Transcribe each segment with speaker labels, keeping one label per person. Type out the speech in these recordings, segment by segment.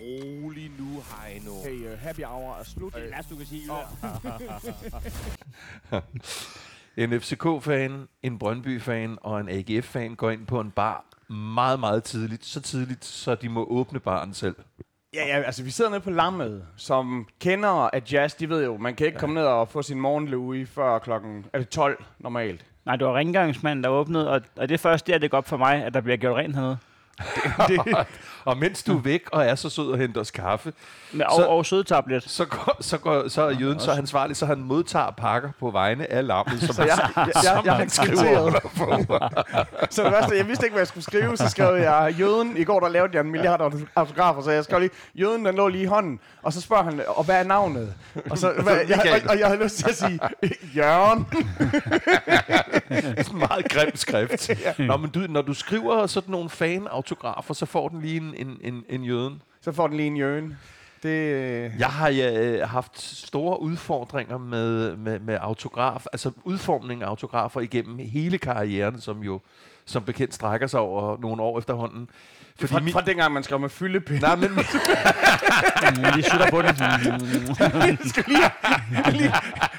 Speaker 1: rolig nu, Heino.
Speaker 2: Hey, uh, happy hour er slut.
Speaker 1: Det er last, du kan sige. Oh.
Speaker 3: En FCK-fan, en Brøndby-fan og en AGF-fan går ind på en bar meget, meget tidligt. Så tidligt, så de må åbne baren selv.
Speaker 4: Ja, ja, altså vi sidder nede på Lammet, som kender af jazz, de ved jo, man kan ikke ja. komme ned og få sin morgenlue i før klokken øh, 12 normalt.
Speaker 2: Nej, det var rengøringsmanden, der åbnede, og, og det er først der, det går op for mig, at der bliver gjort rent hernede.
Speaker 3: Det, og mens du er væk og er så sød og henter os kaffe,
Speaker 2: Med,
Speaker 3: Så-
Speaker 2: og, og sødetablet.
Speaker 3: så, går, så, går, så er jøden så ansvarlig, så han modtager pakker på vegne af lammet, som, så jeg,
Speaker 4: jeg, jeg, jeg har
Speaker 3: skriver
Speaker 4: kvitteret.
Speaker 3: under på.
Speaker 4: Så det værste, jeg vidste ikke, hvad jeg skulle skrive, så skrev jeg Jøden. I går der lavede jeg en milliard autografer, så jeg skrev lige, Jøden den lå lige i hånden. Og så spørger han, og hvad er navnet? Og, så, hvad, jeg, og, og jeg havde lyst til at sige, Jørgen.
Speaker 3: Det er en meget grim skrift. Nå, men du, når du skriver sådan nogle fan-autografer, så får den lige en, en, en, en jøden.
Speaker 4: Så får den lige en Jøden. Det, øh,
Speaker 3: Jeg har ja, øh, haft store udfordringer med, med, med autograf, altså udformningen af autografer igennem hele karrieren, som jo som bekendt strækker sig over nogle år efterhånden. Fordi
Speaker 4: fra,
Speaker 3: min,
Speaker 4: fra dengang, man skrev med fyldepind.
Speaker 3: nej, men,
Speaker 2: Vi sutter på den.
Speaker 4: Jeg skal lige, lige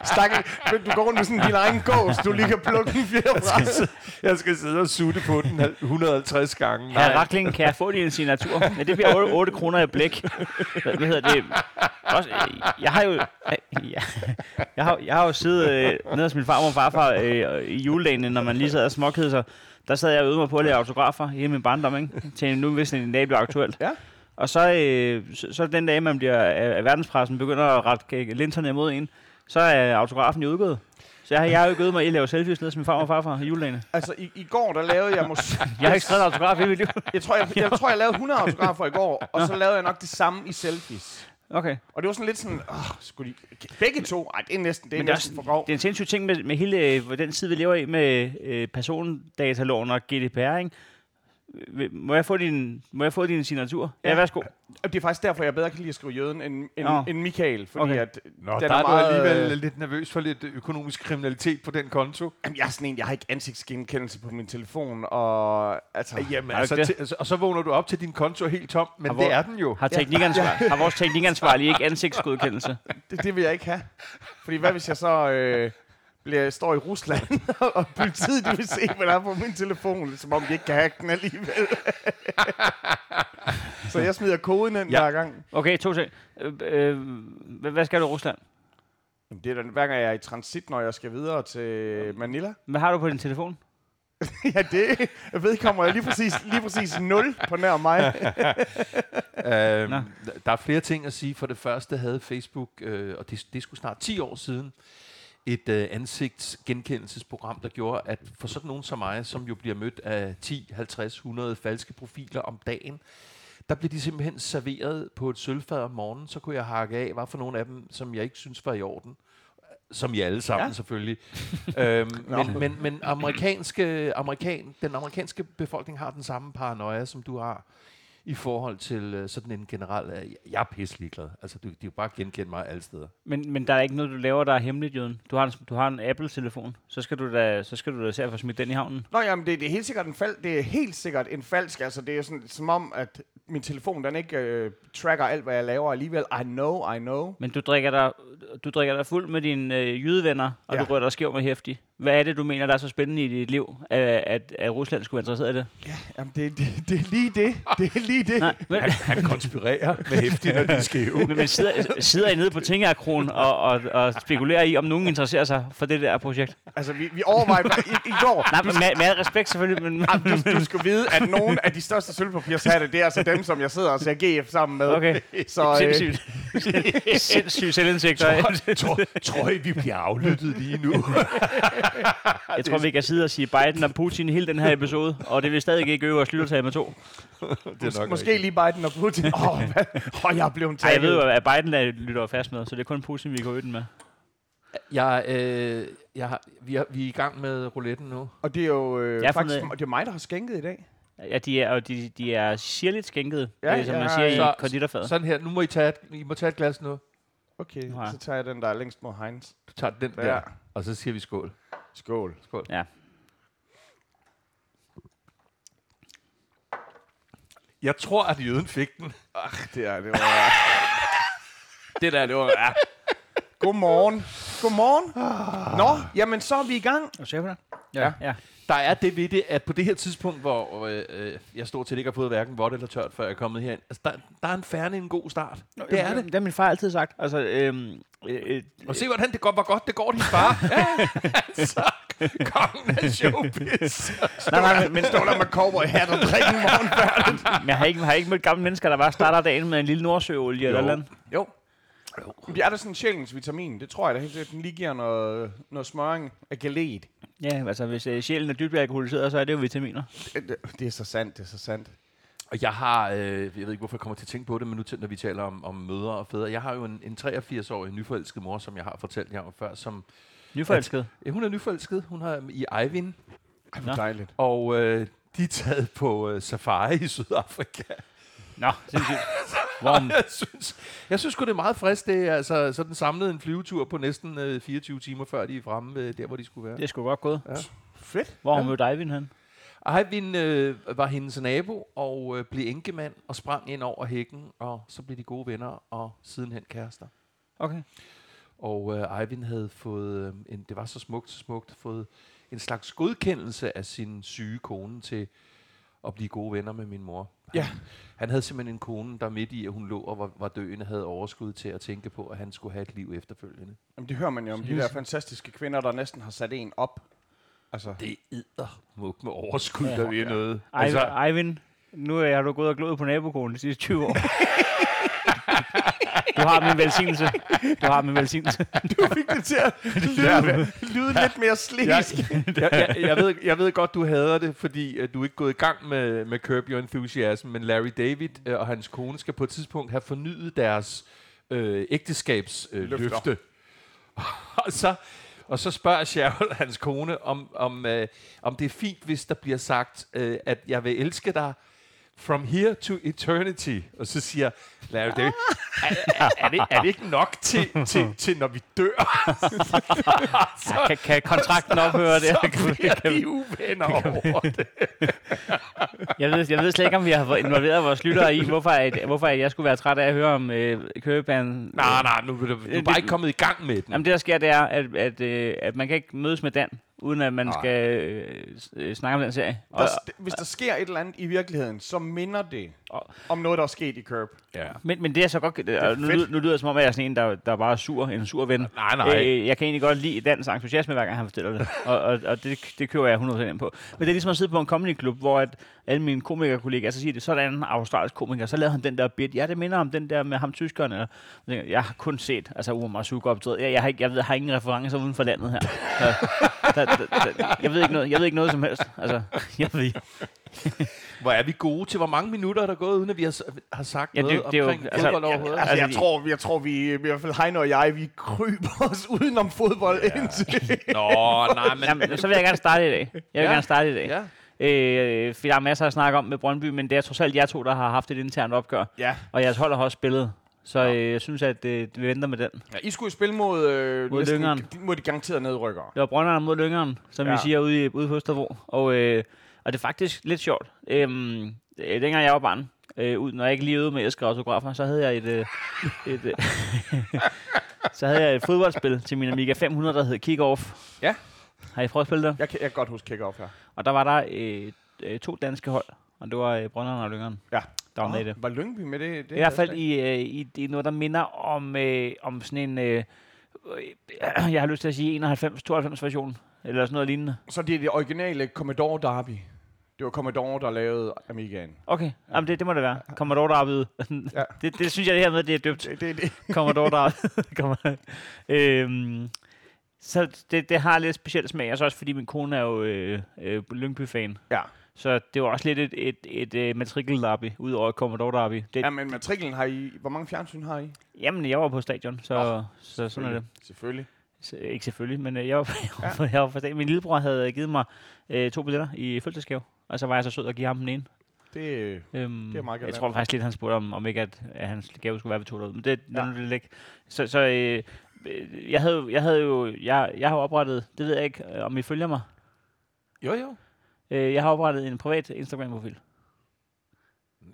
Speaker 4: stakke, men du går rundt med sådan din egen gås, du lige kan plukke den fjerde fra.
Speaker 3: jeg skal sidde og sutte på den 150 gange.
Speaker 2: Herre
Speaker 3: Nej,
Speaker 2: Rakling, kan jeg få din signatur? Ja, det bliver 8, 8 kroner i blæk. Hvad, hvad hedder det? Også, øh, jeg har jo... øh, Ja, jeg, har, jeg har jo siddet øh, nede hos min farmor og farfar øh, i juledagene, når man lige sad og småkede sig. Der sad jeg og øvede mig på at lave autografer hele min barndom, ikke? Til nu, hvis det en dag bliver aktuelt.
Speaker 4: Ja.
Speaker 2: Og så, øh, så, så den dag, man bliver af, af verdenspressen, begynder at rette øh, linterne imod en, så er autografen jo udgået. Så jeg har, jeg har jo ikke øvet mig i at lave selfies nede hos min farmor og farfar i juledagene.
Speaker 4: Altså, i, i går, der lavede jeg måske...
Speaker 2: Jeg har ikke skrevet autograf i mit liv.
Speaker 4: Jeg tror jeg, jeg tror, jeg lavede 100 autografer i går, og så lavede jeg nok det samme i selfies.
Speaker 2: Okay.
Speaker 4: Og det var sådan lidt sådan, åh, skulle de... Begge to? Ej, det er næsten, det er
Speaker 2: Men det er,
Speaker 4: næsten for grov.
Speaker 2: også, det er en sindssyg ting med, med hele øh, hvor den tid, vi lever i med øh, persondataloven og GDPR, ikke? Øh, Må jeg få din, må jeg få din signatur? Ja,
Speaker 4: Ja.
Speaker 2: værsgo.
Speaker 4: Det er faktisk derfor, jeg bedre kan lide at skrive jøden end, end,
Speaker 2: Nå.
Speaker 4: end Michael, fordi
Speaker 2: Okay.
Speaker 4: okay. at... Nå,
Speaker 3: der er du
Speaker 2: øh,
Speaker 3: alligevel lidt nervøs for lidt økonomisk kriminalitet på den konto.
Speaker 4: Jamen, jeg er sådan en, jeg har ikke ansigtsgenkendelse på min telefon, og... Altså,
Speaker 3: Jamen,
Speaker 2: Er
Speaker 3: altså,
Speaker 2: det ikke
Speaker 3: til, altså, og så vågner du op til, at din konto er helt tom, men
Speaker 2: hvor-
Speaker 3: det er den jo.
Speaker 2: Har, teknikansvar, har vores teknikansvarlige ikke ansigtsgodkendelse?
Speaker 4: det, det vil jeg ikke have. Fordi hvad hvis jeg så øh, bliver, står i Rusland, og politiet de vil se, hvad der er på min telefon, som om de ikke kan hacke den alligevel. så jeg smider koden ind
Speaker 3: Ja.
Speaker 4: ja. hver gang.
Speaker 2: Okay, to ting. Øh, øh, hvad- hvad skal du i Rusland?
Speaker 4: Jamen, det er da, hver gang jeg er i transit, når jeg skal videre til Manila.
Speaker 2: Hvad har du på din telefon?
Speaker 4: ja, det vedkommer jeg lige præcis, lige præcis 0 på nær mig.
Speaker 3: Øhm,
Speaker 2: Nå.
Speaker 3: d- der er flere ting at sige. For det første havde Facebook, øh, og det, det skulle snart 10 år siden, et øh, ansigtsgenkendelsesprogram, der gjorde, at for sådan nogen som mig, som jo bliver mødt af 10, 50, 100 falske profiler om dagen, der blev de simpelthen serveret på et sølvfad om morgenen, så kunne jeg hakke af, hvad for nogle af dem, som jeg ikke synes var i orden. Som I alle sammen ja. selvfølgelig. øhm, men men, men amerikanske, amerikan, den amerikanske befolkning har den samme paranoia, som du har i forhold til øh, sådan en generel... øh, Jeg er pisselig glad. Altså, du, de kan bare genkende mig alle steder.
Speaker 2: Men, men der er ikke noget, du laver, der er hemmeligt, Jøden. Du har en, du har en Apple-telefon. Så skal du da, så skal du da se at få smidt den i havnen.
Speaker 4: Nå, jamen, det, det, er helt sikkert en fal- det er helt sikkert en falsk. Altså, det er sådan, som om, at min telefon, den ikke øh, tracker alt, hvad jeg laver alligevel. I know, I know.
Speaker 2: Men du drikker dig, du drikker dig fuld med dine øh, jydevenner, og ja.
Speaker 4: Ja.
Speaker 2: du rører dig skæv med hæftig. Hvad er det, du mener, der er så spændende i dit liv, at, at, at Rusland skulle være interesseret i det?
Speaker 4: Jamen, det, det, det er lige det. Det er lige det.
Speaker 2: Nej, men,
Speaker 3: Han konspirerer med hæftige, når de skæve.
Speaker 2: men, men sidder, sidder I nede på Tingerkronen og, og, og spekulerer i, om nogen interesserer sig for det der projekt?
Speaker 4: Altså, vi, vi overvejede i, i går. Ah,
Speaker 2: Nej, men med, med al respekt selvfølgelig, men...
Speaker 4: Du, du skal vide, at nogle af de største sølvpapirshatte, det er altså dem, som jeg sidder og ser GF sammen med.
Speaker 2: Okay,
Speaker 4: Så, øh,
Speaker 2: sindssygt. Sindssygt selvindsigt. der er.
Speaker 3: tror, tror I, vi bliver aflyttet lige nu?
Speaker 2: Jeg tror, vi kan sidde og sige Biden og Putin hele den her episode, og det vil stadig ikke øve vores lyttertal med to.
Speaker 3: det er nok
Speaker 4: øh, Måske
Speaker 3: rigtigt.
Speaker 4: lige Biden og Putin. Åh, oh, oh, jeg er blevet
Speaker 2: Ej,
Speaker 4: taget.
Speaker 2: jeg ved jo, at Biden er- lytter fast med, så det er kun Putin, vi kan øve den med.
Speaker 3: Jeg, øh, jeg, har- vi, er, vi er i gang med rouletten nu.
Speaker 4: Og det er jo øh,
Speaker 2: Jeg har
Speaker 4: faktisk
Speaker 2: fundet-
Speaker 4: det er mig, der har skænket i dag.
Speaker 2: Ja, de er, og de, de er sirligt skænket, ja,
Speaker 4: Ja,
Speaker 2: øh, som ja,
Speaker 4: ja,
Speaker 2: man siger
Speaker 3: så-
Speaker 2: i konditorfaget.
Speaker 3: Sådan her. Nu må I tage et, I må tage et glas nu.
Speaker 4: Okay,
Speaker 2: Nå ja.
Speaker 4: så tager jeg den, der er længst mod Heinz.
Speaker 3: Du tager den der,
Speaker 4: Ja.
Speaker 3: og så siger vi skål.
Speaker 4: Skål.
Speaker 2: Ja.
Speaker 3: Jeg tror, at jøden fik den.
Speaker 4: Ach, det er det var...
Speaker 1: Det der, det var... Ja.
Speaker 4: Godmorgen. Godmorgen. Nå, jamen så er vi i gang.
Speaker 2: Er du sikker på det? Ja. ja.
Speaker 3: Der er det ved det, at på det her tidspunkt, hvor øh, øh, jeg stort set ikke har fået hverken vådt eller tørt, før jeg er kommet herind, altså, der, der er en færne en god start. det er det.
Speaker 2: Det har min far altid sagt. Altså, øhm, øh, øh,
Speaker 3: Og se, hvordan det går, hvor godt det går din far. ja, altså, kongen af showbiz.
Speaker 2: nej, nej, men, men,
Speaker 4: Står der med cowboy hat og drikke morgen.
Speaker 2: men jeg har ikke, har ikke mødt gamle mennesker, der bare starter dagen med en lille nordsøolie eller
Speaker 3: Jo.
Speaker 2: noget.
Speaker 4: Jo. Men er der sådan en sjælens vitamin? Det tror jeg da helt sikkert. Den lige giver noget, noget smøring af galet.
Speaker 2: Ja, altså hvis øh, sjælen er dybt alkoholiseret, så er det jo vitaminer.
Speaker 4: Det, det er så sandt, det er så sandt.
Speaker 3: Og jeg har, øh, jeg ved ikke, hvorfor jeg kommer til at tænke på det, men nu til, når vi taler om, om mødre og fædre. Jeg har jo en, en 83-årig nyforelsket mor, som jeg har fortalt jer om før, som...
Speaker 2: Nyforelsket.
Speaker 3: Ja, hun er nyforelsket. Hun har i Eivind,
Speaker 4: Ej,
Speaker 2: Nå.
Speaker 4: hvor dejligt.
Speaker 3: og øh, de er taget på øh, safari i Sydafrika.
Speaker 2: Nå, sindssygt.
Speaker 3: Og jeg synes, jeg synes sgu, det er meget frisk. Det er altså sådan samlet en flyvetur på næsten øh, 24 timer, før de er fremme øh, der, hvor de skulle være.
Speaker 2: Det er sgu godt gået.
Speaker 4: Fedt.
Speaker 2: Hvor har hun mødt Eivind han?
Speaker 3: Eivind øh, var hendes nabo og øh, blev enkemand og sprang ind over hækken, og så blev de gode venner og sidenhen kærester.
Speaker 2: Okay.
Speaker 3: Og øh, Eivind havde fået, øh, en, det var så smukt, så smukt, fået en slags godkendelse af sin syge kone til at blive gode venner med min mor.
Speaker 4: Ja.
Speaker 3: Han, han havde simpelthen en kone, der midt i, at hun lå og var, var døende, havde overskud til at tænke på, at han skulle have et liv efterfølgende.
Speaker 4: Jamen, det hører man jo om de der fantastiske kvinder, der næsten har sat en op. Altså,
Speaker 3: Det er muk med overskud,
Speaker 2: Ja.
Speaker 3: der vi er Altså, noget.
Speaker 2: Eivind, Eivind nu er du gået og glået på nabokonen de sidste 20 år. du har min velsignelse. Du har min velsignelse.
Speaker 4: du fik det til at lyde, lyde lidt mere slisk.
Speaker 3: jeg, jeg, jeg, ved, jeg ved godt, du hader det, fordi øh, du er ikke gået i gang med, med Curb Your Enthusiasm, men Larry David øh, og hans kone skal på et tidspunkt have fornyet deres øh, ægteskabsløfte. Øh,
Speaker 4: Løfter.
Speaker 3: løfte. og, så, og så spørger Cheryl hans kone, om, om, øh, om det er fint, hvis der bliver sagt, øh, at jeg vil elske dig from here to eternity. Og så siger Larry David, er, er, er, det, er det ikke nok til, til, til når vi dør? så,
Speaker 2: Kan, kan kontrakten ophøre der?
Speaker 3: så bliver de uvenner over det.
Speaker 2: Jeg ved, jeg ved slet ikke, om vi har fået involveret vores lyttere i, hvorfor, at, hvorfor at jeg skulle være træt af at høre om øh, kørebanen.
Speaker 3: Nej, nej, nu er du, du er bare ikke kommet i gang med den.
Speaker 2: Jamen det, der sker, det er, at, at, øh, at man kan ikke mødes med Dan, uden at man skal øh, s- øh, snakke om den serie. Og,
Speaker 4: Der, s- hvis der sker et eller andet i virkeligheden, så minder det
Speaker 2: Og-
Speaker 4: om noget, der er sket i Curb.
Speaker 3: Ja.
Speaker 2: men, men det er så godt... Det er nu, lyder- nu lyder det som om, at jeg er sådan en, der, der bare er sur, en sur ven.
Speaker 3: Nej, nej.
Speaker 2: Øh, jeg kan egentlig godt lide Dans entusiasme, hver gang han fortæller det. og og, og det, det kører jeg 100% ind på. Men det er ligesom at sidde på en comedy club, hvor at alle mine komikerkollegaer, så siger de, sådan en australsk komiker, så lavede han den der bit. Ja, det minder om den der med ham tyskeren. Eller, jeg, tænker, jeg har kun set, altså Umar Suga optræde. Jeg, jeg, har ikke, jeg, ved, har ingen referencer uden for landet her. Så, der, der, der, jeg, ved ikke noget, jeg ved ikke noget som helst. Altså, jeg ved,
Speaker 3: Hvor er vi gode til, hvor mange minutter er der gået, uden at vi har, s- har sagt
Speaker 2: Ja,
Speaker 3: ja,
Speaker 2: det-
Speaker 3: noget
Speaker 2: det er jo-
Speaker 3: omkring
Speaker 2: altså,
Speaker 3: fodbold
Speaker 2: ja,
Speaker 3: overhovedet?
Speaker 4: Altså,
Speaker 2: Altså,
Speaker 4: jeg,
Speaker 2: i-
Speaker 4: tror, vi- jeg tror, vi i hvert fald Heino og jeg, vi kryber os udenom fodbold ja. indtil...
Speaker 3: Nå, nej, Ah, men...
Speaker 2: jamen, så vil jeg gerne starte i dag. Jeg vil
Speaker 3: Ja.
Speaker 2: ja. gerne starte i dag.
Speaker 3: Ja.
Speaker 2: Øh, for der er masser at snakke om med Brøndby, men det er trods alt jer to, der har haft et internt opgør.
Speaker 4: Ja.
Speaker 2: Og jeres hold har også spillet. Så øh, jeg synes, at øh, vi venter med den.
Speaker 4: ja. I skulle jo spille mod, øh,
Speaker 2: Mod
Speaker 4: næsten-
Speaker 2: Lyngeren.
Speaker 4: mod de garanterede nedrykkere.
Speaker 2: Det var Brønderne mod Lyngeren, som ja.
Speaker 4: Ja.
Speaker 2: vi siger ude, i, ude på Østerbro. Og, øh, og det er faktisk lidt sjovt. Øhm, øh, dengang jeg var barn, øh, ud, når jeg ikke lige øvede med at skrive autografer, så havde jeg et, øh, et øh, så havde jeg et fodboldspil til min Amiga 500, der hed Kick-Off.
Speaker 4: Ja.
Speaker 2: Har I prøvet at spille det?
Speaker 4: Jeg kan, jeg kan godt huske kick-off her.
Speaker 2: Og der var der øh, øh, to danske hold, og det var øh, Brønderne og Lyngeren,
Speaker 4: Ja.
Speaker 2: der var med i det.
Speaker 4: Var Lyngby med det? det
Speaker 2: I hvert fald i, øh, i, i noget, der minder om, øh, om sådan en, øh, øh, jeg har lyst til at sige 91-92 version, eller sådan noget lignende.
Speaker 4: Så det er det originale Commodore Derby. Det var Commodore, der lavede Amigaen.
Speaker 2: Okay, ja. Jamen, det, det må det være. Commodore Derby'et.
Speaker 4: Ja.
Speaker 2: ja. det, det synes jeg det her med, det er døbt.
Speaker 4: Det, det, det.
Speaker 2: Commodore Derby'et. Kommer- øhm, så det, det har lidt specielt smag, og så også fordi min kone er jo øh, øh, Lyngby-fan.
Speaker 4: Ja.
Speaker 2: Så det var også lidt et, et, et, et matrikel-derby, ud over et Commodore Derby. Det,
Speaker 4: Ja, men matriklen har I... Hvor mange fjernsyn har I?
Speaker 2: Jamen, jeg var på stadion, så,
Speaker 4: Nå,
Speaker 2: så sådan er det.
Speaker 4: Ah, Selvfølgelig.
Speaker 2: Så, ikke selvfølgelig, men øh, jeg var, jeg var, jeg var for Min lillebror havde givet mig øh, to billetter i fødselsdagsgave, og så var jeg så sød at give ham den ene.
Speaker 4: Det, øh,
Speaker 2: Øhm,
Speaker 4: Det er meget
Speaker 2: jeg
Speaker 4: galant.
Speaker 2: tror faktisk lidt, han spurgte om, om ikke, at, at hans gave skulle være ved to derud. Men det ja. er nu lidt ikke. Så, så øh, øh, jeg, havde, jo- jeg havde jo jeg, jeg har jo oprettet, det ved jeg ikke, øh, om I følger mig.
Speaker 3: Jo, jo.
Speaker 2: Øh, jeg har oprettet en privat Instagram-profil.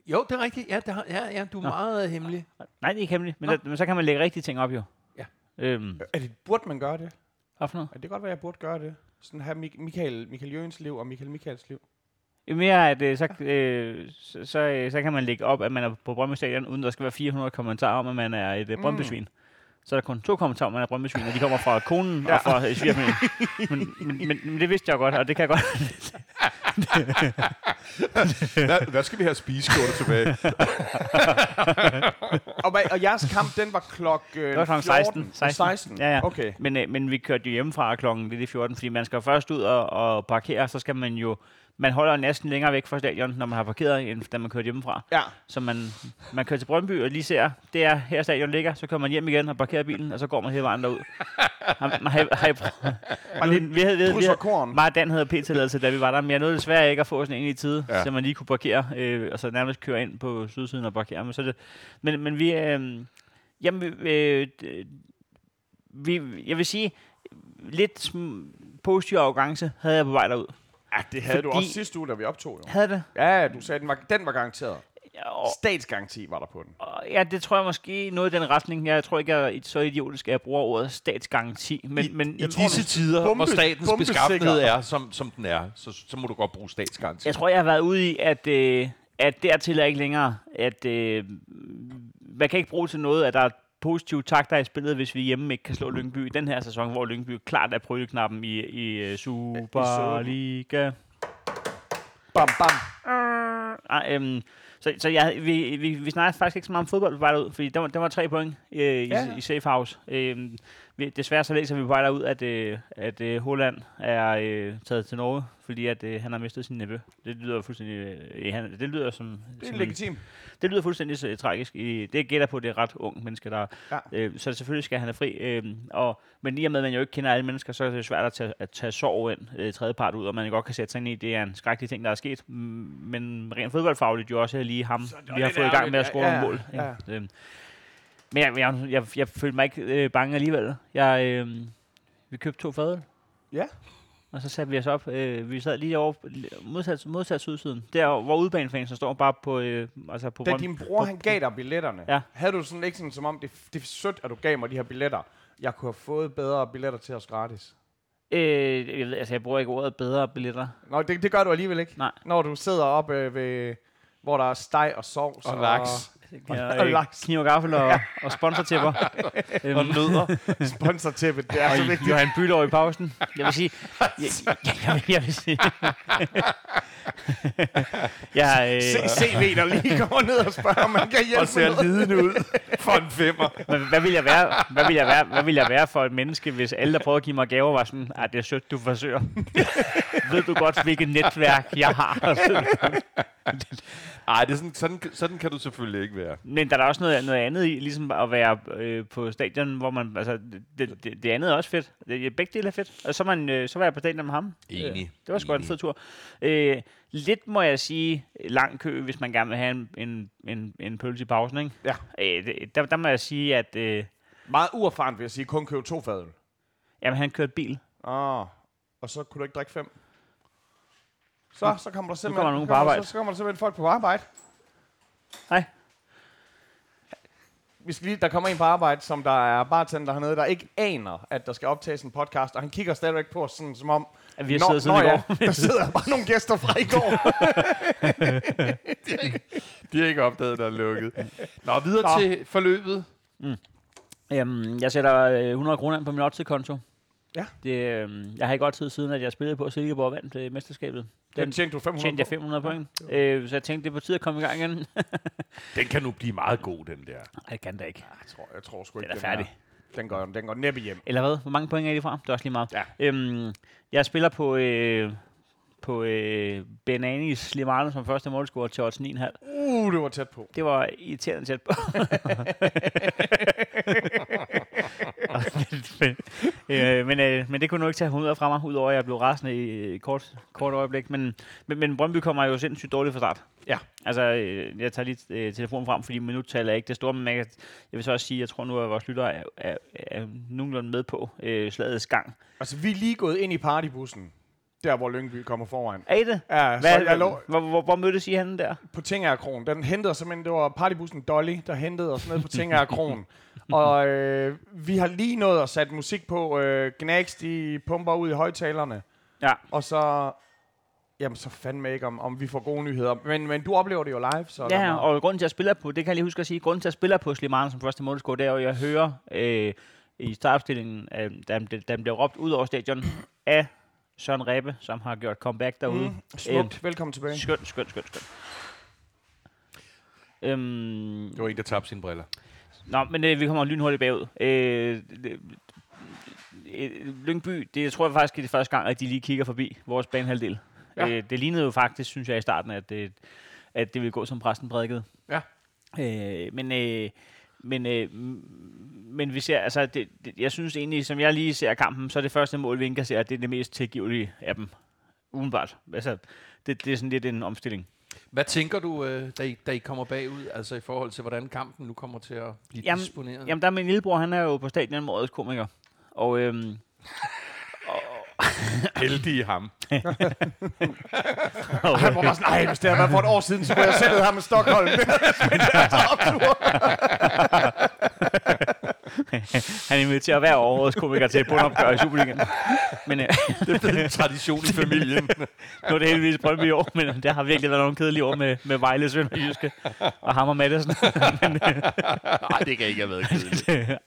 Speaker 3: Jo, det er rigtigt. Ja, det har, ja, ja du er
Speaker 2: Nå.
Speaker 3: meget øh, hemmelig.
Speaker 2: Nej, det er ikke hemmeligt, men,
Speaker 3: Nå.
Speaker 2: der, men så kan man lægge rigtige ting op jo.
Speaker 3: Ja.
Speaker 2: Øhm,
Speaker 4: øh, Er det, burde man gøre det?
Speaker 2: hvad for noget?
Speaker 4: Ja, det kan godt være, jeg burde gøre det. Sådan her Mik- Michael, Michael Jørgens liv og Michael Michaels liv.
Speaker 2: Jo Mere at øh, så, øh, så, så, øh, så kan man lægge op, at man er på Brøndby Stadion, uden der skal være 400 kommentarer om, at man er et øh, Brøndby-svin. Så er der kun to kommentarer om, at man er Brøndby-svin, og de kommer fra konen ja. og fra øh, svigermanden. Men, men, men, men, det vidste jeg godt, og det kan jeg godt.
Speaker 5: Hvad, hvad skal vi have spisegårde tilbage?
Speaker 4: Og, hvad- og jeres kamp, den var klok øh,
Speaker 2: Det var klokken 16.
Speaker 4: 16.
Speaker 2: 16.
Speaker 4: 16.
Speaker 2: Ja, ja.
Speaker 4: Okay.
Speaker 2: Men, øh, men vi kørte jo hjemmefra klokken lidt i 14, fordi man skal jo først ud og, og parkere, så skal man jo... Man holder næsten længere væk fra stadion, når man har parkeret, end da man kørte hjemmefra.
Speaker 4: Ja.
Speaker 2: Så man, man kører til Brøndby og lige ser, det er her stadion ligger, så kører man hjem igen og parkerer bilen, og så går man hele vejen derud. Har, har, har, har I prøvet- nu, vi havde, vi havde, vi
Speaker 4: Kryds og
Speaker 2: havde,
Speaker 4: korn.
Speaker 2: mig og Dan havde p-tilladelse, da vi var der, men jeg nåede desværre ikke at få sådan en i tide,
Speaker 5: Ja.
Speaker 2: ja. så man lige kunne parkere, øh, og så nærmest køre ind på sydsiden og parkere. Men, så er det, men, men vi, øh, jamen, øh, d- vi, jeg vil sige, lidt sm- positiv arrogance havde jeg på vej derud.
Speaker 4: Ja, det havde Fordi... du
Speaker 2: Fordi-
Speaker 4: også sidste uge, da vi optog jo.
Speaker 2: Havde det?
Speaker 4: Ja, du sagde, den var, den var garanteret.
Speaker 2: Og,
Speaker 4: Statsgaranti var der på den.
Speaker 2: og, ja, det tror jeg måske noget i den retning. Jeg tror ikke, jeg er så idiotisk, at jeg bruger ordet statsgaranti. Men, I, men
Speaker 3: I
Speaker 2: jeg, tror,
Speaker 3: disse tider, hvor
Speaker 4: bombe-
Speaker 3: statens
Speaker 4: bombesikker.
Speaker 3: beskaffenhed er, som, som den er, så, så må du godt bruge statsgaranti.
Speaker 2: jeg tror, jeg har været ude i, at, øh, at dertil er ikke længere, at øh, man kan ikke bruge til noget, at der er positive takter i spillet, hvis vi hjemme ikke kan slå Lyngby i den her sæson, hvor Lyngby klart er prøveknappen i, i øh, Superliga.
Speaker 4: Bam, bam.
Speaker 2: Nej, øhm, så, så jeg, vi, vi, vi snakkede faktisk ikke så meget om fodbold på vej derud, fordi der var, der var tre point øh, i,
Speaker 4: Ja.
Speaker 2: ja. i safe house. Øhm, vi, desværre så læser vi på vej derud, at, øh, at øh, Holland er øh, taget til Norge, fordi at, øh, han har mistet sin nevø. Det lyder jo fuldstændig... Øh, han, det lyder som...
Speaker 4: Det er
Speaker 2: som
Speaker 4: legitimt.
Speaker 2: det lyder fuldstændig øh, tragisk. I, det gætter på, at det er ret unge mennesker, der...
Speaker 4: Ja.
Speaker 2: Ja. Øh, så selvfølgelig skal han have fri. Øh, og, men i og med, at man jo ikke kender alle mennesker, så er det jo svært at tage, at tage sorg ind, øh, tredjepart ud, og man godt kan sætte sig ind i, det er en skrækkelig ting, der er sket. Mm, Men rent fodboldfagligt jo også er lige ham, vi har fået i gang med at score
Speaker 4: Ja,
Speaker 2: ja, nogle mål.
Speaker 4: ja.
Speaker 2: Ikke? Øh, men jeg, jeg, jeg, jeg følte mig ikke øh, bange alligevel. Jeg, øh, vi købte to fadøl.
Speaker 4: Ja.
Speaker 2: Og så satte vi os op. Øh, vi sad lige over modsat, modsat sydsiden. Der, hvor udebanefansen står bare på, øh, altså på
Speaker 4: Da
Speaker 2: Brøndby-
Speaker 4: din bror, han gav dig billetterne, ja.
Speaker 2: Ja.
Speaker 4: havde du sådan ikke sådan, som om, det, det er sødt, at du gav mig de her billetter. Jeg kunne have fået bedre billetter til os gratis.
Speaker 2: Øh, jeg ved, altså, jeg bruger ikke ordet bedre billetter.
Speaker 4: Nå, det, det gør du alligevel ikke.
Speaker 2: Nej.
Speaker 4: Når du sidder oppe øh, ved, hvor der er steg og sovs.
Speaker 3: Og laks.
Speaker 2: Jeg,
Speaker 4: og
Speaker 2: øh,
Speaker 4: laks.
Speaker 2: Kniv og gaffel og, og sponsortipper. øhm,
Speaker 3: Og nødder.
Speaker 4: Sponsortæppet, det er
Speaker 2: og
Speaker 4: så vigtigt.
Speaker 2: Johan Bylov i pausen. Jeg vil sige... Jeg, jeg, jeg, jeg vil sige... jeg, øh,
Speaker 4: Se, CV, der lige kommer ned og spørger, om man kan hjælpe
Speaker 5: Og ser
Speaker 4: med noget.
Speaker 5: lidende ud for en femmer.
Speaker 2: hvad, hvad, vil jeg være, hvad, vil jeg være, hvad vil jeg være for et menneske, hvis alle, der prøvede at give mig gaver, var sådan, at det er sødt, du forsøger. ved du godt, hvilket netværk jeg har?
Speaker 5: Nej, det er sådan, sådan, sådan kan du selvfølgelig ikke være.
Speaker 2: Men der er da også noget, noget andet i, ligesom at være øh, på stadion, hvor man, altså, det, det, det andet er også fedt. Det, begge dele er fedt. Og så, man, øh, så var jeg på stadion med ham.
Speaker 3: Enig.
Speaker 2: Øh, det var sgu en
Speaker 3: Enig.
Speaker 2: fed tur. Øh, lidt må jeg sige, lang kø, hvis man gerne vil have en, en, en, en pølse i pausen, ikke?
Speaker 4: Ja.
Speaker 2: Øh, det, der, der må jeg sige, at øh,
Speaker 4: Meget uerfarent, vil jeg sige. Kun købe to fadøl.
Speaker 2: jamen, han kørte bil.
Speaker 4: Ah, og så kunne du ikke drikke fem. Så, så kommer der simpelthen,
Speaker 2: Ah, kommer nogen på
Speaker 4: så-
Speaker 2: arbejde.
Speaker 4: Så, så kommer der simpelthen folk på arbejde.
Speaker 2: Hej.
Speaker 4: Vi skal lige, der kommer en på arbejde, som der er bartender hernede, der ikke aner, at der skal optages en podcast, og han kigger stadigvæk på os sådan, som om...
Speaker 2: At vi har siddet siden i går.
Speaker 4: ja, der sidder bare nogle gæster fra i går.
Speaker 5: De har ikke opdaget, der er lukket.
Speaker 3: Nå, videre
Speaker 4: Nå.
Speaker 3: Nå. til forløbet.
Speaker 2: Jamen, jeg sætter øh, 100 kroner ind på min konto.
Speaker 4: Ja.
Speaker 2: Det, øh, jeg har ikke godt tid siden, at jeg spillede på, at Silkeborg vandt øh, mesterskabet.
Speaker 4: Den tjente du 500
Speaker 2: tjente jeg
Speaker 4: på.
Speaker 2: 500 point. Øh, så jeg tænkte, det er på tide at komme i gang igen.
Speaker 5: Den kan nu blive meget god, den der.
Speaker 2: Nej, det kan da ikke.
Speaker 4: Ah, Jeg tror, jeg tror sgu
Speaker 2: Den
Speaker 4: ikke,
Speaker 2: er færdig.
Speaker 4: her- Den går, den går næppe hjem.
Speaker 2: Eller hvad? Hvor mange point er det fra? Det er også lige meget.
Speaker 4: Ja.
Speaker 2: Øhm, jeg spiller på, øh, på øh, Benanis Slimane som første målscorer til odds 9,5.
Speaker 4: Uh, det var tæt på.
Speaker 2: Det var irriterende tæt på. men, øh, men, øh, men det kunne nu ikke tage hovedet fra mig, udover at jeg blev rasende i øh, kort, kort øjeblik. Men, men, men Brøndby kommer jo sindssygt dårligt fra start.
Speaker 4: Ja.
Speaker 2: Altså, øh, jeg tager lige øh, telefonen frem, fordi minuttallet er ikke det store, men jeg, kan- jeg vil så også sige, jeg tror nu, at vores lyttere er, er, er nogenlunde med på øh, slagets gang.
Speaker 4: Altså, vi er lige gået ind i partybussen. der hvor Lyngby kommer foran.
Speaker 2: Er I det?
Speaker 4: Ja, så
Speaker 2: Hvad,
Speaker 4: jeg lå
Speaker 2: hvor, hvor, hvor mødtes I henne der?
Speaker 4: på Tingerkron. Den hentede os simpelthen, det var partybussen Dolly, der hentede os ned på Tingerkron. og øh, vi har lige nået at sætte musik på. Øh, Gnags, de pumper ud i højtalerne.
Speaker 2: Ja.
Speaker 4: Og så... Jamen, så fandme ikke, om, om vi får gode nyheder. Men, men du oplever det jo live, så... lad
Speaker 2: Ja,
Speaker 4: mig-
Speaker 2: og grunden til, at jeg spiller på, det kan jeg lige huske at sige, grunden til, at jeg spiller på Slimane som første målscore, det er jo, at jeg hører øh, i startopstillingen, øh, da, han blev- da han blev råbt ud over stadion af Søren Rebbe, som har gjort comeback derude. Mm,
Speaker 4: Smukt. Velkommen tilbage.
Speaker 2: skønt, skønt, skønt, skønt. Øhm,
Speaker 3: Det var en, der tabte sine briller.
Speaker 2: Nå, men øh, vi kommer lynhurtigt bagud. Øh, det- øh, Lyngby, det jeg tror jeg faktisk er det første gang, at de lige kigger forbi vores banehalvdel.
Speaker 4: Ja.
Speaker 2: Ja. Øh, det lignede jo faktisk, synes jeg i starten, at, øh, at det ville gå som præsten prædikede.
Speaker 3: Ja.
Speaker 2: Øh, men, øh, men, øh, m- men vi ser, altså, det, det, jeg synes egentlig, som jeg lige ser kampen, så er det første mål, vi indkasserer, det er det mest tilgivelige af dem. Udenbart. Altså, det, det er sådan lidt en omstilling.
Speaker 3: Hvad tænker du, øh, da, I, da I kommer bagud, altså i forhold til, hvordan kampen nu kommer til at blive
Speaker 2: Jamen-
Speaker 3: jamen, disponeret?
Speaker 2: Jamen, der er min lillebror, han er jo på stadion med årets komiker. Og øhm,
Speaker 5: Heldige ham.
Speaker 4: Han var bare sådan, nej, hvis det havde været for et år siden, så kunne jeg sætte ham i Stockholm.
Speaker 2: Han inviterer hver år årets komiker til et bundopgør i Superligaen. Men øh,
Speaker 3: en tradition i familien.
Speaker 2: nu er det heldigvis Brøndby i år, men øh, der har virkelig været nogle kedelige år med, med Vejle, Sønderjyske og Hammer Maddelsen.
Speaker 5: Nej, det kan ikke have været kedeligt.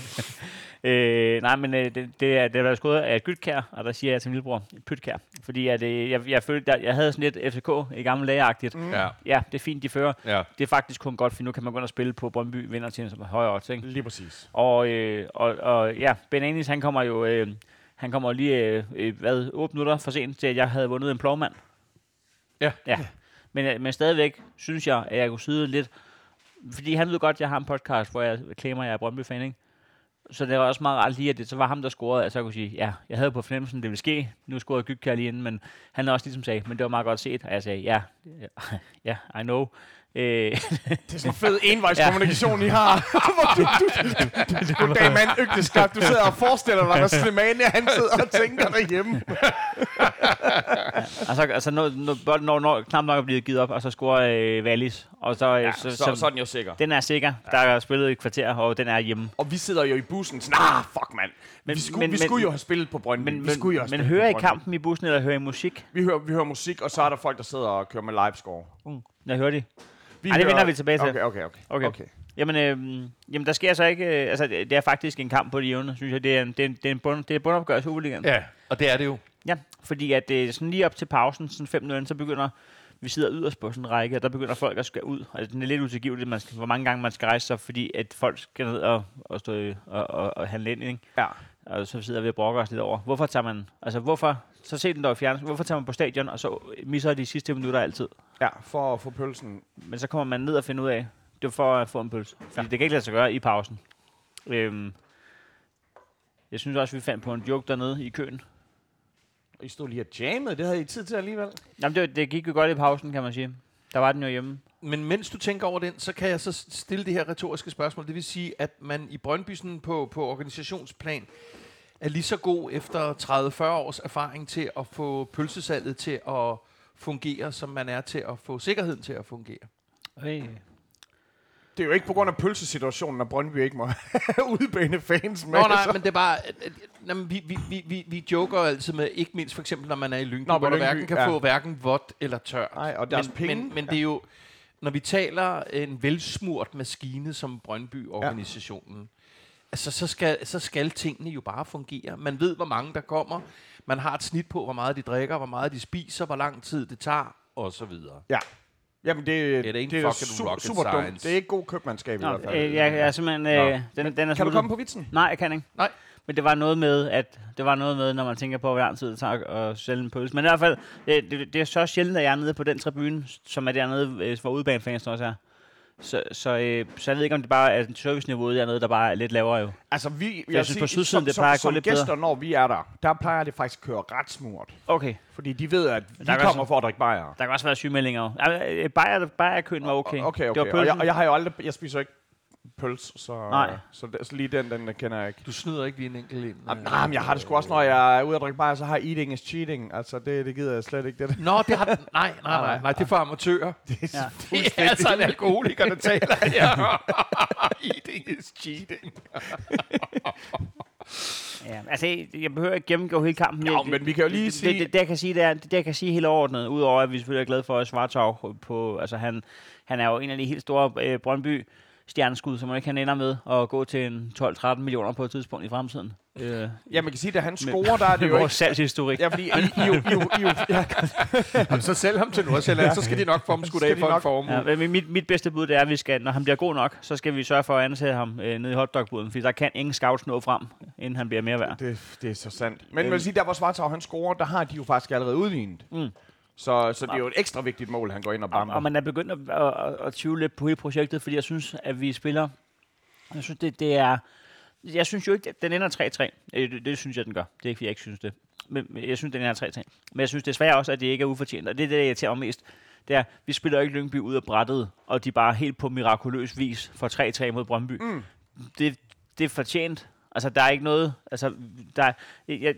Speaker 2: øh, nej, men øh, det, det, er, det er skudt af Gytkær, og der siger jeg til min lillebror, Pytkær. Fordi at, øh, jeg, jeg, følte, jeg, jeg havde sådan lidt FCK i gamle dage mm.
Speaker 5: Ja,
Speaker 2: Ja, det er fint, de fører.
Speaker 5: ja.
Speaker 2: Det er faktisk kun godt, for nu kan man gå ind og spille på Brøndby, vinder til en som er højere odds, ikke?
Speaker 4: Lige præcis.
Speaker 2: Og, øh, og, og ja, Benanis, han kommer jo øh, han kommer lige øh, øh, hvad, 8 minutter for sent til, at jeg havde vundet en plovmand.
Speaker 3: Ja.
Speaker 2: ja. Men, øh, men stadigvæk synes jeg, at jeg kunne sidde lidt. Fordi han ved godt, at jeg har en podcast, hvor jeg klemmer, at jeg er Brøndby-fan, ikke? Så det var også meget rart lige, at det så var ham, der scorede, at så kunne sige, ja, jeg havde på fornemmelsen, det ville ske. Nu scorede Gytkær lige inden, men han har også ligesom sagde, men det var meget godt set. Og jeg sagde, ja, ja, ja I know. Øh,
Speaker 4: Det er sådan en fed envejskommunikation, I har. Hvor du, du, du, Goddag, mand, øgteskab. Du sidder og forestiller dig, hvad Slimane han sidder og tænker derhjemme.
Speaker 2: Altså, altså når, når, bolden når, når knap nok er blevet givet op, og så scorer øh, Wallis. Og så, ja, så, så, så,
Speaker 4: den jo sikker.
Speaker 2: den er sikker. Der er spillet et kvarter, og den er hjemme.
Speaker 4: Og vi sidder jo i bussen, sådan, ah, fuck, mand. Men,
Speaker 2: Men-
Speaker 4: vi skulle,
Speaker 2: men-
Speaker 4: vi
Speaker 2: men-
Speaker 4: skulle jo have spillet på Brøndby.
Speaker 2: Men,
Speaker 4: vi skulle jo
Speaker 2: men,
Speaker 4: have
Speaker 2: men
Speaker 4: spillet
Speaker 2: hører
Speaker 4: på
Speaker 2: I
Speaker 4: Brøndby.
Speaker 2: kampen i bussen, eller hører I musik?
Speaker 4: Vi hører, vi hører musik, og så er der folk, der sidder og kører med livescore.
Speaker 2: Mm. Jeg hører det.
Speaker 4: Vi
Speaker 2: Ej, det vender vi tilbage til.
Speaker 4: Okay, okay, okay.
Speaker 2: Okay.
Speaker 4: okay.
Speaker 2: Jamen, øh, jamen, der sker så ikke... Øh, altså, det det er faktisk en kamp på de jævne, synes jeg. Det er en, det er en, det er en, bund, det er bundopgør i Superligaen.
Speaker 3: ja, og det er det jo.
Speaker 2: Ja, fordi at øh, sådan lige op til pausen, sådan 5 minutter, så begynder vi sidder yderst på sådan en række, og der begynder folk at skære ud. Altså, den er lidt utilgiveligt, man skal, hvor mange gange man skal rejse sig, fordi at folk skal ned og, og, stå, i- og, og, og handle ind, ikke?
Speaker 4: Ja.
Speaker 2: Og så sidder vi og brokker os lidt over. Hvorfor tager man, altså hvorfor, så se den dog i fjernsyn, hvorfor tager man på stadion, og så misser de sidste minutter altid.
Speaker 4: Ja, for at få pølsen.
Speaker 2: Men så kommer man ned og finder ud af, det var for at få en pølse. Fordi ja. det kan ikke lade sig gøre i pausen. Øhm, jeg synes også, vi fandt på en joke dernede i køen.
Speaker 4: I stod lige og jammede, det havde I tid til alligevel.
Speaker 2: Jamen, det, det gik jo godt i pausen, kan man sige. Der var den jo hjemme.
Speaker 3: Men mens du tænker over den, så kan jeg så stille det her retoriske spørgsmål. Det vil sige, at man i Brøndby sådan på, på organisationsplan er lige så god efter 30-40 års erfaring til at få pølsesalget til at fungere, som man er til at få sikkerheden til at fungere.
Speaker 2: Hey.
Speaker 4: Det er jo ikke på grund af pølsesituationen, at Brøndby ikke må udbane fans med.
Speaker 3: Nå nej,
Speaker 4: så-
Speaker 3: men det er bare... at- at- Jamen, vi, vi, vi, vi, vi joker jo altid med, ikke mindst for eksempel, når man er i Lyngby,
Speaker 4: Nå,
Speaker 3: Nå, hvor
Speaker 4: på
Speaker 3: du
Speaker 4: Lyngby,
Speaker 3: hverken kan
Speaker 4: ja.
Speaker 3: ja. få hverken vådt eller tør.
Speaker 4: Nej, og deres
Speaker 3: men,
Speaker 4: penge.
Speaker 3: Men, men det er jo... Når vi taler en velsmurt maskine som Brøndby-organisationen, altså, så, skal, så skal tingene jo bare fungere. Man ved, hvor mange der kommer. Man har et snit på, hvor meget de drikker, hvor meget de spiser, hvor lang tid det tager, og så videre.
Speaker 4: Ja. Jamen, det,
Speaker 3: er ikke
Speaker 4: det er
Speaker 3: fucking
Speaker 4: super,
Speaker 3: rocket
Speaker 4: super dumt.
Speaker 3: science.
Speaker 4: Det er ikke god købmandskab i
Speaker 2: Nå,
Speaker 4: hvert fald.
Speaker 2: øh, jeg, jeg er simpelthen... Øh, den, den er
Speaker 4: Kan du
Speaker 2: sluttet.
Speaker 4: komme på vitsen?
Speaker 2: Nej, jeg kan ikke.
Speaker 3: Nej.
Speaker 2: Men det var noget med, at det var noget med, når man tænker på, hvor lang tid det tager at sælge en pølse. Men i hvert fald, det, det, det er så sjældent, at jeg er nede på den tribune, som er dernede, øh, hvor udebanefans også er. Så, så, øh, så jeg ved ikke, om det bare er serviceniveauet dernede, der bare er lidt lavere jo.
Speaker 4: Altså, vi,
Speaker 2: jeg
Speaker 4: vil
Speaker 2: synes, på
Speaker 4: sige,
Speaker 2: sydsiden,
Speaker 4: som,
Speaker 2: det
Speaker 4: som-
Speaker 2: plejer at gå
Speaker 4: som
Speaker 2: lidt
Speaker 4: gæster,
Speaker 2: bedre.
Speaker 4: når vi er der, der plejer det faktisk at køre ret smurt.
Speaker 2: Okay.
Speaker 4: Fordi de ved, at
Speaker 2: der
Speaker 4: vi
Speaker 2: kan
Speaker 4: kommer
Speaker 2: også-
Speaker 4: for at drikke bajer.
Speaker 2: Der kan også være sygemeldinger. jo. Ja, øh, Bayer, Bayer-køen var okay.
Speaker 4: Okay, okay.
Speaker 2: Det var
Speaker 4: Og,
Speaker 2: pølsen.
Speaker 4: jeg, og jeg har jo aldrig... Jeg spiser ikke pøls, så,
Speaker 2: Nej.
Speaker 4: så, det- så lige den, den kender jeg ikke.
Speaker 3: Du snyder ikke lige en enkelt ind.
Speaker 4: Jamen,
Speaker 3: øh.
Speaker 4: nej, men jeg har det sgu også, når jeg er ude at drikke bajer, så har eating is cheating. Altså, det, det gider jeg slet ikke, det der.
Speaker 3: Nå, det har... Nej, nej, nej, nej, det er for amatører.
Speaker 2: Ja.
Speaker 5: Det er altså en alkoholiker, der taler her. Eating is cheating.
Speaker 2: Ja, altså, jeg behøver ikke gennemgå hele kampen.
Speaker 4: Jo,
Speaker 2: Jeg-
Speaker 4: men vi kan jo lige
Speaker 2: det,
Speaker 4: sige-
Speaker 2: Det, det, det, jeg kan sige, det, er, det, jeg kan sige helt overordnet, udover at vi selvfølgelig er glade for, at Svartov på... Altså, han, han er jo en af de helt store øh, Brøndby stjerneskud, som man ikke kan ender med at gå til en 12-13 millioner på et tidspunkt i fremtiden. Øh,
Speaker 4: Ja, man kan sige, at han scorer, der er det
Speaker 2: det
Speaker 4: jo
Speaker 2: er vores
Speaker 4: ikke...
Speaker 2: salgshistorik.
Speaker 4: Ja, fordi I, I, jo- I, jo- I, jo- ja,
Speaker 5: Jamen, så sælg ham til Nordsjælland, så skal de nok få ham skudt
Speaker 4: Skal
Speaker 5: af
Speaker 4: de
Speaker 5: for en
Speaker 4: nok-
Speaker 5: formue.
Speaker 2: Ja, men mit, mit bedste bud det er, at vi skal, når han bliver god nok, så skal vi sørge for at ansætte ham øh, nede i hotdogbuden, fordi der kan ingen scouts nå frem, inden han bliver mere værd.
Speaker 4: det, det er så sandt. Men man vil sige, der hvor Svartov han scorer, der har de jo faktisk allerede udlignet.
Speaker 2: Mm.
Speaker 4: Så, så det er jo et ekstra vigtigt mål, han går ind og
Speaker 2: Og,
Speaker 4: bammer.
Speaker 2: og man er begyndt at, at, at, at tvivle lidt på hele projektet, fordi jeg synes, at vi spiller... Jeg synes, det, det er... Jeg synes jo ikke, at den ender 3-3. Øh, Det, det synes jeg, den gør. Det er ikke, fordi jeg ikke synes det. Men men jeg synes, den ender 3-3. Men jeg synes desværre også, at det ikke er ufortjent. Og det er det, der irriterer mig mest. Det er, vi spiller jo ikke Lyngby ud af brættet, og de bare helt på mirakuløs vis får 3-3 mod Brøndby. Mm. Det, det er fortjent. Altså, der er ikke noget... Altså, der, er- jeg,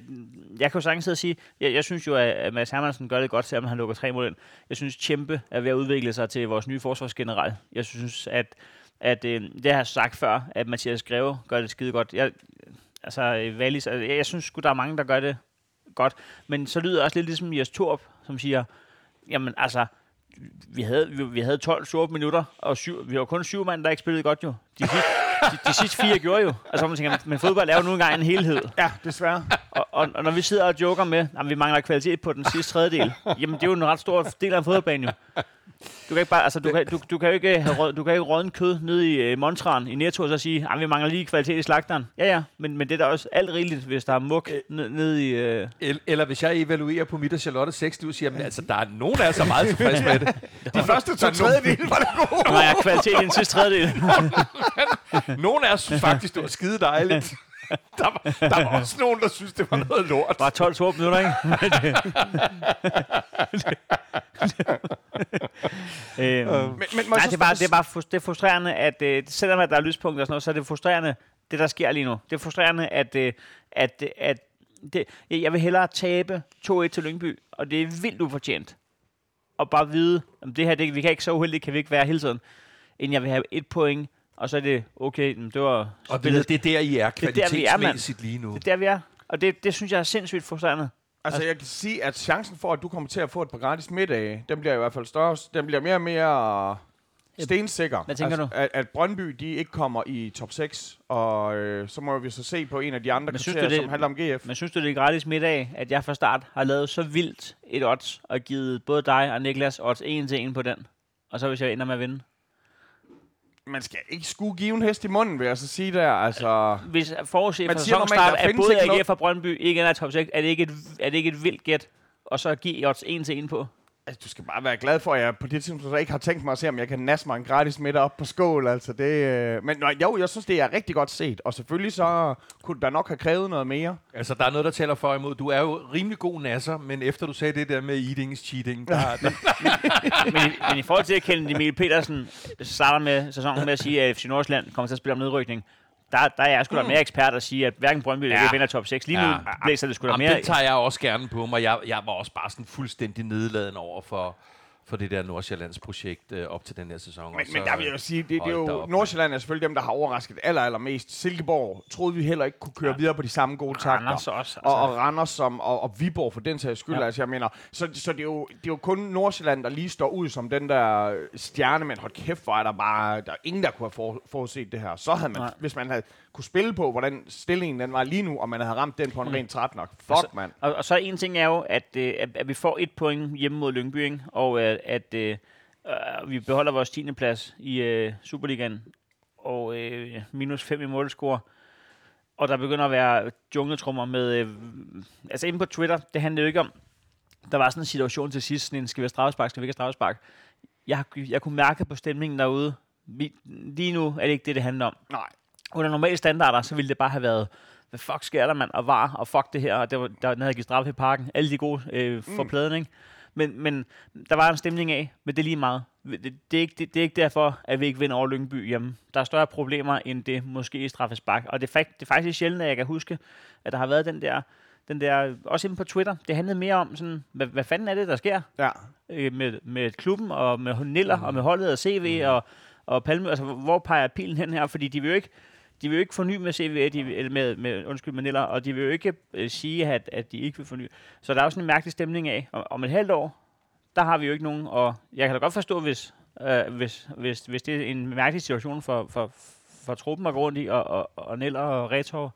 Speaker 2: jeg kan jo sagtens sidde og sige, jeg, jeg synes jo, at- at Mads Hermansen gør det godt, selvom han lukker tre mål ind. Jeg synes, Tjempe er ved at udvikle sig til vores nye forsvarsgeneral. Jeg synes, at, at øh, det har jeg sagt før, at Mathias Greve gør det skide godt. Jeg, altså, øh, Wallis, altså, jeg, jeg synes sgu, der er mange, der gør det godt. Men så lyder det også lidt ligesom Jes Torp, som siger, jamen altså, vi havde, vi, vi havde 12 sorte minutter, og syv, vi var kun syv mand, der ikke spillede godt jo. De sidste, de, de sidste fire gjorde jo. Altså, man tænker, men fodbold er jo nu engang en helhed.
Speaker 4: Ja, desværre.
Speaker 2: Og, og, og når vi sidder og joker med, at vi mangler kvalitet på den sidste tredjedel, jamen det er jo en ret stor del af en fodboldbane jo. Du kan, ikke bare, altså, du, kan, du, du kan jo ikke have rød, du kan ikke rådne kød nede i øh, Montran i Netto og så sige, at vi mangler lige kvalitet i slagteren. Ja, ja, men, men det er da også alt rigeligt, hvis der er muk ned, nede i... Øh,
Speaker 3: El- Eller hvis jeg evaluerer på mit og Charlotte 6, du siger, men altså, der er nogen af os, der er meget tilfredse med det.
Speaker 4: De første to tredjedele var det gode.
Speaker 2: nej, jeg kvalitet i den sidste tredjedel.
Speaker 5: Nogle af os synes faktisk, det var skide dejligt. Der var, der var også nogen, der synes, det var noget lort.
Speaker 2: Bare 12 sorte minutter, ikke? øhm,
Speaker 4: Men, men må
Speaker 2: Nej,
Speaker 4: jeg så
Speaker 2: det er bare, det er bare frus- det er frustrerende, at øh, selvom at der er lyspunkter og sådan noget, så er det frustrerende, det der sker lige nu. Det er frustrerende, at, øh, at, øh, at det, jeg vil hellere tabe 2-1 til Lyngby, og det er vildt ufortjent. Og bare vide, at det her, det, vi kan ikke så uheldige, kan vi ikke være hele tiden, end jeg vil have et point, og så er det, okay, men det var
Speaker 3: Og det,
Speaker 2: spillet.
Speaker 3: det er der, I er
Speaker 2: er der, vi er, mand.
Speaker 3: kvalitetsmæssigt lige nu.
Speaker 2: Det er der, vi er. Og det, det synes jeg er sindssygt frustrerende.
Speaker 4: Altså, jeg kan sige, at chancen for, at du kommer til at få et par gratis middage, den bliver i hvert fald større. Den bliver mere og mere stensikker.
Speaker 2: Hvad tænker
Speaker 4: altså, At, at Brøndby, de ikke kommer i top 6, og øh, så må vi så se på en af de andre
Speaker 2: Men synes
Speaker 4: kriterier,
Speaker 2: du, det-
Speaker 4: som handler om GF.
Speaker 2: Men synes du, det er gratis middag, at jeg fra start har lavet så vildt et odds, og givet både dig og Niklas odds en til en på den? Og så hvis jeg ender med at vinde?
Speaker 4: Man skal ikke skue give en hest i munden, vil jeg så sige der. Altså,
Speaker 2: Hvis forudset
Speaker 4: Man
Speaker 2: fra
Speaker 4: siger normalt,
Speaker 2: sæsonstart,
Speaker 4: der
Speaker 2: at
Speaker 4: findes
Speaker 2: både
Speaker 4: ikke
Speaker 2: AGF
Speaker 4: noget-
Speaker 2: og Brøndby ikke ender i top 6, er det ikke et, er det ikke et vildt gæt? Og så give odds en til en på?
Speaker 4: altså, du skal bare være glad for, at jeg på det tidspunkt så ikke har tænkt mig at se, om jeg kan nasse mig en gratis middag op på skål. Altså, det, øh, men nej, jo, jeg synes, det er rigtig godt set. Og selvfølgelig så kunne der nok have krævet noget mere.
Speaker 3: Altså, der er noget, der taler for og imod. Du er jo rimelig god nasser, men efter du sagde det der med eating is cheating, der, der,
Speaker 2: Men, i- men i forhold til at Kenneth Emil Petersen starter med sæsonen med at sige, at FC Nordsjælland kommer til at spille om nedrykning, der, der er jeg
Speaker 4: Mm.
Speaker 2: sgu da mere ekspert at sige, at hverken Brøndby eller
Speaker 3: Ja.
Speaker 2: AGF vinder top 6. Lige nu
Speaker 3: Ja.
Speaker 2: blæser det sgu da
Speaker 3: Jamen,
Speaker 2: mere
Speaker 3: det tager jeg også gerne på mig. Jeg, jeg var også bare sådan fuldstændig nedladen over for, for det der Nordsjællands projekt øh, op til den her sæson.
Speaker 4: Men, men der vil jeg jo sige, det, det er
Speaker 3: Hold da
Speaker 4: jo,
Speaker 3: op,
Speaker 4: Nordsjælland er selvfølgelig dem, der har overrasket aller, allermest. Silkeborg troede vi heller ikke kunne køre ja. videre på de samme gode takter.
Speaker 2: Randers også,
Speaker 4: Og,
Speaker 2: altså.
Speaker 4: og Randers som, og, og Viborg for den sags skyld. Ja. Altså, jeg mener, så, så det, er jo, det er jo kun Nordsjælland, der lige står ud som den der stjerne, men hold kæft, hvor er der bare, der er ingen, der kunne have for, forudset det her. Så havde man,
Speaker 2: Nej.
Speaker 4: hvis man havde kunne spille på, hvordan stillingen den var lige nu, og man havde ramt den på en mm. ren 13 nok. Fuck, altså, mand.
Speaker 2: Og, og så en ting er jo, at, øh, at, at vi får et point hjemme mod Lyngby, ikke? og øh, at øh, øh, vi beholder vores 10. plads i øh, Superligaen, og øh, minus 5 i målscore. Og der begynder at være jungletrummer med... Øh, altså inde på Twitter, det handler jo ikke om... Der var sådan en situation til sidst, sådan en, skal vi have straffespark, skal vi ikke have straffespark? Jeg, jeg kunne mærke på stemningen derude, vi, lige nu er det ikke det, det handler om
Speaker 4: Nej.
Speaker 2: under normale standarder, så ville det bare have været, hvad fuck sker der, mand, og var, og fuck det her, og det var, der, den havde givet straffe i parken, alle de gode øh, forpladning. Men, men der var en stemning af, men det er lige meget. det, det, er ikke, det, det er ikke derfor, at vi ikke vinder over Lyngby hjemme. Der er større problemer end det måske i straffespark. Og det er, fakt, det er faktisk sjældent, at jeg kan huske, at der har været den der, den der også inde på Twitter. Det handlede mere om, sådan, hvad, hvad fanden er det, der sker
Speaker 4: Ja.
Speaker 2: øh, med, med klubben og med Niller mm. og med holdet og CV mm. og, og Palme. Altså, hvor peger pilen hen her? Fordi de vil jo ikke, de vil jo ikke forny med CV, de, vil- eller med, med, undskyld, med Niller, og de vil jo ikke øh, sige, at, at de ikke vil forny. Så der er jo sådan en mærkelig stemning af, om, om et halvt år, der har vi jo ikke nogen, og jeg kan da godt forstå, hvis, øh, hvis, hvis, hvis det er en mærkelig situation for, for, for truppen at gå rundt i, og, og, og Niller og Retor.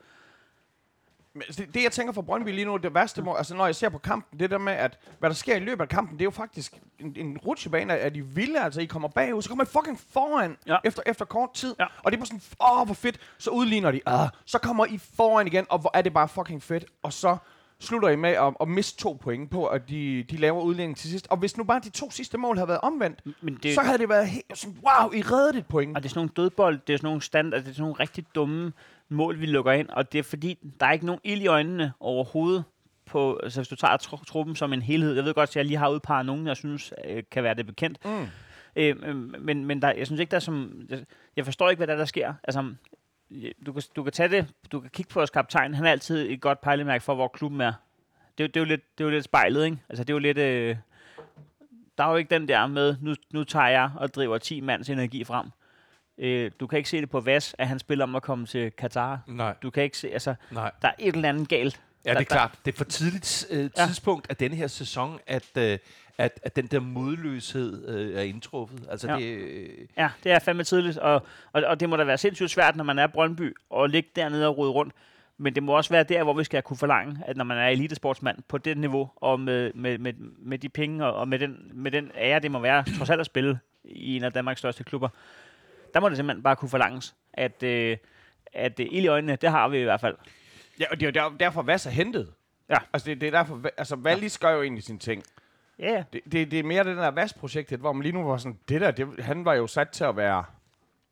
Speaker 4: Men altså, det, det, jeg tænker for Brøndby lige nu, det værste, må, altså når jeg ser på kampen, det der med, at hvad der sker i løbet af kampen, det er jo faktisk en, en rutsjebane, at de vilde, altså I kommer bagud, så kommer I fucking foran
Speaker 2: Ja.
Speaker 4: ja. efter, efter kort tid,
Speaker 2: Ja.
Speaker 4: ja. og det er bare sådan, åh, hvor fedt, så udligner de, ah, så kommer I foran igen, og hvor er det bare fucking fedt, og så slutter I med at, at miste to point på, at de, de laver udligning til sidst. Og hvis nu bare de to sidste mål havde været omvendt,
Speaker 2: Men
Speaker 4: Mm, det, så havde det været helt sådan, wow, I reddede et point.
Speaker 2: Og det er sådan nogle dødbold, det er sådan nogle stand, altså det er sådan nogle rigtig dumme mål, vi lukker ind. Og det er fordi, der er ikke nogen ild i øjnene overhovedet. På, altså hvis du tager tru- truppen som en helhed. Jeg ved godt, at jeg lige har udpeget nogen, jeg synes øh, kan være det bekendt. Mm. Øh, øh, men men der, jeg synes ikke, der er som... Jeg, jeg forstår ikke, hvad der, er, der sker. Altså, øh, du kan, du kan tage det, du kan kigge på vores kaptajn. Han er altid et godt pejlemærke for, hvor klubben er. Det, er jo- det, er, jo lidt, det er jo lidt spejlet, ikke? Altså, det er jo lidt... Øh, der er jo ikke den der med, nu, nu tager jeg og driver 10 mands energi frem. Øh, du kan ikke se det på Vas, at han spiller om at komme til Katar.
Speaker 3: Nej,
Speaker 2: Du kan ikke se, altså,
Speaker 3: nej.
Speaker 2: der er et eller andet galt.
Speaker 3: Ja, det
Speaker 2: Der-
Speaker 3: er klart. Det er for tidligt øh,
Speaker 2: Ja.
Speaker 3: tidspunkt af denne her sæson, at, øh, at, at den der modløshed øh, er indtruffet. Altså,
Speaker 2: Ja.
Speaker 3: ja. det, øh,
Speaker 2: Ja, det er fandme tidligt, og, og, og det må da være sindssygt svært, når man er Brøndby, og ligge dernede og rode rundt. Men det må også være der, hvor vi skal kunne forlange, at når man er elitesportsmand på det niveau, og med, med, med, med de penge, og, og med, den, med den ære, det må være trods alt at spille i en af Danmarks største klubber, der må det simpelthen bare kunne forlanges, at, øh, at øh, ild i øjnene, det har vi i hvert fald.
Speaker 4: Ja, og det er jo der- derfor, hvad så hentet?
Speaker 2: Ja.
Speaker 4: Altså, det, det er derfor, Vas- altså, Wallis gør jo egentlig sine ting.
Speaker 2: Ja, yeah.
Speaker 4: Det, det, det er mere det der VAS-projektet, hvor man lige nu var sådan, det der, det, han var jo sat til at være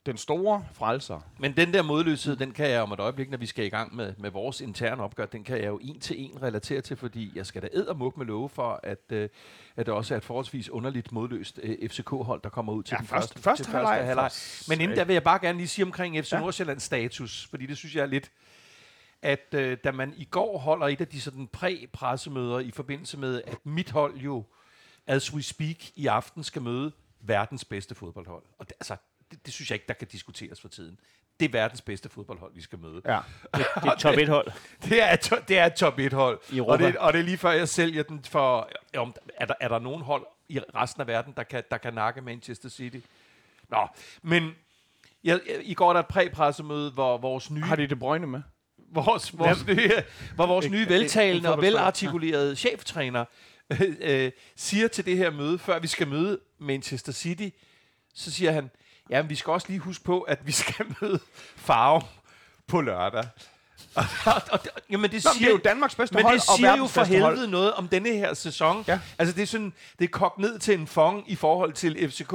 Speaker 4: den store frelser.
Speaker 3: men den der modløshed, den kan jeg om et øjeblik, når vi skal i gang med, med vores interne opgør, den kan jeg jo en til en relatere til, fordi jeg skal da eddermuk med love for, at, øh, at det også er et forholdsvis underligt modløst øh, FCK-hold, der kommer ud til
Speaker 4: Ja,
Speaker 3: den
Speaker 4: først-
Speaker 3: første,
Speaker 4: første
Speaker 3: til
Speaker 4: halvleg.
Speaker 3: Men inden der vil jeg bare gerne lige sige omkring FC ja. Nordsjællands status, fordi det synes jeg er lidt at øh, da man i går holder et af de sådan præ-pressemøder i forbindelse med, at mit hold jo, as we speak, i aften skal møde verdens bedste fodboldhold. Og det, altså, det, det synes jeg ikke, der kan diskuteres for tiden. Det er verdens bedste fodboldhold, vi skal møde.
Speaker 4: Ja.
Speaker 2: det er et top 1-hold.
Speaker 3: Det er, to, det er et top 1 hold.
Speaker 2: I Europa.
Speaker 3: og, det, og det er lige før, jeg sælger den for... Om, er, der, er der nogen hold i resten af verden, der kan, der kan nakke Manchester City? Nå, men... Jeg, jeg, I går er der et præpressemøde, hvor vores nye
Speaker 4: Har de det brøgne med?
Speaker 3: vores, vores nye, hvor vores nye veltalende og velartikulerede cheftræner øh, øh, siger til det her møde, før vi skal møde Manchester City, så siger han, ja, men vi skal også lige huske på, at vi skal møde Farve på lørdag. Og, og, og, jamen, det,
Speaker 4: Nå,
Speaker 3: siger,
Speaker 4: men det er jo Danmarks bedste
Speaker 3: men
Speaker 4: hold
Speaker 3: det
Speaker 4: og
Speaker 3: siger jo
Speaker 4: verdens
Speaker 3: for
Speaker 4: bedste hold.
Speaker 3: helvede noget om denne her sæson.
Speaker 4: Ja.
Speaker 3: Altså det er sådan, det er kogt ned til en fong i forhold til FCK,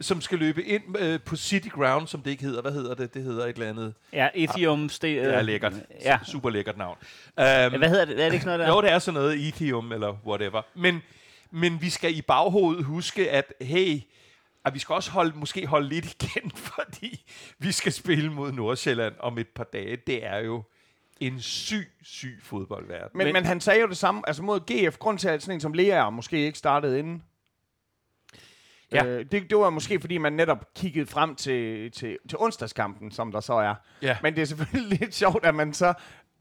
Speaker 3: som skal løbe ind øh, på City Ground, som det ikke hedder. Hvad hedder det? Det hedder et eller andet.
Speaker 2: Ja, Ethium, det
Speaker 3: Det er lækkert.
Speaker 2: Ja.
Speaker 3: Ja. Super lækkert navn. Um,
Speaker 2: Hvad hedder det? Er det ikke sådan noget der?
Speaker 3: jo, det er sådan noget Ethium eller whatever. Men, men vi skal i baghovedet huske, at hey, at vi skal også holde, måske holde lidt igen, fordi vi skal spille mod Nordsjælland om et par dage. Det er jo en syg, syg fodboldverden.
Speaker 4: Men,
Speaker 2: Men-
Speaker 4: men, men han sagde jo det samme, altså mod GF, grund til at sådan en som Lea måske ikke startede inden.
Speaker 3: Ja.
Speaker 4: Ja. Øh, det, det var måske, fordi man netop kiggede frem til, til, til onsdagskampen, som der så er.
Speaker 3: Ja.
Speaker 4: Men det er selvfølgelig lidt sjovt, at man så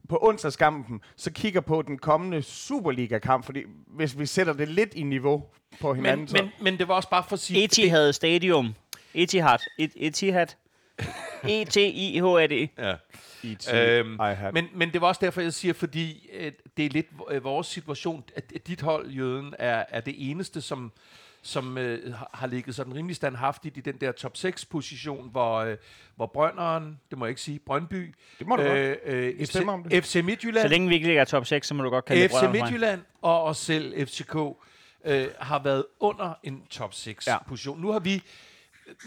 Speaker 4: på onsdagskampen, så kigger på den kommende Superliga-kamp, fordi hvis vi sætter det lidt i niveau på hinanden,
Speaker 3: Men,
Speaker 4: så...
Speaker 3: men, men det var også bare for at sige...
Speaker 2: Etihad E Stadium. Etihad. Et, E Etihad. E-T-I-H-A-D.
Speaker 3: Ja.
Speaker 4: IT,
Speaker 3: Øhm,
Speaker 4: I had.
Speaker 3: men, men det var også derfor, jeg siger, fordi øh, det er lidt øh, vores situation, at at dit hold, Jøden, er, er det eneste, som, som øh, har- har ligget sådan rimelig standhaftigt i den der top 6-position, hvor, øh, hvor Brønderen, det må jeg ikke sige, Brøndby,
Speaker 4: Det må du godt.
Speaker 3: øh, FC,
Speaker 4: stemmer om det.
Speaker 3: FC Midtjylland,
Speaker 2: Så længe vi ikke ligger i top 6, så må du godt kalde det
Speaker 3: FC
Speaker 2: brødre mig.
Speaker 3: Midtjylland og os selv, FCK, øh, har været under en top 6-position. Ja. Nu har vi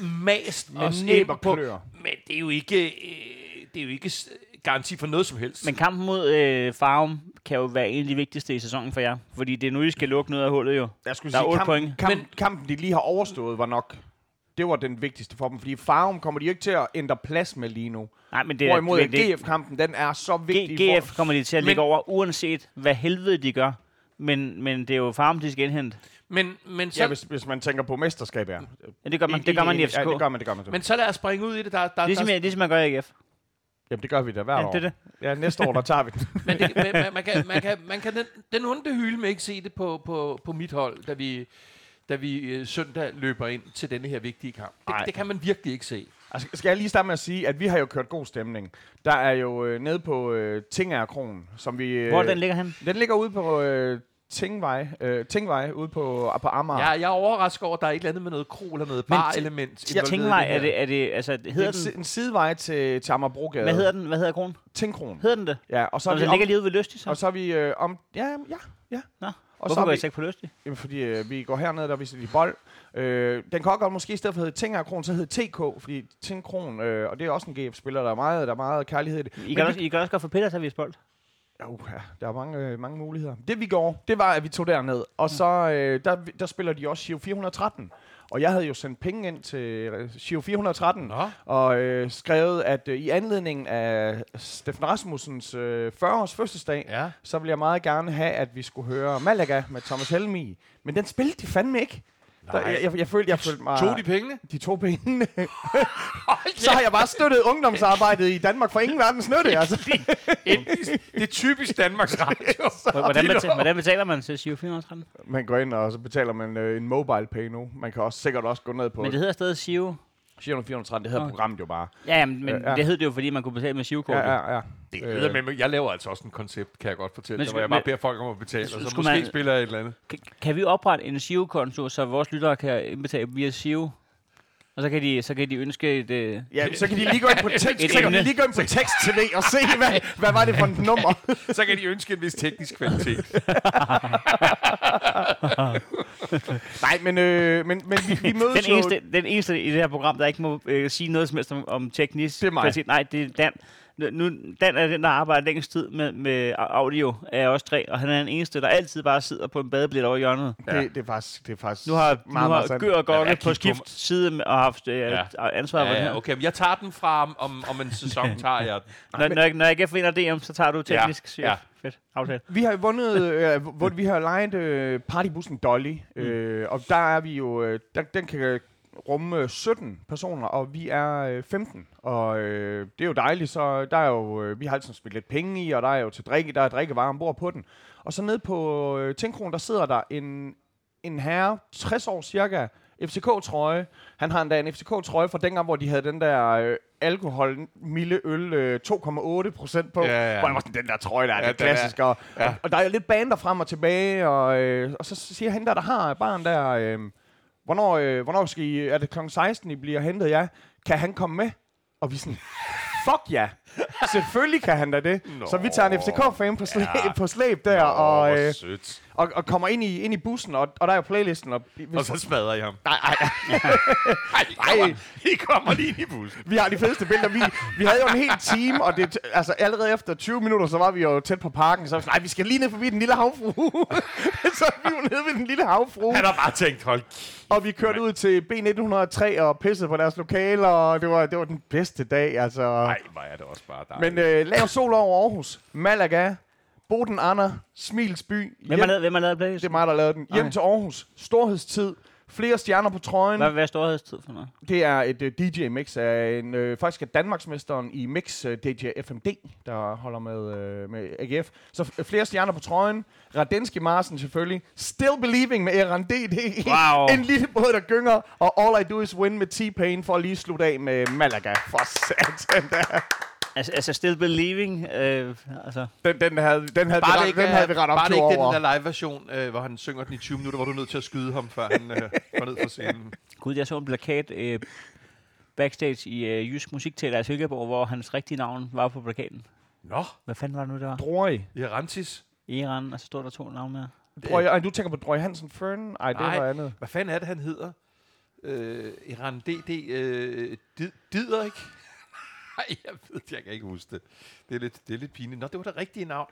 Speaker 3: mast med os
Speaker 4: næb
Speaker 3: ind
Speaker 4: og
Speaker 3: på,
Speaker 4: klør.
Speaker 3: men det er jo ikke, øh, det er jo ikke s- garanti for noget som helst.
Speaker 2: Men kampen mod øh, Farum kan jo være en af de vigtigste i sæsonen for jer. Fordi det er nu, I skal lukke noget af hullet jo.
Speaker 4: Jeg skulle
Speaker 2: Der er
Speaker 4: sige,
Speaker 2: otte
Speaker 4: kamp,
Speaker 2: point.
Speaker 4: Kamp, Men... Kampen, de lige har overstået, var nok... Det var den vigtigste for dem, fordi Farum kommer de jo ikke til at ændre plads med lige nu.
Speaker 2: Nej, men det
Speaker 4: Det
Speaker 2: er...
Speaker 4: Hvorimod
Speaker 2: men det,
Speaker 4: GF-kampen, den er så vigtig.
Speaker 2: G-
Speaker 4: for...
Speaker 2: GF kommer de til at ligge over, uanset hvad helvede de gør. Men, men det er jo farm, de skal indhente.
Speaker 3: Men, men, så,
Speaker 4: Ja, hvis, hvis man tænker på mesterskab, ja.
Speaker 2: Ja, det gør man, det gør man i FCK.
Speaker 4: Ja, det gør man, det gør man. Men...
Speaker 3: men så lad os springe ud i det. Der, der,
Speaker 2: Det er, som
Speaker 3: der,
Speaker 2: Ligesom jeg, det er, som jeg gør i AGF.
Speaker 4: Jamen, det gør vi da
Speaker 2: Ja,
Speaker 4: hvert
Speaker 2: det er det.
Speaker 4: år. Ja, næste år, der tager vi den.
Speaker 3: men det, man, man, man, kan, man, kan, man kan den, den onde hylde med ikke se det på, på, på mit hold, da vi, da vi øh, søndag løber ind til denne her vigtige kamp. Det, det kan man virkelig ikke se.
Speaker 4: Altså, skal jeg lige starte med at sige, at vi har jo kørt god stemning. Der er jo øh, nede på øh, Tingerkronen, som vi... Øh,
Speaker 2: Hvor den ligger han?
Speaker 4: Den ligger ude på øh, Tingvej, øh, Tingvej ude på, på Amager.
Speaker 3: Jeg, jeg er overrasket over, at der er et eller andet med noget kro eller noget bar-element.
Speaker 2: Jeg tænker mig, er det, er det, altså,
Speaker 4: det er en,
Speaker 2: hedder
Speaker 4: si-
Speaker 2: den,
Speaker 4: en sidevej til, til Amagerbrogade.
Speaker 2: hvad hedder den, hvad hedder kronen?
Speaker 4: Tingkronen.
Speaker 2: Hedder den det?
Speaker 4: Ja, og så
Speaker 2: Så
Speaker 4: er
Speaker 2: den
Speaker 4: vi
Speaker 2: ligger
Speaker 4: om...
Speaker 2: lige ude ved Lystig, så?
Speaker 4: Og så er vi øh, om... Ja, jamen, ja, ja.
Speaker 2: Nå,
Speaker 4: og så
Speaker 2: Hvorfor
Speaker 4: er
Speaker 2: går
Speaker 4: vi,
Speaker 2: jeg så ikke på Lystig?
Speaker 4: Jamen, fordi øh, vi går herned, der viser de bold. Øh, den kan også godt måske i stedet for at hedde Tingerkron, så hedde TK, fordi Tingkron, øh, og det er også en GF-spiller, der er meget, der er meget kærlighed i det.
Speaker 2: I kan, også, I kan også godt få Peter til at vise bold.
Speaker 4: Jo, ja, der er mange, øh, mange muligheder. Det vi gjorde, det var, at vi tog derned,
Speaker 2: Mm.
Speaker 4: og så øh, der, der spiller de også Giro 413. Og jeg havde jo sendt penge ind til øh, Giro 413,
Speaker 3: Nå.
Speaker 4: og øh, skrevet, at øh, i anledning af Steffen Rasmussens øh, 40-års fødselsdag,
Speaker 3: Ja.
Speaker 4: så ville jeg meget gerne have, at vi skulle høre Malaga med Thomas Helmi. Men den spillede de fandme ikke. Der, jeg, jeg, jeg, følte, jeg følte mig...
Speaker 3: Tog de pengene?
Speaker 4: de to benene. så har jeg bare støttet ungdomsarbejdet i Danmark for ingen verdens nytte. Altså.
Speaker 5: Det er typisk Danmarks Radio.
Speaker 2: Hvordan, betaler, hvordan betaler man til Giro 413?
Speaker 4: Man går ind, og så betaler man øh, en mobile pay nu. Man kan også sikkert også gå ned på
Speaker 2: Men det hedder stadig Giro.
Speaker 4: 413. Det hedder okay. programmet jo bare.
Speaker 2: Ja, ja, men
Speaker 4: Ja, ja.
Speaker 2: det hed det jo, fordi man kunne betale med Giro-kortet.
Speaker 4: Ja, ja, ja.
Speaker 5: Det
Speaker 4: Øh.
Speaker 5: er med, jeg laver altså også en koncept, kan jeg godt fortælle
Speaker 2: Men
Speaker 5: dig,
Speaker 2: skal-
Speaker 5: hvor jeg bare
Speaker 2: men-
Speaker 5: beder folk om at betale, og så
Speaker 2: skulle
Speaker 5: måske
Speaker 2: man-
Speaker 5: spiller jeg et eller andet.
Speaker 2: Kan, kan vi oprette en Giro-konto, så vores lyttere kan indbetale via Giro? Og så kan de, så kan de ønske et... Øh,
Speaker 4: Ja, så kan de lige gå ind på tekst,
Speaker 2: Et
Speaker 4: så kan de
Speaker 2: emne.
Speaker 4: lige gå ind på tekst TV og se, hvad, hvad var det for et nummer.
Speaker 5: Så kan de ønske en vis teknisk kvalitet.
Speaker 4: Nej, men, øh, men, men vi, vi mødes
Speaker 2: den,
Speaker 4: jo...
Speaker 2: eneste, den eneste i det her program, der ikke må øh, sige noget som helst om, om teknisk
Speaker 4: Det er mig.
Speaker 2: kvalitet. Nej, det er Dan. Nu- Nu, Dan er den, der arbejder længst tid med, med audio af os tre, og han er den eneste, der altid bare sidder på en badeblæt over i hjørnet.
Speaker 4: Det, det, er faktisk, det er faktisk
Speaker 2: Nu har, nu
Speaker 4: meget, meget
Speaker 2: har
Speaker 4: sandt.
Speaker 2: Gør og Gokke
Speaker 3: jeg
Speaker 2: på
Speaker 3: kiggede på
Speaker 2: skift side med- og haft øh,
Speaker 3: Ja.
Speaker 2: ansvar for det
Speaker 3: Ja,
Speaker 2: her.
Speaker 3: ja, okay, men jeg tager den fra om, om, om en sæson, tager jeg den.
Speaker 2: Når, når, jeg- når jeg ikke finder DM, så tager du teknisk chef.
Speaker 3: ja.
Speaker 2: Fedt. Aftale.
Speaker 4: Vi har jo vundet, øh, hvor vi har lejet øh, partybussen Dolly,
Speaker 5: Mm.
Speaker 4: øh, og der er vi jo, øh, der, den kan rumme øh, 17 personer, og vi er øh, 15, og øh, det er jo dejligt, så der er jo, øh, vi har altid spillet lidt penge i, og der er jo til drikke, der er drikkevarer ombord på den. Og så nede på øh, Tinkron, der sidder der en, en herre, 60 år cirka, FCK-trøje. Han har endda en FCK-trøje fra dengang, hvor de havde den der øh, alkohol, milde øl, øh, 2,8 procent på.
Speaker 5: Ja, ja.
Speaker 4: Hvor han var sådan, den der trøje der, ja, det er
Speaker 5: den er-
Speaker 4: klassisk. Og, ja. og der er jo lidt bander frem og tilbage, og, øh, og så siger han der, der har barn der, øh, hvornår, øh, hvornår skal I, er det kl. 16, I bliver hentet, ja? Kan han komme med? Og vi er sådan, fuck ja, selvfølgelig kan han da det. Nå. Så vi tager en FCK-fan på, slæb, ja. på slæb der, og, øh,
Speaker 5: sødt.
Speaker 4: og, og kommer ind i, ind i bussen, og, og der er jo playlisten, og vi, vi,
Speaker 5: Og så smadrer jeg ham.
Speaker 4: nej, nej,
Speaker 5: Ej, I kommer, I kommer lige ind i bussen.
Speaker 4: vi har de fedeste billeder. Vi, vi havde jo en hel time, og det, altså, allerede efter 20 minutter, så var vi jo tæt på parken, så var vi sådan, nej, vi skal lige ned forbi den lille havfrue. så er vi jo nede ved den lille havfrue,
Speaker 5: Han har bare tænkt, hold
Speaker 4: og vi kørte ud til B1903 og pissede på deres lokaler, og det var, det var den bedste dag, altså.
Speaker 5: Nej, hvor er det også bare dig.
Speaker 4: Men øh, lav sol over Aarhus, Malaga, Boden Anna, Smilsby.
Speaker 2: Hvem har lavet, hvem har lavet playlist?
Speaker 4: Det er mig, der lavede den. Hjem
Speaker 2: Okay.
Speaker 4: til Aarhus. Storhedstid. Flere stjerner på trøjen.
Speaker 2: Hvad, hvad er storhedstid for noget?
Speaker 4: Det er et uh, DJ-mix af en, øh, faktisk er Danmarksmesteren i mix, øh, DJ FMD, der holder med, øh, med AGF. Så f- øh, flere stjerner på trøjen. Radenski Marsen selvfølgelig. Still Believing med Eran DD.
Speaker 2: Wow.
Speaker 4: en lille båd, der gynger. Og All I Do Is Win med T-Pain for at lige slutte af med Malaga. For satan da.
Speaker 2: Altså, altså Still Believing, øh, altså...
Speaker 4: Den, den, havde, den, havde,
Speaker 3: Bare
Speaker 4: vi,
Speaker 3: det
Speaker 4: ret,
Speaker 3: ikke,
Speaker 4: den havde vi
Speaker 3: er-
Speaker 4: ret
Speaker 3: bare det
Speaker 4: optur
Speaker 3: ikke
Speaker 4: over.
Speaker 3: den der live-version, øh, hvor han synger den i 20 minutter, hvor du er nødt til at skyde ham, før han øh, går ned fra scenen.
Speaker 2: Gud, jeg så en plakat øh, backstage i øh, Jysk Musikteater i Silkeborg, hvor hans rigtige navn var på plakaten.
Speaker 5: Nå,
Speaker 2: Hvad fanden var det nu, det var?
Speaker 4: Drøj.
Speaker 3: I Rantis.
Speaker 2: Iran, og så stod der to navne mere.
Speaker 4: Drøj. Ej, du tænker på Drøj Hansen Fern? Ej, det
Speaker 3: Nej.
Speaker 4: var andet.
Speaker 3: Hvad fanden er det, han hedder? Øh, Iran D.D. Øh, Did- Diderik? Nej, jeg ved det. Jeg kan ikke huske det. Det er lidt, det er lidt pinligt. Nå, det var det rigtige navn.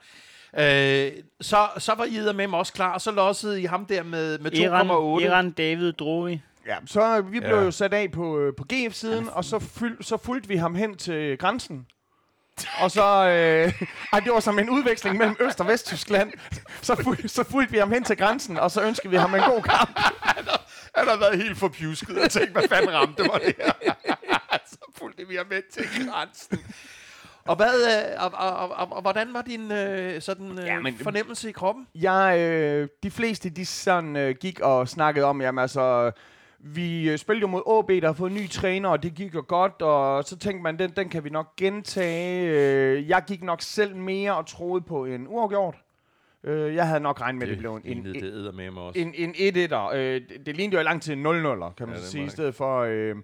Speaker 3: Øh, så, så var I med mig også klar, og så lossede I ham der med, med 2,8.
Speaker 2: Iran, Iran David Droi.
Speaker 4: Ja, så øh, vi blev
Speaker 3: Ja.
Speaker 4: ja. jo sat af på, øh, på GF-siden, og så, fyld, så fulgte vi ham hen til grænsen. Og så... Øh, ej, det var som en udveksling mellem Øst- og Vesttyskland. Så, ful, så fulgte vi ham hen til grænsen, og så ønskede vi ham en god kamp.
Speaker 5: Han har været helt forpjusket og tænkt, hvad fanden ramte mig det her? så fulgte vi ham med til grænsen.
Speaker 3: Og, hvad, øh, og, og, og, og, og hvordan var din øh, sådan, øh, ja,
Speaker 4: Ja,
Speaker 3: men,
Speaker 4: men-
Speaker 3: fornemmelse i kroppen?
Speaker 4: Jeg, øh, de fleste, de sådan øh, gik og snakkede om, jamen altså... Vi øh, spillede jo mod AB, der har fået en ny træner, og det gik jo godt, og så tænkte man, den, den kan vi nok gentage. Øh, Jeg gik nok selv mere og troede på en uafgjort. Øh, Jeg havde nok regnet med, at det blev en, en,
Speaker 3: det æder med mig også.
Speaker 4: En, en 1-1'er. Øh, det, det lignede jo i lang tid en 0-0'er, kan man
Speaker 3: det
Speaker 4: ja,
Speaker 3: må
Speaker 4: sige, i
Speaker 3: det.
Speaker 4: stedet for... Øh,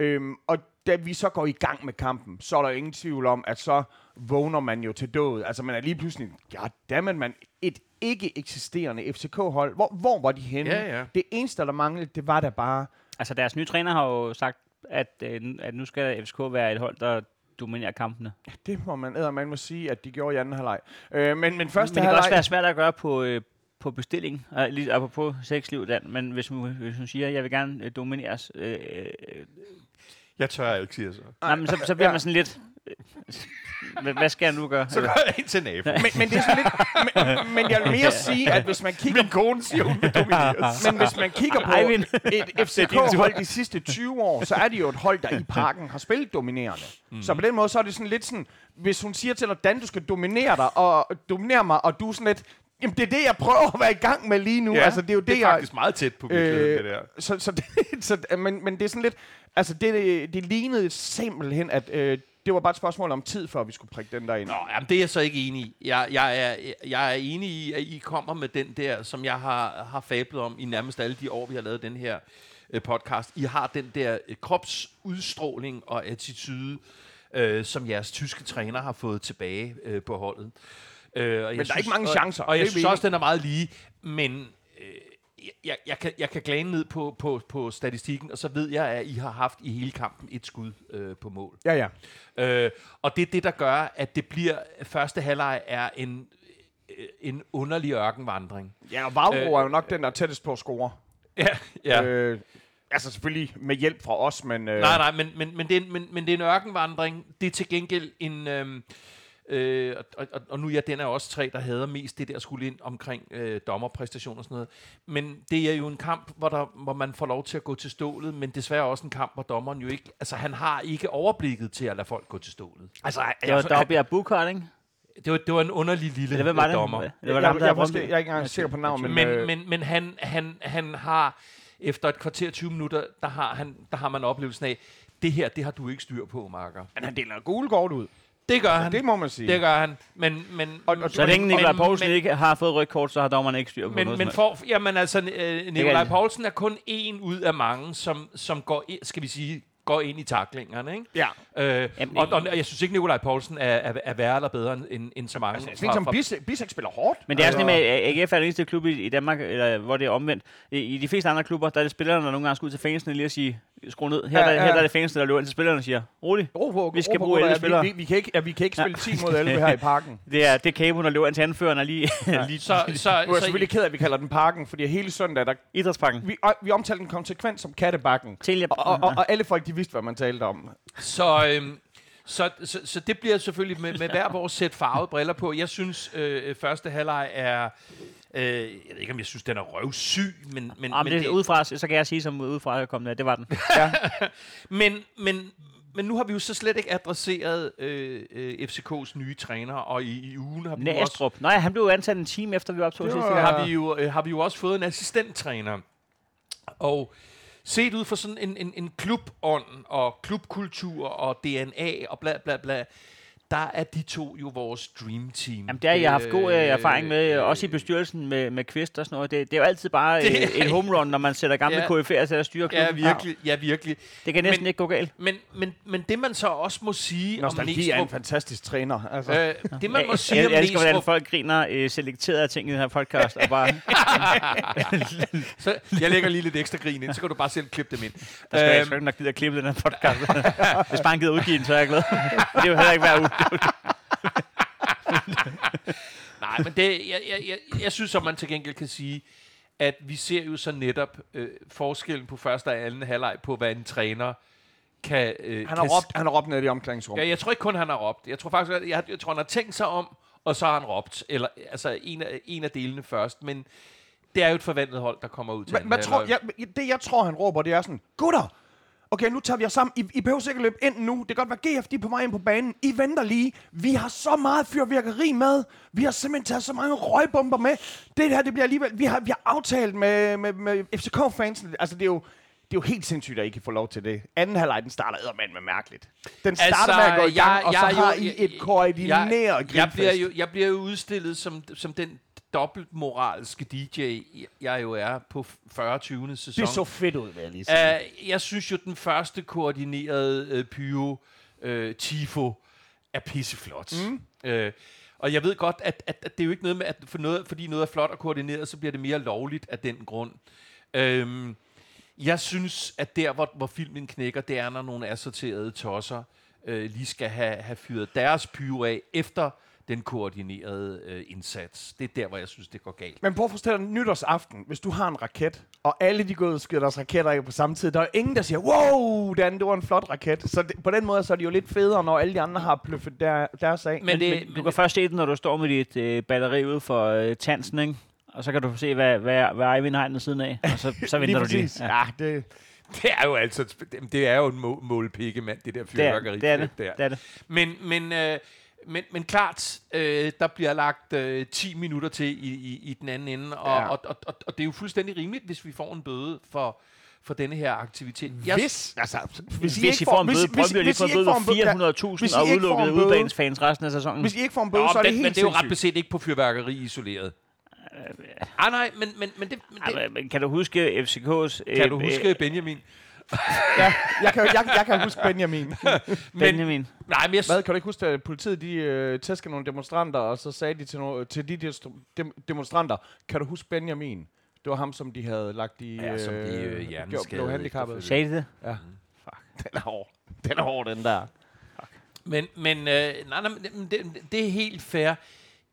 Speaker 4: øh, og da vi så går i gang med kampen, så er der jo ingen tvivl om, at så vågner man jo til død. Altså, man er lige pludselig... Goddammit, man. Et ikke eksisterende FCK-hold. Hvor, hvor var de henne?
Speaker 3: Ja, ja.
Speaker 4: Det eneste, der manglede, det var da bare...
Speaker 2: Altså, deres nye træner har jo sagt, at, øh, at nu skal FCK være et hold, der dominerer kampene.
Speaker 4: Det må man man må sige, at de gjorde i anden halvleg. Øh, men, men
Speaker 2: Men det
Speaker 4: første
Speaker 2: kan
Speaker 4: halvleg...
Speaker 2: også være svært at gøre på, øh, på bestilling, og lige apropos sexliv, Dan, men hvis hun, hvis hun siger, at jeg vil gerne øh, domineres, øh, øh,
Speaker 5: Jeg tør ikke, siger jeg så.
Speaker 2: nej, men så, så bliver man sådan lidt, øh, hvad- hvad skal jeg nu gøre?
Speaker 5: Så går jeg ind til naboen.
Speaker 4: men, men, det er sådan lidt, men, men jeg vil mere sige, at hvis man kigger
Speaker 5: Min kone siger, hun vil domineres.
Speaker 4: Men hvis man kigger på
Speaker 2: Ejvind.
Speaker 4: et FCK-hold de sidste 20 år, så er det jo et hold, der i parken har spillet dominerende. Mm. Så på den måde, så er det sådan lidt sådan, hvis hun siger til dig, Dan, du skal dominere dig, og dominere mig, og du er sådan lidt, jamen det er det, jeg prøver at være i gang med lige nu. Ja, altså, det er jo det,
Speaker 5: det er
Speaker 4: jeg...
Speaker 5: faktisk meget tæt på virkeligheden, øh, det
Speaker 4: Øh,
Speaker 5: der.
Speaker 4: så, så, det, så, men, men det er sådan lidt, altså det, det lignede simpelthen, at øh, det var bare et spørgsmål om tid, før vi skulle prikke den der ind.
Speaker 3: Nå, jamen, det er jeg så ikke enig i. Jeg, jeg, er, jeg er enig i, at I kommer med den der, som jeg har, har fablet om i nærmest alle de år, vi har lavet den her øh, podcast. I har den der øh, kropsudstråling og attitude, øh, som jeres tyske træner har fået tilbage øh, på holdet. Øh, og men der
Speaker 4: er ikke mange chancer.
Speaker 3: Og, og
Speaker 4: Det
Speaker 3: jeg
Speaker 4: er
Speaker 3: synes
Speaker 4: vi
Speaker 3: også, den er meget lige. Men jeg- jeg, jeg, kan, jeg kan glane ned på, på, på statistikken, og så ved jeg, at I har haft i hele kampen et skud øh, på mål.
Speaker 4: Ja, ja.
Speaker 3: Øh, og det er det, der gør, at det bliver første halvleg er en, øh, en underlig ørkenvandring.
Speaker 4: Ja, og Vavro øh, er jo nok den, der er tættest på at score.
Speaker 3: Ja, ja. Øh,
Speaker 4: Øh, altså selvfølgelig med hjælp fra os, men... Øh,
Speaker 3: nej, nej, men, men, men, det er, en- men, men det er en ørkenvandring. Det er til gengæld en... øhm, Øh, og, og, og nu er jeg den af os tre, der hader mest det der skulle ind omkring øh, dommerpræstation og sådan noget. Men det er jo en kamp, hvor, der, hvor man får lov til at gå til stålet, men desværre også en kamp, hvor dommeren jo ikke... Altså, han har ikke overblikket til at lade folk gå til stålet.
Speaker 4: Altså,
Speaker 2: Det var Dobby og Bukart, ikke?
Speaker 3: Det var, det var en underlig lille
Speaker 2: Eller hvad var
Speaker 3: øh,
Speaker 2: det?
Speaker 3: dommer.
Speaker 2: Det var
Speaker 4: jeg,
Speaker 2: ham, der
Speaker 4: jeg,
Speaker 2: havde
Speaker 4: er måske,
Speaker 2: Brøndby.
Speaker 4: jeg er ikke engang sikker på navnet, men,
Speaker 3: men,
Speaker 4: øh,
Speaker 3: men, men han, han, han har, efter et kvarter 20 minutter, der har, han, der har man oplevelsen af, det her, det har du ikke styr på, Marker.
Speaker 4: men han deler gule kort ud.
Speaker 3: Det gør han.
Speaker 4: Det må man sige.
Speaker 3: det gør han. Men, men,
Speaker 4: Og- og-
Speaker 2: Så længe Nikolaj
Speaker 3: men-
Speaker 2: Poulsen
Speaker 3: men-
Speaker 2: ikke har fået rødt kort, så har dommeren ikke styr på
Speaker 3: men,
Speaker 2: noget.
Speaker 3: men
Speaker 2: som helst.
Speaker 3: for, jamen altså, øh, Nikolaj
Speaker 2: det.
Speaker 3: Poulsen er kun en ud af mange, som, som går, i- skal vi sige, går ind i taklingerne, ikke?
Speaker 4: Ja.
Speaker 3: Øh,
Speaker 2: Jamen,
Speaker 3: og, og, jeg synes ikke, Nikolaj Poulsen er, er, er værre eller bedre end, end så mange.
Speaker 4: Altså, Jeg synes, som Bisek, Bisek spiller hårdt. Altså,
Speaker 2: Men det er sådan med, at AGF er den eneste klub i i Danmark, eller, hvor det er omvendt. I, I de fleste andre klubber, der er det spillerne, der nogle gange skal ud til fansene lige at sige, skru ned. Her,
Speaker 4: Ja,
Speaker 2: der, her
Speaker 4: ja.
Speaker 2: der er det fansene, der løber ind til spillerne og siger, rolig.
Speaker 4: Ro på,
Speaker 2: Vi skal
Speaker 4: ro på,
Speaker 2: bruge
Speaker 4: gutter.
Speaker 2: 11
Speaker 4: Ja,
Speaker 2: spillere.
Speaker 4: Vi, vi, vi, kan ikke, ja, vi kan ikke spille 10 mod 11 her i parken.
Speaker 2: Det er, det er Capo, der løber ind til anføreren og lige, lige
Speaker 3: Så, så, så,
Speaker 4: Nu er jeg selvfølgelig ked af, at vi kalder den parken, fordi hele søndag, der,
Speaker 2: idrætspakken.
Speaker 4: vi, øh, vi omtalte den konsekvent som kattebakken.
Speaker 2: Telia-
Speaker 4: Og, og, og, og alle folk, de vidste, hvad man talte om.
Speaker 3: Så, øhm, så, så, så det bliver selvfølgelig med, med hver vores sæt farvede briller på. Jeg synes, øh, første halvleg er... Øh, jeg ved ikke, om jeg synes, den er røvsyg, men... Men,
Speaker 2: Ah, men
Speaker 3: men,
Speaker 2: det, udefra, så kan jeg sige som udefra kommende, at det var den.
Speaker 3: men, men, men nu har vi jo så slet ikke adresseret øh, øh, FCK's nye træner, og i, i ugen har vi, jo også,
Speaker 2: Næstrup. Nej, han blev jo ansat en time efter, vi optog
Speaker 4: Det
Speaker 2: sidste
Speaker 4: var-
Speaker 2: gang.
Speaker 3: har vi, jo, øh, har vi jo også fået en assistenttræner. Og set ud fra sådan en, en, en klubånd og klubkultur og DNA og bla bla bla, der er de to jo vores dream team.
Speaker 2: Jamen, det har jeg haft god øh, erfaring med, øh, også i bestyrelsen med, med Kvist og sådan noget. Det, det er jo altid bare
Speaker 3: Det
Speaker 2: øh, et home run, når man sætter gamle
Speaker 3: Ja.
Speaker 2: ja. KF'er til at styre
Speaker 3: Ja,
Speaker 2: klubben.
Speaker 3: virkelig. Ja, virkelig.
Speaker 2: Det kan næsten
Speaker 3: Men-
Speaker 2: men, ikke gå galt.
Speaker 3: Men, men, men det man så også må sige om
Speaker 4: Nostalgi er en
Speaker 3: Næstrup...
Speaker 4: fantastisk træner. Altså.
Speaker 3: Øh, det man må sige
Speaker 2: jeg,
Speaker 3: om
Speaker 2: jeg elsker, hvordan
Speaker 3: Næstrup...
Speaker 2: folk griner øh, selekteret af ting i den her podcast. Og bare,
Speaker 3: Så jeg lægger lige lidt ekstra grin ind, så kan du bare selv klippe dem ind.
Speaker 2: der skal jeg
Speaker 3: Øhm,
Speaker 2: sgu ikke nok gider at klippe den her podcast. Hvis bare han gider udgive den, så er jeg glad. det er jo heller ikke hver uge.
Speaker 3: Nej, men det, jeg, jeg, jeg, jeg synes, at man til gengæld kan sige, at vi ser jo så netop øh, forskellen på første og anden halvleg på, hvad en træner kan... Øh,
Speaker 4: Han har
Speaker 3: kan
Speaker 4: råbt, han har råbt ned i omklædningsrummet.
Speaker 3: Ja, jeg tror ikke kun, han har råbt. Jeg tror faktisk, at jeg, jeg tror, han har tænkt sig om, og så har han råbt. Eller altså en af, en af delene først, men det er jo et forventet hold, der kommer ud til
Speaker 4: Hva,
Speaker 3: anden
Speaker 4: hvad tror,
Speaker 3: halvleg.
Speaker 4: jeg, det, jeg tror, han råber, det er sådan, gutter, okay, nu tager vi jer sammen. I, I behøver sikkert løbe ind nu. Det kan godt være, GF de er på vej ind på banen. I venter lige. Vi har så meget fyrværkeri med. Vi har simpelthen taget så mange røgbomber med. Det her, det bliver alligevel... Vi har, vi har aftalt med, med, med FCK-fansen. Altså, det er jo... Det er jo helt sindssygt, at I kan få lov til det. Anden halvleg, den starter eddermand med mærkeligt. Den starter altså, med at gå i gang, jeg, og så
Speaker 3: er
Speaker 4: har
Speaker 3: jo-
Speaker 4: I
Speaker 3: jeg-
Speaker 4: et koordineret
Speaker 3: jeg,
Speaker 4: grinfest.
Speaker 3: jeg, bliver jo, jeg bliver jo udstillet som, som den dobbeltmoralske DJ, jeg jo er på 40-20. sæson.
Speaker 4: Det så fedt ud, vil jeg lige sige.
Speaker 3: Uh, jeg synes jo, den første koordinerede uh, pyro, uh, Tifo, er pisseflot. Mm. Uh, og jeg ved godt, at, at, at det er jo ikke noget med, at for noget, fordi noget er flot og koordineret, så bliver det mere lovligt af den grund. Øhm, jeg synes, at der, hvor, hvor filmen knækker, det er, når nogle assorterede tosser øh, lige skal have, have fyret deres pyro af efter den koordinerede øh, indsats. Det er der, hvor jeg synes, det går galt.
Speaker 4: Men prøv at forestille dig nytårsaften, hvis du har en raket, og alle de går ud og skyder deres raketter af på samme tid. Der er ingen, der siger, wow, Dan, det var en flot raket. Så det, på den måde så er det jo lidt federe, når alle de andre har pløffet der, deres af.
Speaker 3: Men
Speaker 2: Men,
Speaker 3: det-
Speaker 2: det, men,
Speaker 3: men
Speaker 2: du kan først se den, når du står med dit øh, batteri ude for øh, tansen, ikke? Og så kan du se, hvad, hvad, hvad Eivind har den siden af, og så, så
Speaker 4: Lige
Speaker 2: venter du lige.
Speaker 4: præcis. Ja, det,
Speaker 3: Det er jo altså, et sp- det- det er jo en må- målpikke, mand, det der
Speaker 2: Det er det.
Speaker 3: fyrværkeri.
Speaker 2: Det er det. det, er det.
Speaker 3: Men, men, øh, men, men klart, øh, der bliver lagt øh, 10 minutter til i, i, i den anden ende, og, ja.
Speaker 4: Ja.
Speaker 3: og, og, og, og det er jo fuldstændig rimeligt, hvis vi får en bøde for, for denne her aktivitet.
Speaker 4: hvis, altså,
Speaker 2: Hvis, hvis I får en bøde, Brøndby har lige fået en bøde på
Speaker 4: ja,
Speaker 2: 400.000
Speaker 4: hvis I
Speaker 2: og
Speaker 4: ikke får en
Speaker 2: udelukket
Speaker 4: bøde-
Speaker 2: udebanesfans resten af sæsonen.
Speaker 4: Hvis I ikke får en bøde,
Speaker 3: Nå,
Speaker 4: så er det
Speaker 3: men,
Speaker 4: helt
Speaker 3: men det er jo ret
Speaker 4: sindssygt. Øh,
Speaker 3: beset ikke på fyrværkeri isoleret. Ah, nej, men, men, men det... Men det
Speaker 2: Ej, men kan du huske FCK's... øh,
Speaker 3: kan du huske
Speaker 2: øh,
Speaker 3: Benjamin?
Speaker 4: Ja, jeg, kan, jeg, jeg kan huske Benjamin.
Speaker 2: Benjamin?
Speaker 3: Nej, men jeg,
Speaker 4: Hvad, kan du ikke huske, at politiet de, øh, tæskede nogle demonstranter, og så sagde de til, no, til de destru- dem, demonstranter, kan du huske Benjamin? Det var ham, som de havde lagt i...
Speaker 3: Ja, som de, øh,
Speaker 4: gjorde-
Speaker 3: hjerneskadede
Speaker 4: Blev handicappet.
Speaker 2: Sagde de det?
Speaker 4: Den er hård. Den er hård, den der.
Speaker 3: Men, men, øh, nej, nej, men det- det, det er helt fair.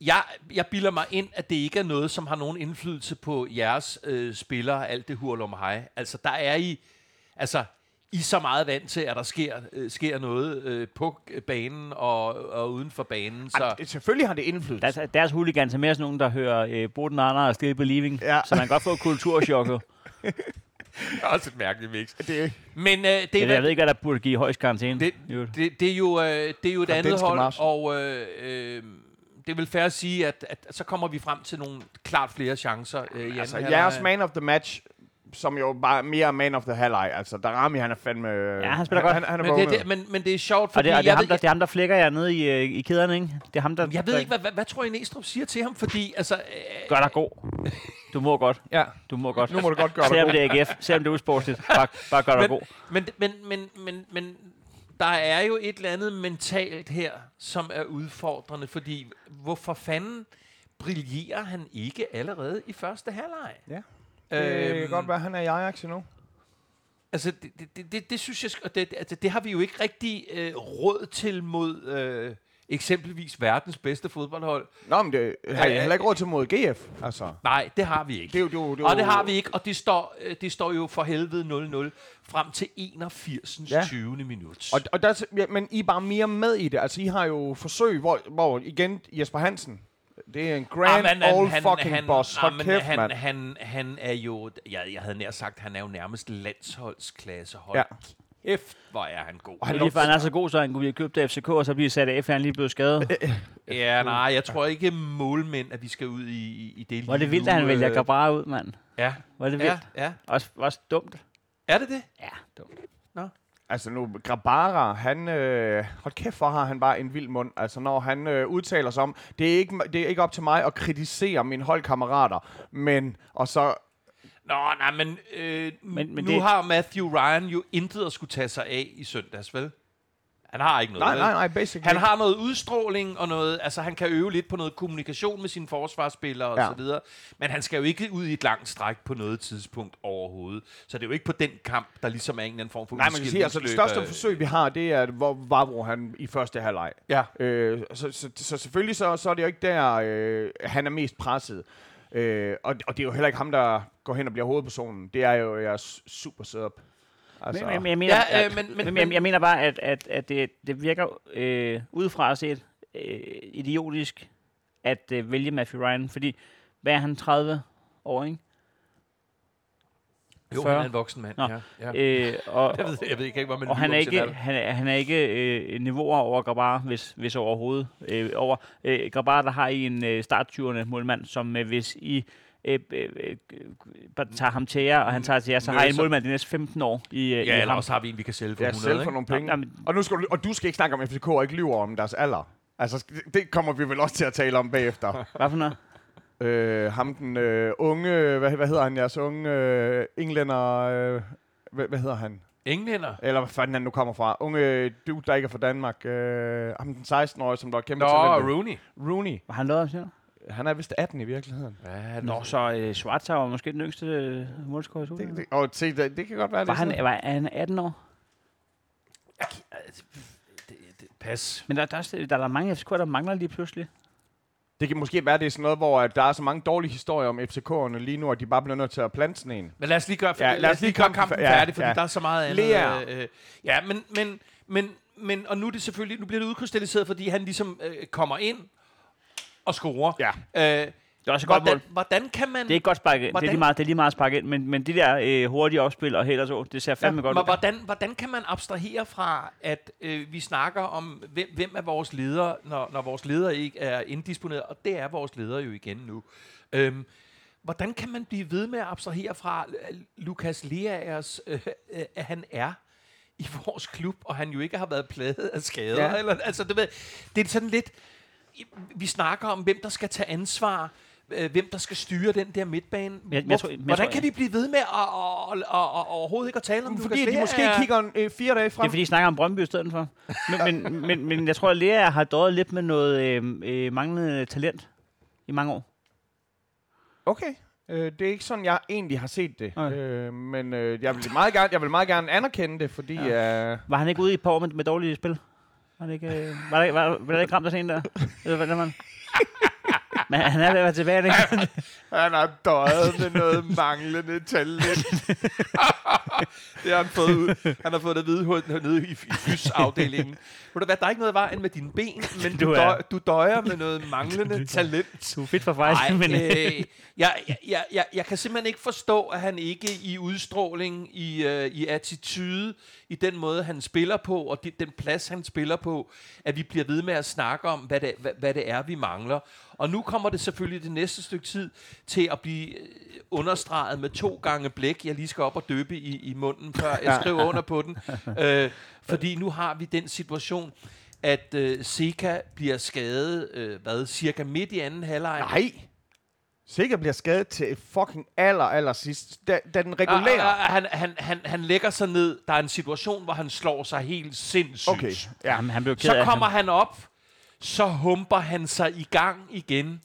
Speaker 3: Jeg, jeg bilder mig ind, at det ikke er noget, som har nogen indflydelse på jeres øh, spillere, alt det hurl om hej. Altså, der er I, altså, I er så meget vant til, at der sker, øh, sker noget øh, på øh, banen og, og uden for banen. Så,
Speaker 4: Ej, det- selvfølgelig har det indflydelse.
Speaker 2: Deres, deres hooligans er mere sådan nogen, der hører øh, Boden Arner og Still Believing,
Speaker 4: Ja.
Speaker 2: ja. så man kan godt få kulturschok. jo.
Speaker 3: det er også et mærkeligt mix.
Speaker 4: Det,
Speaker 3: Men øh, det, er,
Speaker 2: Jeg, ved- jeg ved ikke, hvad der burde give højst karantæne.
Speaker 3: Det,
Speaker 2: i øvrigt.
Speaker 3: det, det, er jo, øh, det er jo et andet
Speaker 4: danske
Speaker 3: hold,
Speaker 4: marchen.
Speaker 3: og øh, øh, det er vel fair at sige, at, at, at så kommer vi frem til nogle klart flere chancer. Øh, i anden
Speaker 4: altså,
Speaker 3: halvleg.
Speaker 4: jeres man of the match, som jo bare er mere man of the halvleg. Altså, Darami, han er fandme... øh,
Speaker 2: Ja, han spiller godt.
Speaker 4: Han, han er
Speaker 3: Men det,
Speaker 4: vågnet.
Speaker 3: det, men, men det er sjovt,
Speaker 2: og
Speaker 3: fordi
Speaker 2: det, og det, er
Speaker 3: jeg,
Speaker 2: ham,
Speaker 3: ved,
Speaker 2: der, det er ham, der flækker jer nede i, øh, i kæderne, ikke? Det er ham, der...
Speaker 3: jeg, jeg ved
Speaker 2: der-
Speaker 3: ikke, hvad, hvad, hvad tror I Næstrup siger til ham, fordi altså... Øh,
Speaker 2: Gør dig god. Du må godt.
Speaker 4: Ja.
Speaker 2: Du må godt.
Speaker 4: Nu må du godt gøre
Speaker 2: Selvom
Speaker 4: det.
Speaker 2: det er AGF, selvom det er usportsligt, bare, bare gør dig
Speaker 3: men,
Speaker 2: god.
Speaker 3: men, men, men, men, men der er jo et eller andet mentalt her, som er udfordrende, fordi hvorfor fanden brillerer han ikke allerede i første halvleg? Øhm,
Speaker 4: Ja. Det kan godt være, han er i Ajax endnu.
Speaker 3: Altså, det, det, det, det, det synes jeg, sk- og det, det- altså, det har vi jo ikke rigtig øh, råd til mod øh, eksempelvis verdens bedste fodboldhold.
Speaker 4: Nå, men det har jeg heller ikke råd til mod GF. Altså,
Speaker 3: Nej, det har vi ikke.
Speaker 4: det er jo... Det er jo, det er
Speaker 3: Og det
Speaker 4: jo-
Speaker 3: har vi ikke, og det står, øh, det står jo for helvede 0-0 frem til 81. Ja.
Speaker 4: Ja.
Speaker 3: 20. minut.
Speaker 4: Og, og der, ja, men I er bare mere med i det. Altså, I har jo forsøg, hvor, hvor igen Jesper Hansen, det er en grand ah, old fucking boss. Hold
Speaker 3: jamen,
Speaker 4: kæft,
Speaker 3: han,
Speaker 4: mand.
Speaker 3: han, han er jo, jeg, jeg havde nær sagt, han er jo nærmest landsholdsklasse. Hold
Speaker 4: Ja.
Speaker 3: kæft, hvor er han god.
Speaker 4: Og
Speaker 2: Det
Speaker 4: han
Speaker 2: er lige for,
Speaker 4: lugter-
Speaker 2: han er så god, så han kunne blive købt af FCK, og så blive sat af, for han lige blev skadet.
Speaker 3: Ja, nej, jeg tror ikke målmænd, at vi skal ud i, i, i det
Speaker 2: Hvor er det
Speaker 3: liv
Speaker 2: vildt,
Speaker 3: nu,
Speaker 2: at han vælger
Speaker 3: øh,
Speaker 2: Grabara ud, mand.
Speaker 3: Ja,
Speaker 2: Hvor er det vildt.
Speaker 3: ja, ja.
Speaker 2: Også, også dumt.
Speaker 3: Er det det?
Speaker 2: Ja, dumt.
Speaker 3: Nå.
Speaker 4: Altså nu, Grabara, han, øh, hold kæft, hvor har han bare en vild mund. Altså når han øh, udtaler sig om, det er, ikke, det er ikke op til mig at kritisere mine holdkammerater, men, og så,
Speaker 3: Nå, nej, men, øh,
Speaker 2: Men-
Speaker 3: men,
Speaker 2: men
Speaker 3: men nu
Speaker 2: det-
Speaker 3: det... har Matthew Ryan jo intet at skulle tage sig af i søndags, vel? Han har ikke noget.
Speaker 4: nej,
Speaker 3: vel?
Speaker 4: nej, nej, basically.
Speaker 3: Han har noget udstråling og noget, altså han kan øve lidt på noget kommunikation med sine forsvarsspillere og
Speaker 4: Ja.
Speaker 3: så videre, men han skal jo ikke ud i et langt stræk på noget tidspunkt overhovedet. Så det er jo ikke på den kamp, der ligesom er en eller anden form for
Speaker 4: Nej, man kan sige, altså det største
Speaker 3: udskillingsløb,
Speaker 4: forsøg, vi har, det er, hvor Vavro han i første halvleg.
Speaker 3: Ja.
Speaker 4: Øh, så, så, så selvfølgelig så, så er det jo ikke der, øh, han er mest presset. Øh, og, og det er jo heller ikke ham, der går hen og bliver hovedpersonen. Det er jo jeres super setup. Altså,
Speaker 2: Men, men, jeg mener,
Speaker 3: Ja,
Speaker 2: ja,
Speaker 3: øh, men-
Speaker 2: men,
Speaker 3: men-
Speaker 2: men, jeg, jeg mener bare, at, at, at det, det virker øh, udefra set øh, idiotisk at øh, vælge Matthew Ryan, fordi hvad er han, 30 år, ikke?
Speaker 3: øh, Jo,
Speaker 2: fyrre.
Speaker 3: han er en voksen mand,
Speaker 2: Nå.
Speaker 3: ja. ja.
Speaker 2: Øh, og,
Speaker 3: Jeg ved, jeg ved ikke, hvad man
Speaker 2: og han er
Speaker 3: lyver til,
Speaker 2: ikke, han er, han er ikke øh, niveauer over Grabar, hvis, hvis overhovedet. Øh, over øh, Grabar, der har I en øh, starttyverne målmand, som øh, hvis I øh, øh, øh, bare tager ham til jer, og han tager til jer, så har I en
Speaker 3: Nøser.
Speaker 2: målmand de næste 15 år i, øh,
Speaker 3: Mm. Ja,
Speaker 2: i
Speaker 3: eller
Speaker 2: ham.
Speaker 3: også har vi en, vi kan sælge for
Speaker 4: ja,
Speaker 3: 100,
Speaker 4: selv for
Speaker 3: ikke?
Speaker 4: nogle penge.
Speaker 2: Nå, men-
Speaker 4: og, nu skal du, og du skal ikke snakke om FCK og ikke lyver om deres alder. Altså, det kommer vi vel også til at tale om bagefter.
Speaker 2: Hvad for noget?
Speaker 4: øh, ham den øh, unge, hvad, hvad hedder han, jeres unge øh, englænder, øh, hvad, hvad hedder han?
Speaker 3: Englænder?
Speaker 4: Eller hvad fanden han nu kommer fra. Unge øh, dude, der ikke er fra Danmark. Øh, ham den 16-årige, som der er kæmpe
Speaker 3: Nå,
Speaker 4: talent.
Speaker 3: Rooney.
Speaker 4: Rooney.
Speaker 2: Hvad har han lavet om, siger du?
Speaker 4: Han er vist 18 i virkeligheden.
Speaker 3: Ja,
Speaker 2: Nå, så øh, Schwarzer var måske den yngste øh, målscorer i
Speaker 4: Det,
Speaker 2: Superligaen.
Speaker 4: det, og se, det, det kan godt være, det
Speaker 2: Var
Speaker 4: er sådan.
Speaker 2: han, var, er han 18 år?
Speaker 3: det, det, pas.
Speaker 2: Men der, der, er, også- der er der mange FCK'er, der mangler lige pludselig.
Speaker 4: Det kan måske være, det er sådan noget, hvor at der er så mange dårlige historier om FCK'erne lige nu, at de bare bliver nødt til at plante sådan en.
Speaker 3: Men lad os lige gøre,
Speaker 4: Ja,
Speaker 3: ja, lad os lige gøre kampen
Speaker 4: ja,
Speaker 3: færdig, fordi
Speaker 4: ja.
Speaker 3: der er så meget andet.
Speaker 4: Lea.
Speaker 3: øh, øh, ja, men, men, men, men, og nu er det selvfølgelig, nu bliver det udkrystalliseret, fordi han ligesom øh, kommer ind og scorer.
Speaker 4: Ja.
Speaker 3: Øh,
Speaker 2: Det er også et godt
Speaker 3: hvordan,
Speaker 2: mål.
Speaker 3: hvordan kan man...
Speaker 2: Det er ikke godt sparket. Det er
Speaker 3: Hvordan-
Speaker 2: lige meget, det er lige meget sparket, ind, men, men de der øh, hurtige opspil og helt og så, det ser fandme godt
Speaker 3: Men
Speaker 2: ud.
Speaker 3: hvordan, hvordan kan man abstrahere fra, at øh, vi snakker om, hvem, hvem er vores leder, når, når vores leder ikke er indisponeret, og det er vores leder jo igen nu. Øhm, hvordan kan man blive ved med at abstrahere fra øh, Lukas Leaers, øh, øh, at han er i vores klub, og han jo ikke har været plaget af skader? Ja.
Speaker 4: Ja.
Speaker 3: Eller, altså, det, ved, det er sådan lidt, vi snakker om, hvem der skal tage ansvar, øh, hvem der skal styre den der midtbane.
Speaker 2: jeg
Speaker 3: Hvor-
Speaker 2: tror- men jeg
Speaker 3: Hvordan
Speaker 2: tror-
Speaker 3: kan vi blive ved med at, at, at, at, at overhovedet ikke at tale om Lukas
Speaker 4: Fordi de
Speaker 3: Lea
Speaker 4: måske
Speaker 3: er-
Speaker 4: kigger en, øh, fire dage
Speaker 2: Det
Speaker 4: frem.
Speaker 2: er fordi, I snakker om Brøndby i stedet for. Men, men, men, men jeg tror, at Lea har døjet lidt med noget øh, øh, manglende talent i mange år.
Speaker 4: Okay. Øh, det er ikke sådan, jeg egentlig har set det.
Speaker 2: Nej.
Speaker 4: Øh, men øh, jeg, vil meget gerne, jeg vil meget gerne anerkende det, fordi... Ja. Øh,
Speaker 2: Var han ikke ude i et par år med, med dårlige spil? Var det ikke, øh, var det, var, var det ikke ramt af sådan en der? Eller hvad der man? Men han er ved at være tilbage, er det ikke?
Speaker 4: han har døjet med noget manglende talent.
Speaker 3: Det har han fået ud. Han har fået det at vide hul- nede i, i fysafdelingen. Ved du hvad, der er ikke noget vejen med dine ben, men
Speaker 2: Du
Speaker 3: du,
Speaker 2: er-
Speaker 3: døj, du døjer med noget manglende talent.
Speaker 2: Du er fedt for fejl, men...
Speaker 3: øh, jeg, jeg- jeg, jeg, jeg kan simpelthen ikke forstå, at han ikke i udstråling, i, øh, i attitude, i den måde, han spiller på, og de, den plads, han spiller på, at vi bliver ved med at snakke om, hvad det, hvad, hvad det er, vi mangler. Og nu kommer det selvfølgelig det næste stykke tid til at blive øh, understreget med to gange blæk, jeg lige skal op og døbe i, i munden, før jeg skriver under på den. Øh, fordi nu har vi den situation at øh, Seca bliver skadet, øh, hvad, cirka midt i anden halvleg.
Speaker 4: Nej. Sikkert bliver skadet til fucking aller, aller sidst, da, da den regulære...
Speaker 3: Ah, ah, ah, Han, han, han, han lægger sig ned. Der er en situation, hvor han slår sig helt sindssygt.
Speaker 4: Okay, ja.
Speaker 2: Jamen, han blev ked
Speaker 3: Så
Speaker 2: af
Speaker 3: kommer han op. Så humper han sig i gang igen.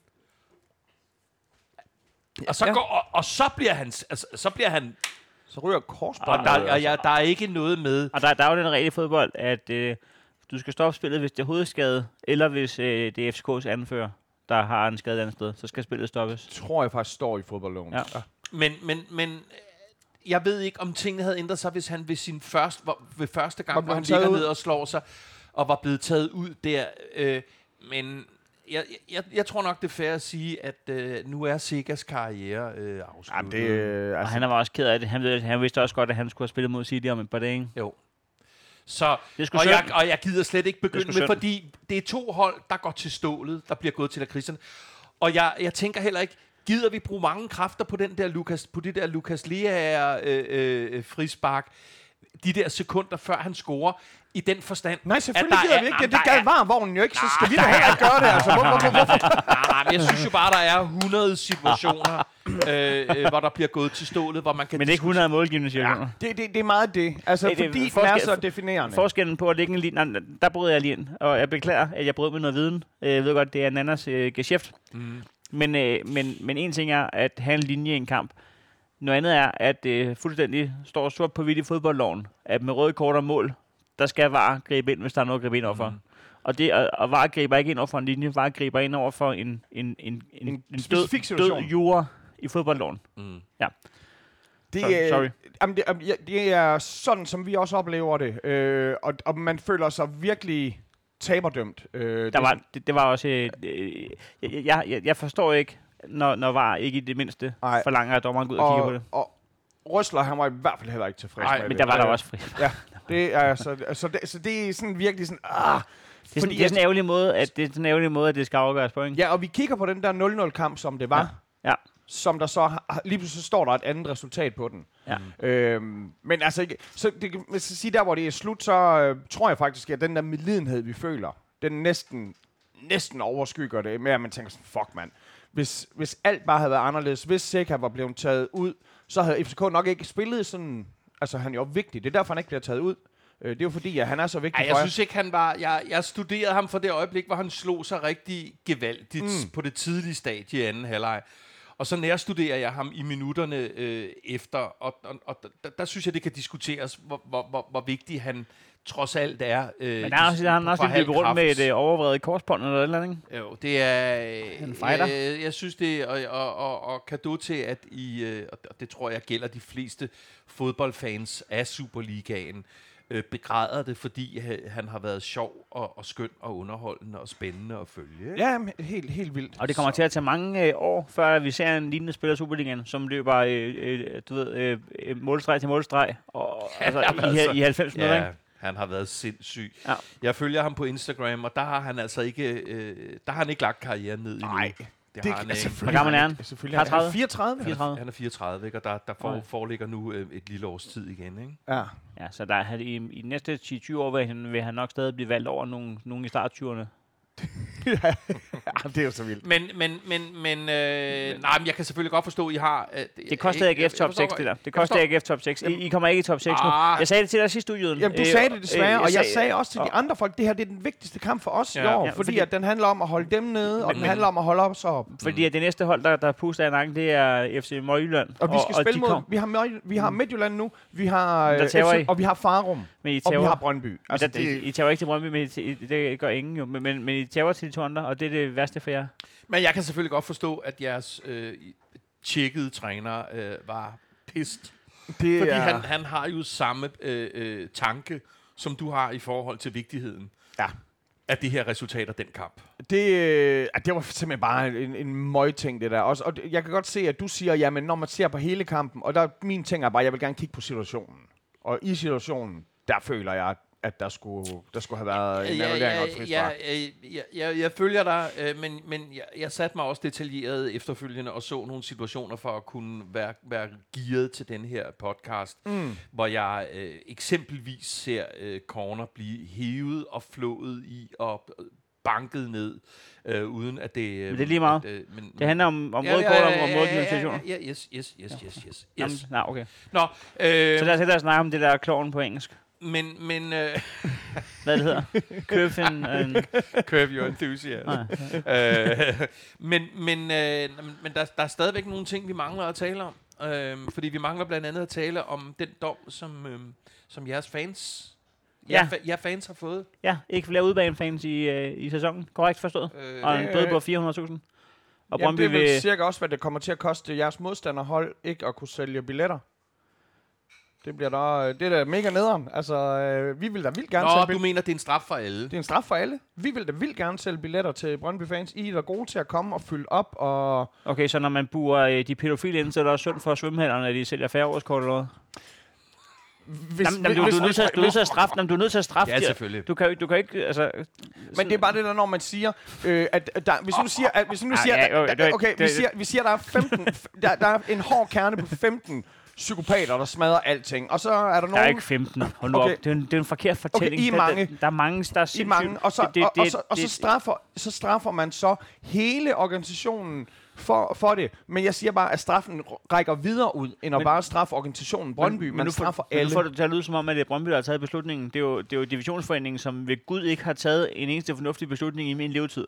Speaker 3: Og så,
Speaker 4: Ja.
Speaker 3: går, og, og så bliver han... s- Altså, så bliver han...
Speaker 4: Så ryger
Speaker 3: Og
Speaker 4: korsbåndet.
Speaker 3: der, og ja, der er altså- ikke noget med...
Speaker 2: Og der, der er jo den regel i fodbold, at øh, du skal stoppe spillet, hvis det er hovedskade, eller hvis øh, det er FCK's anfører, der har en skade et andet sted. Så skal spillet stoppes.
Speaker 4: tror jeg faktisk står i fodboldloven.
Speaker 2: Ja.
Speaker 3: Men, men, men øh, jeg ved ikke, om tingene havde ændret sig, hvis han ved, sin første, hvor- ved første
Speaker 4: Var
Speaker 3: gang, hvor
Speaker 4: blevet
Speaker 3: han
Speaker 4: taget
Speaker 3: ligger
Speaker 4: ud?
Speaker 3: ned og slår sig, og var blevet taget ud der. Øh, men jeg, jeg, jeg tror nok, det er fair at sige, at øh, nu er Sikkers karriere øh,
Speaker 4: Jamen,
Speaker 3: afsluttet.
Speaker 4: det, øh,
Speaker 2: Og
Speaker 4: altså,
Speaker 2: han var også ked af det. Han, ved, han vidste også godt, at han skulle have spillet mod City om et par dage. ikke?
Speaker 3: Jo. Så,
Speaker 2: Det er sgu
Speaker 3: og,
Speaker 2: synd.
Speaker 3: jeg, og jeg gider slet ikke
Speaker 2: Det er
Speaker 3: begynde
Speaker 2: sgu
Speaker 3: med,
Speaker 2: synd.
Speaker 3: fordi det er to hold, der går til stålet, der bliver gået til lakridserne. Og jeg, jeg tænker heller ikke, gider vi bruge mange kræfter på, den der Lukas, på det der Lukas Lea øh, øh, frispark? de der sekunder, før han scorer, i den forstand,
Speaker 4: Nej, selvfølgelig
Speaker 3: at der
Speaker 4: gider
Speaker 3: er-
Speaker 4: vi ikke
Speaker 3: Nå,
Speaker 4: det. Det
Speaker 3: der
Speaker 4: gad
Speaker 3: er-
Speaker 4: varmvognen jo ikke, så skal vi da heller ikke gøre det. Altså, hvorfor, hvorfor, hvorfor?
Speaker 3: Nej, Ah, nej, men jeg synes jo bare, der er 100 situationer, øh, øh, hvor der bliver gået til stålet, hvor man kan...
Speaker 2: Men det er ikke 100 målgivende situationer.
Speaker 4: Det, det, det er meget det. Altså,
Speaker 2: Det- det-
Speaker 4: fordi den er
Speaker 2: forskel-
Speaker 4: så definerende.
Speaker 2: Forskellen på at ligge en linje, nej, der brød jeg lige ind, og jeg beklager, at jeg brød med noget viden. Øh, Jeg ved godt, det er Nannas øh, geschæft. Mm. Men, øh, men, men en ting er at have en linje i en kamp. Noget andet er, at øh, fuldstændig står sort på hvidt i fodboldloven, at med røde kort og mål, der skal VAR gribe ind, hvis der er noget at gribe ind overfor. Mm. Og, det, og, og VAR griber ikke ind over for en linje, VAR griber ind over for en, en, en, en, en, en
Speaker 4: specifik
Speaker 2: død, død
Speaker 4: situation.
Speaker 2: jura i fodboldloven. Mm. Ja.
Speaker 4: Det,
Speaker 2: Sorry,
Speaker 4: øh,
Speaker 2: sorry.
Speaker 4: Jamen, det, jamen, ja, det er sådan, som vi også oplever det. Øh, og, og man føler sig virkelig taberdømt. Øh,
Speaker 2: Der
Speaker 4: det-
Speaker 2: var, det, det var også... Øh, øh, jeg, jeg- jeg, jeg forstår ikke, når, når var ikke i det mindste
Speaker 4: Ej.
Speaker 2: Ej. forlanger, at dommeren går ud og, kigger på
Speaker 4: og,
Speaker 2: det.
Speaker 4: og Røsler, han var i hvert fald heller ikke tilfreds
Speaker 2: Nej,
Speaker 4: med
Speaker 2: men
Speaker 4: det.
Speaker 2: der var der
Speaker 4: Øh,
Speaker 2: også fri.
Speaker 4: Ja, det er, så, så, det, så det er sådan virkelig sådan... Ah,
Speaker 2: Det er sådan, det er sådan en ærgerlig måde, at det er sådan en ærgerlig måde, at det skal afgøres på, ikke?
Speaker 4: Ja, og vi kigger på den der 0-0-kamp, som det var.
Speaker 2: Ja.
Speaker 4: Som der så... har- Lige pludselig så står der et andet resultat på den.
Speaker 2: Ja.
Speaker 4: Øhm, men altså, ikke- så det, kan- hvis jeg sige, der hvor det er slut, så øh, tror jeg faktisk, at den der medlidenhed, vi føler, den næsten, næsten overskygger det med, at man tænker sådan, fuck mand, hvis, hvis alt bare havde været anderledes, hvis Seca var blevet taget ud, så havde FCK nok ikke spillet sådan, altså han er jo vigtig, det er derfor, han ikke bliver taget ud. Øh, det er jo fordi, at han er så vigtig
Speaker 3: Ej,
Speaker 4: for
Speaker 3: jeg synes ikke, han var... Jeg, jeg studerede ham fra det øjeblik, hvor han slog sig rigtig gevaldigt mm. på det tidlige stadie i anden halvleg. Og så nærstuderer jeg ham i minutterne øh, efter, og, og, og der, der synes jeg, det kan diskuteres, hvor, hvor, hvor, hvor vigtig han trods alt er. Øh,
Speaker 2: Men der er også, der har han
Speaker 3: i-
Speaker 2: også
Speaker 3: for
Speaker 2: lidt løbet
Speaker 3: halv
Speaker 2: rundt med
Speaker 3: kraft.
Speaker 2: et øh, overvredet korsbånd eller et eller andet, ikke?
Speaker 3: Jo, det er... Han
Speaker 2: fighter.
Speaker 3: Øh, jeg synes det, er- og, og, og, og kado til, at I, øh, og og det tror jeg gælder de fleste fodboldfans af Superligaen, øh, begræder det, fordi ha- han har været sjov og, og skøn og underholdende og spændende at følge. ikke?
Speaker 4: Ja, men helt, helt vildt.
Speaker 2: Og det kommer til at tage mange øh, år, før vi ser en lignende spiller i Superligaen, som løber, øh, øh, du ved, øh, øh, målstreg til målstreg, og, altså, i,
Speaker 3: altså.
Speaker 2: i 90 minutter, ikke?
Speaker 3: Ja, han har været sindssyg.
Speaker 2: Ja.
Speaker 3: Jeg følger ham på Instagram, og der har han altså ikke, øh, der har han ikke lagt karrieren ned endnu.
Speaker 4: Nej,
Speaker 3: det,
Speaker 4: det-
Speaker 3: har han
Speaker 4: altså,
Speaker 3: ikke.
Speaker 2: Hvor gammel er han?
Speaker 4: Selvfølgelig. er
Speaker 2: 34?
Speaker 4: han- 34?
Speaker 2: 34?
Speaker 3: Han er 34, ikke? og der, der for,
Speaker 2: Nej.
Speaker 3: foreligger nu øh, et lille års tid igen. Ikke?
Speaker 4: Ja.
Speaker 2: Ja, så der, er- i, i de næste 10-20 år vil han, vil han nok stadig blive valgt over nogen, nogen i starttyverne.
Speaker 4: ja, det er jo så vildt.
Speaker 3: Men, men, men, men, øh, nej, men jeg kan selvfølgelig godt forstå, at I har... Øh,
Speaker 2: Det kostede AGF top 6, det der. Det kostede AGF top 6. I, I kommer ikke i top 6 nu.
Speaker 3: Ah.
Speaker 2: Jeg sagde det til dig sidste uge, Jyden.
Speaker 4: Jamen, du
Speaker 2: Øh,
Speaker 4: sagde det desværre,
Speaker 2: øh,
Speaker 4: og jeg sagde også til de
Speaker 2: og-
Speaker 4: andre folk, det her det er den vigtigste kamp for os i
Speaker 3: Ja.
Speaker 4: år,
Speaker 2: Ja,
Speaker 4: fordi,
Speaker 2: fordi-
Speaker 4: at den handler om at holde dem nede, og den handler om at holde os op.
Speaker 2: Fordi at det næste hold, der, der puster af nakken, det er FC Midtjylland.
Speaker 4: Og vi skal
Speaker 2: og
Speaker 4: spille
Speaker 2: de
Speaker 4: mod,
Speaker 2: kom-
Speaker 4: vi har, Møj- vi har Midtjylland nu, vi har,
Speaker 2: Der
Speaker 4: øh,
Speaker 2: taber I.
Speaker 4: og vi har Farum,
Speaker 2: Men I
Speaker 4: og vi har
Speaker 2: tager,
Speaker 4: Brøndby.
Speaker 2: altså,
Speaker 4: Altså,
Speaker 2: I,
Speaker 4: det,
Speaker 2: I tager ikke til Brøndby, men I, I- det gør ingen jo. Men, men, men I tager til de to andre, og det er det værste for jer.
Speaker 3: Men jeg kan selvfølgelig godt forstå, at jeres øh, tjekkede træner øh, var pist.
Speaker 4: det
Speaker 3: Fordi
Speaker 4: er,
Speaker 3: han, han har jo samme øh, øh, tanke, som du har i forhold til vigtigheden
Speaker 4: Ja.
Speaker 3: af det her resultat og den kamp.
Speaker 4: det, øh, ah, det var simpelthen bare en, en møgting, det der. Også, og det- jeg kan godt se, at du siger, jamen, når man ser på hele kampen, og der, min ting er bare, jeg vil gerne kigge på situationen. Og i situationen, der føler jeg, at der skulle, der skulle have været en ja, annullering og et frispark.
Speaker 3: ja, øh, ja, jeg, jeg følger dig, øh, men, men jeg, jeg satte mig også detaljeret efterfølgende og så nogle situationer for at kunne være, være gearet til den her podcast, mm. hvor jeg øh, eksempelvis ser øh, corner blive hævet og flået i og øh, banket ned, øh, uden at det... Øh,
Speaker 2: Men det er lige meget.
Speaker 3: At, øh, men,
Speaker 2: Det handler om, om ja, røde kort og om målgivende situationer.
Speaker 3: Ja, ja, yes, yes, yes, yes, yes.
Speaker 2: Jamen,
Speaker 3: yes.
Speaker 2: nej, okay.
Speaker 3: Nå,
Speaker 2: Så
Speaker 3: øh,
Speaker 2: lad os hellere snakke om det der kloven på engelsk.
Speaker 3: men, men øh,
Speaker 2: Hvad det hedder? Køfen. Øh,
Speaker 3: curve your enthusiasm.
Speaker 2: nej.
Speaker 3: øh, men men, øh, nå, men- men der, der er stadigvæk nogle ting, vi mangler at tale om. Øh, fordi vi mangler blandt andet at tale om den dom, som, øh, som jeres fans... Ja.
Speaker 2: Ja.
Speaker 3: Jer, fa- jer fans har fået.
Speaker 2: Ja, ikke flere udbanefans i, øh, i sæsonen. Korrekt forstået.
Speaker 3: Øh,
Speaker 2: Og en
Speaker 4: Øh,
Speaker 2: bøde på 400.000. Og
Speaker 4: Jamen,
Speaker 2: Brøndby
Speaker 4: det er vel
Speaker 2: vil...
Speaker 4: cirka også, hvad det kommer til at koste jeres modstanderhold ikke at kunne sælge billetter. Det bliver der, øh, det er da mega nederen. Altså, øh, vi vil da vildt gerne Nå,
Speaker 3: Nå,
Speaker 4: sælge
Speaker 3: du
Speaker 4: billetter.
Speaker 3: mener, det er en straf for alle.
Speaker 4: Det er en straf for alle. Vi vil da vildt gerne sælge billetter til Brøndby fans. I er da gode til at komme og fylde op. Og
Speaker 2: Okay, så når man buer øh, de pædofile ind, så er det også synd for svømmehallerne, at de sælger færre årskort eller noget?
Speaker 4: hvis,
Speaker 2: Jamen, jamen, du, du, er nødt til at- du er nødt til at straffe dem. Du er nødt til at straffe
Speaker 3: Ja,
Speaker 2: de-
Speaker 3: selvfølgelig.
Speaker 2: Du kan jo ikke, du kan ikke, altså...
Speaker 4: Men det er bare det der, når man siger, øh, at at der, hvis nu siger, at, hvis nu
Speaker 2: Ej,
Speaker 4: siger,
Speaker 2: ja, jo,
Speaker 4: at,
Speaker 2: det er-
Speaker 4: okay,
Speaker 2: det
Speaker 4: vi
Speaker 2: er-
Speaker 4: siger, vi siger, der er 15, f- der, der er en hård kerne på 15 psykopater, der smadrer alting. Og så er der
Speaker 2: Der er
Speaker 4: nogen...
Speaker 2: ikke 15. Hold nu
Speaker 4: Okay.
Speaker 2: okay. op. Det er, en, det er en forkert fortælling.
Speaker 4: I er
Speaker 2: Der-
Speaker 4: mange.
Speaker 2: Der, der er mange, der er
Speaker 4: i
Speaker 2: sindssygt.
Speaker 4: mange, og så,
Speaker 2: det- det-
Speaker 4: og, og,
Speaker 2: det-
Speaker 4: så, og så,
Speaker 2: det-
Speaker 4: straffer, så straffer man så hele organisationen for, for det. Men jeg siger bare, at straffen rækker videre ud, end at men, bare straffe organisationen Brøndby. Men, man
Speaker 2: nu får-
Speaker 4: straffer
Speaker 2: men
Speaker 4: alle.
Speaker 2: Nu får det til at lyde som om, at det er Brøndby, der har taget beslutningen. Det er, jo, det er jo divisionsforeningen, som ved Gud ikke har taget en eneste fornuftig beslutning i min levetid.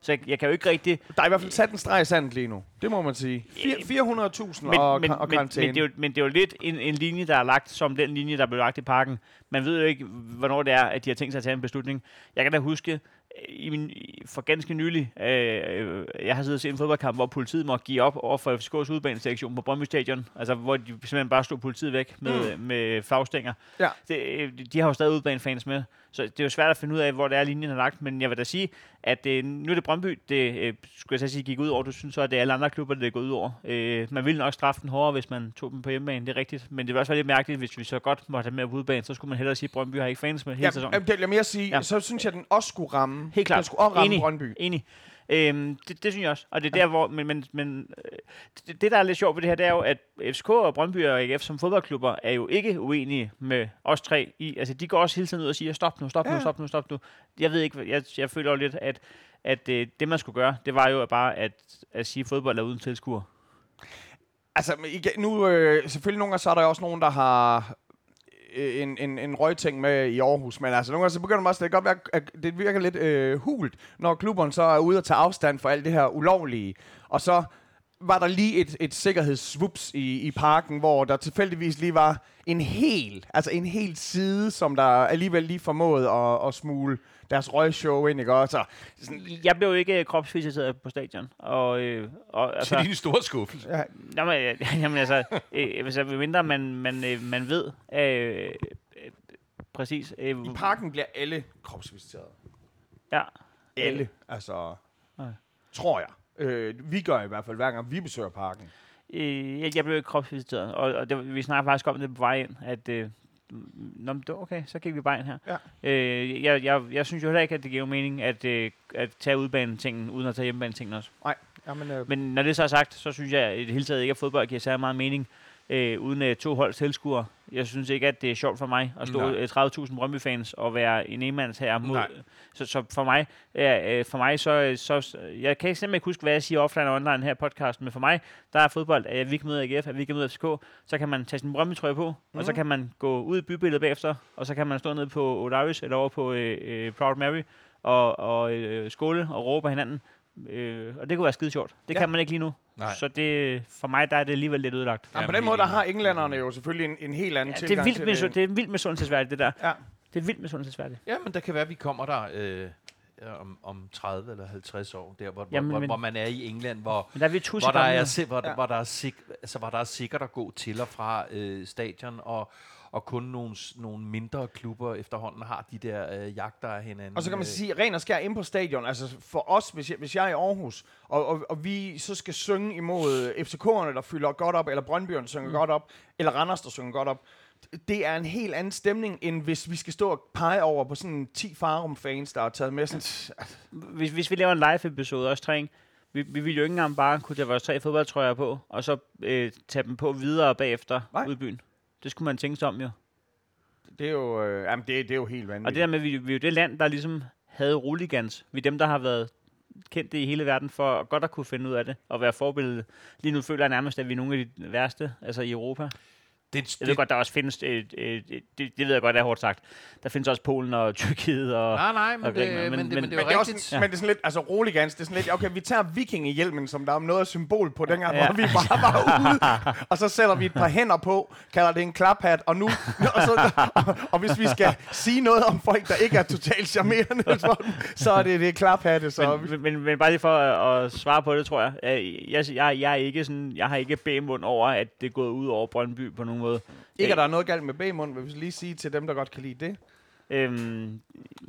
Speaker 2: Så jeg, jeg kan jo ikke rigtig...
Speaker 4: Der er i hvert fald sat en streg i sandet lige nu. Det må man sige. Fir- 400.000
Speaker 2: Øh, Men,
Speaker 4: og,
Speaker 2: men,
Speaker 4: og
Speaker 2: men, men,
Speaker 4: karantæne.
Speaker 2: det er jo, men det er jo lidt en, en linje, der er lagt som den linje, der blev lagt i parken. Man ved jo ikke, hvornår det er, at de har tænkt sig at tage en beslutning. Jeg kan da huske, øh, i min, i- for ganske nylig, øh, jeg har siddet og set en fodboldkamp, hvor politiet måtte give op over for FCK's udbanesektion på Brøndby Stadion. Altså, hvor de simpelthen bare stod politiet væk med, mm. med flagstænger.
Speaker 4: Ja.
Speaker 2: Det, øh, de har jo stadig udbanefans med, så det er jo svært at finde ud af, hvor det er, linjen er lagt. Men jeg vil da sige, at øh, nu er det Brøndby, det øh, skulle jeg så sige, gik ud over. Du synes så, at det er alle andre klubber, det er gået ud over. Øh, man ville nok straffe den hårdere, hvis man tog dem på hjemmebane, det er rigtigt. Men det ville også være lidt mærkeligt, hvis vi så godt måtte have med på udebane, så skulle man hellere sige, at Brøndby har ikke fans med hele
Speaker 4: ja,
Speaker 2: sæsonen.
Speaker 4: jamen, det vil jeg mere sige. Ja.
Speaker 2: Ja.
Speaker 4: Så synes jeg, den også skulle ramme.
Speaker 2: Helt klart.
Speaker 4: Den skulle også ramme
Speaker 2: Enig.
Speaker 4: Brøndby.
Speaker 2: Enig. Øhm, det, det synes jeg også. Og det er der, hvor... Men, men, men øh, det, det, der er lidt sjovt ved det her, det er jo, at FCK og Brøndby og AGF som fodboldklubber er jo ikke uenige med os tre i... Altså, de går også hele tiden ud og siger, stop nu, stop
Speaker 4: Ja.
Speaker 2: nu, stop nu, stop nu. Jeg ved ikke... hvad- Jeg, jeg føler jo lidt, at, at øh, det, man skulle gøre, det var jo bare at, at sige, at fodbold er uden tilskuer.
Speaker 4: Altså, men igen, nu øh, selvfølgelig nogle gange, så er der jo også nogen, der har øh, en, en, en røgting med i Aarhus, men altså nogle gange, så begynder man også, det kan godt være, at det virker lidt øh, hult, når klubberne så er ude og tage afstand for alt det her ulovlige, og så var der lige et, et sikkerhedsvups i, i parken, hvor der tilfældigvis lige var en hel, altså en hel side, som der alligevel lige formåede at, at smule deres røgshow ind, ikke? Og så, sådan,
Speaker 2: Jeg blev jo ikke øh, kropsvisiteret på stadion. Og, øh, og, altså,
Speaker 5: Det er din store skuffelse.
Speaker 2: Jamen, øh, jamen altså, øh, hvis jeg, mindre man, man, øh, man ved, øh, øh, præcis. Øh,
Speaker 4: i parken bliver alle kropsvisiteret.
Speaker 2: ja.
Speaker 4: Alle, altså,
Speaker 2: Nej.
Speaker 4: tror jeg. Øh, vi gør i hvert fald, hver gang vi besøger parken.
Speaker 2: Øh, jeg, jeg blev ikke kropsvisiteret, og, og det, vi snakkede faktisk om det på vej ind, at øh, Nå, men det var okay, så gik vi bare ind her. Ja. Øh, jeg, jeg, jeg synes jo heller ikke, at det giver mening at, øh, at tage udbanetingen, uden at tage hjemmebanetingen også.
Speaker 4: Jamen,
Speaker 5: Øhm.
Speaker 4: øh,
Speaker 2: Men når det så er sagt, så synes jeg i det hele taget ikke, at fodbold giver særlig meget mening øh, uden øh, to holds tilskuere. Jeg synes ikke, at det er sjovt for mig at stå
Speaker 5: Nej.
Speaker 2: øh, 30.000 Brøndby-fans og være en enmands her mod.
Speaker 5: Nej.
Speaker 2: Så, så, for mig, ja, øh, for mig så, øh, så, jeg kan simpelthen ikke huske, hvad jeg siger offline og online her i podcasten, men for mig, der er fodbold, at vi kan møde AGF, at vi kan møde FCK, så kan man tage sin Brøndby-trøje på, mm. og så kan man gå ud i bybilledet bagefter, og så kan man stå nede på Odaris eller over på øh, øh, Proud Mary og, og øh, skåle og råbe af hinanden. Øh, og det kunne være skide sjovt. Det ja.
Speaker 4: Ja.
Speaker 2: kan man ikke lige nu.
Speaker 5: Nej.
Speaker 2: Så det, for mig der er det alligevel lidt ødelagt.
Speaker 4: jamen, på den måde, der har englænderne jo selvfølgelig en, en helt anden
Speaker 2: Ja,
Speaker 4: ja,
Speaker 2: det, er
Speaker 4: tilgang
Speaker 2: vildt
Speaker 4: til
Speaker 2: med, det. det er vildt med sundhedsværdigt, det der.
Speaker 4: Ja.
Speaker 2: Det er vildt med sundhedsværdigt.
Speaker 3: Ja, men der kan være, at vi kommer der øh, om, om 30 eller 50 år, der hvor, Jamen,
Speaker 2: Jamen,
Speaker 3: hvor, hvor,
Speaker 2: men-
Speaker 3: hvor man er i England, hvor,
Speaker 2: Men der er vi tusind
Speaker 3: hvor der
Speaker 2: gange
Speaker 3: er,
Speaker 2: nu.
Speaker 3: si- hvor,
Speaker 4: Ja.
Speaker 3: ja. hvor, der er sik, altså, hvor der er sikkert at gå til og fra øh, stadion, og, og kun nogle, s- nogle mindre klubber efterhånden har de der øh, jagter af hinanden.
Speaker 4: Og så kan man
Speaker 3: øh,
Speaker 4: sige, ren og skær ind på stadion, altså for os, hvis jeg, hvis jeg er i Aarhus, og, og, og vi så skal synge imod FCK'erne, der fylder godt op, eller Brøndbyerne synger mm. godt op, eller Randers, der synger godt op, det er en helt anden stemning, end hvis vi skal stå og pege over på sådan 10 Farum-fans, der har taget med sådan... altså,
Speaker 2: hvis, hvis vi laver en live-episode også, Træng, vi, vi ville jo ikke engang bare kunne tage vores tre fodboldtrøjer på, og så øh, tage dem på videre bagefter
Speaker 4: Nej.
Speaker 2: Nej. ud i byen. Det skulle man tænke sig om jo.
Speaker 4: Det er jo, øh, jamen det, det er jo helt vanvittigt.
Speaker 2: Og det der med, at vi, vi er jo det land, der ligesom havde roligans. Vi er dem, der har været kendte i hele verden for godt at kunne finde ud af det og være forbillede. Lige nu føler jeg nærmest, at vi er nogle af de værste altså i Europa.
Speaker 3: det,
Speaker 2: Jeg
Speaker 3: det,
Speaker 2: ved godt, der også findes, øh, øh, det, det ved jeg godt, det er hårdt sagt. Der findes også Polen og Tyrkiet og...
Speaker 3: Nej, nej, men,
Speaker 2: og griner,
Speaker 3: det, men,
Speaker 2: men-
Speaker 3: det, men
Speaker 2: men-
Speaker 3: det
Speaker 4: Men
Speaker 3: er jo
Speaker 4: det, er også,
Speaker 3: rigtigt.
Speaker 4: ja. men det er sådan lidt, altså roligans, det er sådan lidt, okay, vi tager vikingehjelmen, som der er noget symbol på, dengang ja.
Speaker 2: Ja.
Speaker 4: hvor vi bare var ude, og så sætter vi et par hænder på, kalder det en klaphat, og nu, og, så, og, og hvis vi skal sige noget om folk, der ikke er totalt charmerende, så- så er det det klaphatte, så... Men,
Speaker 2: men, men, men bare lige for at, at svare på det, tror jeg. Øh, Jeg, jeg, jeg, er ikke sådan, jeg har ikke bæmund over, at det er gået ud over Brøndby på nogen måde.
Speaker 4: ikke at der er noget galt med B-mund, vil vi lige sige til dem, der godt kan lide det.
Speaker 2: Øhm,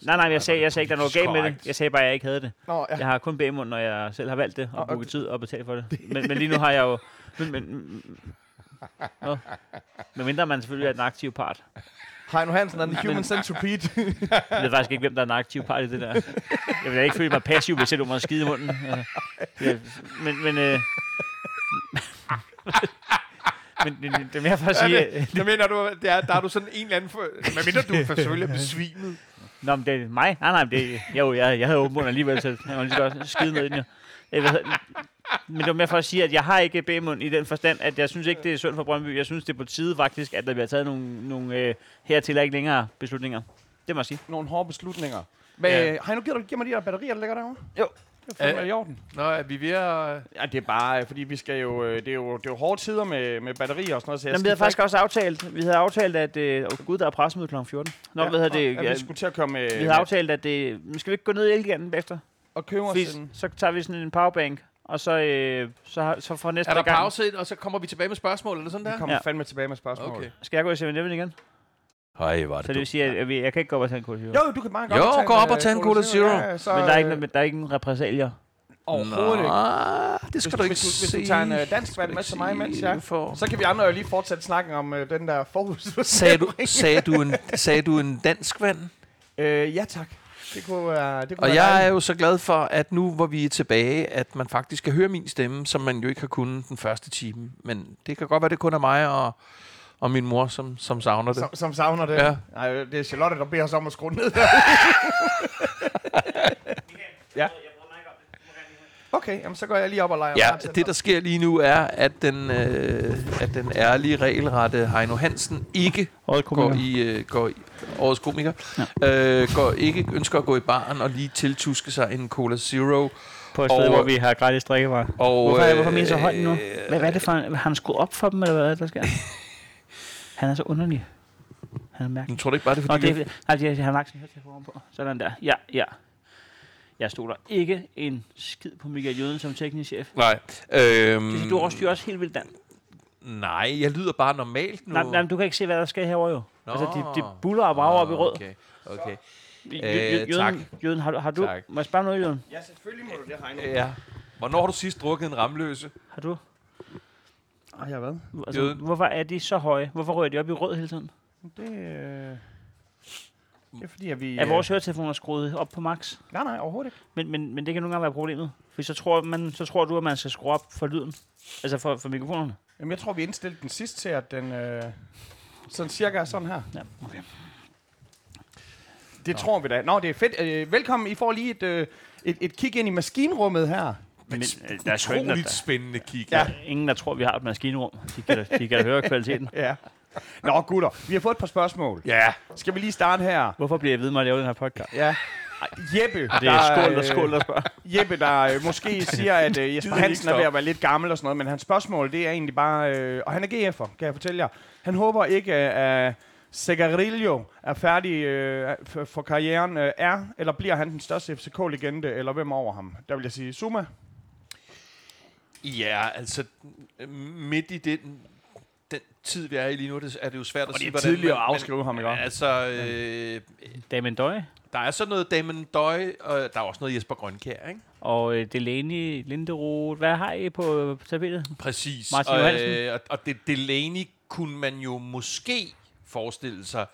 Speaker 2: nej, nej, men jeg sagde, jeg sagde ikke, der er noget galt med det.
Speaker 5: Korrekt.
Speaker 2: Jeg sagde bare, at jeg ikke havde det.
Speaker 4: Nå, ja.
Speaker 2: Jeg har kun bæmund, når jeg selv har valgt det, og brugt tid og betalt for det. Men, men lige nu har jeg jo... Men, men, Nå. Men mindre man selvfølgelig er den aktive part.
Speaker 4: Heino Hansen er den human centipede.
Speaker 2: Jeg ved faktisk ikke, hvem der er den aktive part i det der. Jeg vil da ikke føle mig passiv, hvis jeg lå mig en skide i munden. Altså, ja, Men, men, øh, men det, det, det er mere for at sige... øh,
Speaker 5: Er det, der mener du, der, der er du sådan en eller anden... For, hvad mindre du for selvfølgelig er besvimet?
Speaker 2: Nå, men det er mig. Nej, nej, men det jo, jeg, jeg havde åben mund alligevel, så han var lige godt skide ned i den jo. Øh, hvad hedder den? Men det var mere for at sige, at jeg har ikke B-mund i den forstand, at jeg synes ikke, det er synd for Brøndby. Jeg synes, det er på tide faktisk, at der bliver taget nogle, nogle øh, hertil og ikke længere beslutninger. Det må jeg sige.
Speaker 4: Nogle hårde beslutninger. Men, øh,
Speaker 2: Ja.
Speaker 4: ja. Har I nu givet dig, giv mig de der batterier, der ligger derovre?
Speaker 2: Jo.
Speaker 4: Det er fandme
Speaker 5: Øh.
Speaker 4: i orden.
Speaker 5: Nå, er vi ved at...
Speaker 4: Ja, det er bare, øh, fordi vi skal jo, øh, det er jo, det er jo hårde tider med, med batterier og sådan noget. Så jeg
Speaker 2: Jamen, vi
Speaker 4: skal
Speaker 2: havde faktisk også aftalt, vi havde aftalt at... Øh, oh, gud, der er pressemøde kl. 14. Nå, ja, hvad hedder det?
Speaker 4: Ja,
Speaker 2: Ja,
Speaker 4: vi skulle til at komme
Speaker 2: vi havde aftalt, at det... Skal vi ikke gå ned i Elgiganten bagefter?
Speaker 4: og købe os
Speaker 2: Fordi
Speaker 4: en...
Speaker 2: så tager vi sådan en powerbank, og så, øh, så, har- så fra næste
Speaker 5: Er der
Speaker 2: gang...
Speaker 5: pause, og så kommer vi tilbage med spørgsmål, eller sådan
Speaker 4: Vi
Speaker 5: der?
Speaker 4: kommer
Speaker 2: Ja.
Speaker 4: ja. fandme tilbage med spørgsmål.
Speaker 5: Okay.
Speaker 4: Okay.
Speaker 2: Skal jeg gå i 7 igen?
Speaker 3: Hej, var
Speaker 2: Så det vil sige, at jeg, jeg kan ikke gå op og tage en kurs.
Speaker 4: Jo, du kan bare
Speaker 3: Jo,
Speaker 4: tage
Speaker 3: gå op og
Speaker 4: øh,
Speaker 3: tag en Cola Zero.
Speaker 4: Ja, ja, så,
Speaker 2: Men der er ikke,
Speaker 4: øh,
Speaker 2: nogen- der er ikke nogen repressalier.
Speaker 4: Overhovedet ikke.
Speaker 3: det
Speaker 4: Hvis,
Speaker 3: skal du ikke
Speaker 4: hvis, hvis
Speaker 3: se.
Speaker 4: du tager en øh, dansk vand med til mig, mens jeg...
Speaker 3: for...
Speaker 4: Så kan vi andre jo lige fortsætte snakken om øh, den der forhus.
Speaker 3: Sagde du, sagde, du en, sagde du en dansk vand?
Speaker 4: øh, ja, tak. Det kunne være... Det kunne
Speaker 3: Og
Speaker 4: være
Speaker 3: jeg er
Speaker 4: dejligt.
Speaker 3: jo så glad for, at nu hvor vi er tilbage, at man faktisk kan høre min stemme, som man jo ikke har kunnet den første time. Men det kan godt være, det kun er mig og, og min mor, som, som savner det.
Speaker 4: Som, som savner det.
Speaker 3: Ja.
Speaker 4: Ja. Nej, øh, det er Charlotte, der beder os om at skrue ned. ja. Okay, jamen, så går jeg lige op og leger.
Speaker 3: Ja,
Speaker 4: varmt.
Speaker 3: det der sker lige nu er, at den, øh, at den ærlige, regelrette Heino Hansen ikke
Speaker 2: Årets
Speaker 3: går
Speaker 2: komiker.
Speaker 3: i, øh, går i årets komiker, ja. øh, går, ikke ønsker at gå i baren og lige tiltuske sig en Cola Zero.
Speaker 2: På et sted,
Speaker 3: Og-
Speaker 2: hvor vi har gratis drikkevarer.
Speaker 3: Og,
Speaker 2: Hvorfor, øh, hvorfor
Speaker 3: øh,
Speaker 2: mener så højt nu? Hvad, hvad er det for en, Har han skruet op for dem, eller hvad er det, der sker? han er så underlig. Han er mærkelig.
Speaker 3: Nu øh, tror du ikke bare, det er
Speaker 2: Nå,
Speaker 3: fordi...
Speaker 2: det, er- nej, det, er- han har lagt sin høretelefoner på. Sådan der. Ja, ja. Jeg stoler ikke en skid på Michael Jøden som teknisk chef.
Speaker 3: Nej. Øhm,
Speaker 2: Det siger, du også, du er også helt vildt dan.
Speaker 3: Nej, jeg lyder bare normalt nu.
Speaker 2: Nej, nej, men du kan ikke se, hvad der sker herovre jo.
Speaker 3: Nå.
Speaker 2: Altså, de, de buller og brager op i rød.
Speaker 3: Okay, okay.
Speaker 2: Jø-
Speaker 3: Øh,
Speaker 2: Jø- Jøden, Jøden, har, du- har du...
Speaker 3: Tak.
Speaker 2: Må jeg spørge noget, Jøden?
Speaker 4: Ja, selvfølgelig må du det, Heino.
Speaker 3: Ja. Hvornår har du sidst drukket en ramløse?
Speaker 2: Har du?
Speaker 4: Ej, jeg hvad?
Speaker 2: Altså,
Speaker 3: Jøden.
Speaker 2: hvorfor er de så høje? Hvorfor rører de op i rød hele tiden?
Speaker 4: Det, øh, det er fordi, at vi...
Speaker 2: Er vores høretelefoner skruet op på max?
Speaker 4: Øh, nej, nej, overhovedet ikke.
Speaker 2: Men, men, men det kan nogle gange være problemet. For så tror, man, så tror du, at man skal skrue op for lyden. Altså for, for mikrofonerne.
Speaker 4: Jamen, jeg tror, vi indstillede den sidst til, at den øh, sådan cirka er sådan her.
Speaker 2: Ja, okay.
Speaker 4: Det Nå. tror vi da. Nå, det er fedt. Øh, velkommen. I får lige et, øh, et, et kig ind i maskinrummet her.
Speaker 2: Men øh, der er sgu ingen, der,
Speaker 5: Lidt spændende kig.
Speaker 4: Ja.
Speaker 2: der, ingen, der tror, vi har et maskinrum. De kan, da- de kan da høre kvaliteten.
Speaker 4: Ja. Nå, gutter. Vi har fået et par spørgsmål.
Speaker 5: Ja.
Speaker 4: Skal vi lige starte her?
Speaker 2: Hvorfor bliver jeg ved med at lave den her podcast?
Speaker 4: Ja. Ej, Jeppe,
Speaker 3: Ah,
Speaker 2: Det er skål, der skål, der spørger.
Speaker 4: Jeppe, der øh, måske siger, at øh, Jesper Hansen er ved at være lidt gammel og sådan noget, men hans spørgsmål, det er egentlig bare... Øh, og han er GF'er, kan jeg fortælle jer. Han håber ikke, øh, at Segarillo er færdig øh, for, for karrieren. Øh, er, eller bliver han den største FCK-legende, eller hvem over ham? Der vil jeg sige Zuma.
Speaker 3: Ja, altså øh, midt i den, den tid, vi er i lige nu, det, er det jo svært at sige,
Speaker 4: Det er tidligt at afskrive ham,
Speaker 3: men,
Speaker 4: ikke? også?
Speaker 3: Altså, øh,
Speaker 2: Damien Døje
Speaker 3: der er sådan noget Damon Døj, og der er også noget Jesper Grønkær, ikke?
Speaker 2: og øh, Delaney, Linderoth. Hvad har I på, øh, på tapetet?
Speaker 3: Præcis.
Speaker 2: Martin
Speaker 3: og,
Speaker 2: Johansen.
Speaker 3: øh, og, og det, Delaney kunne man jo måske forestille sig,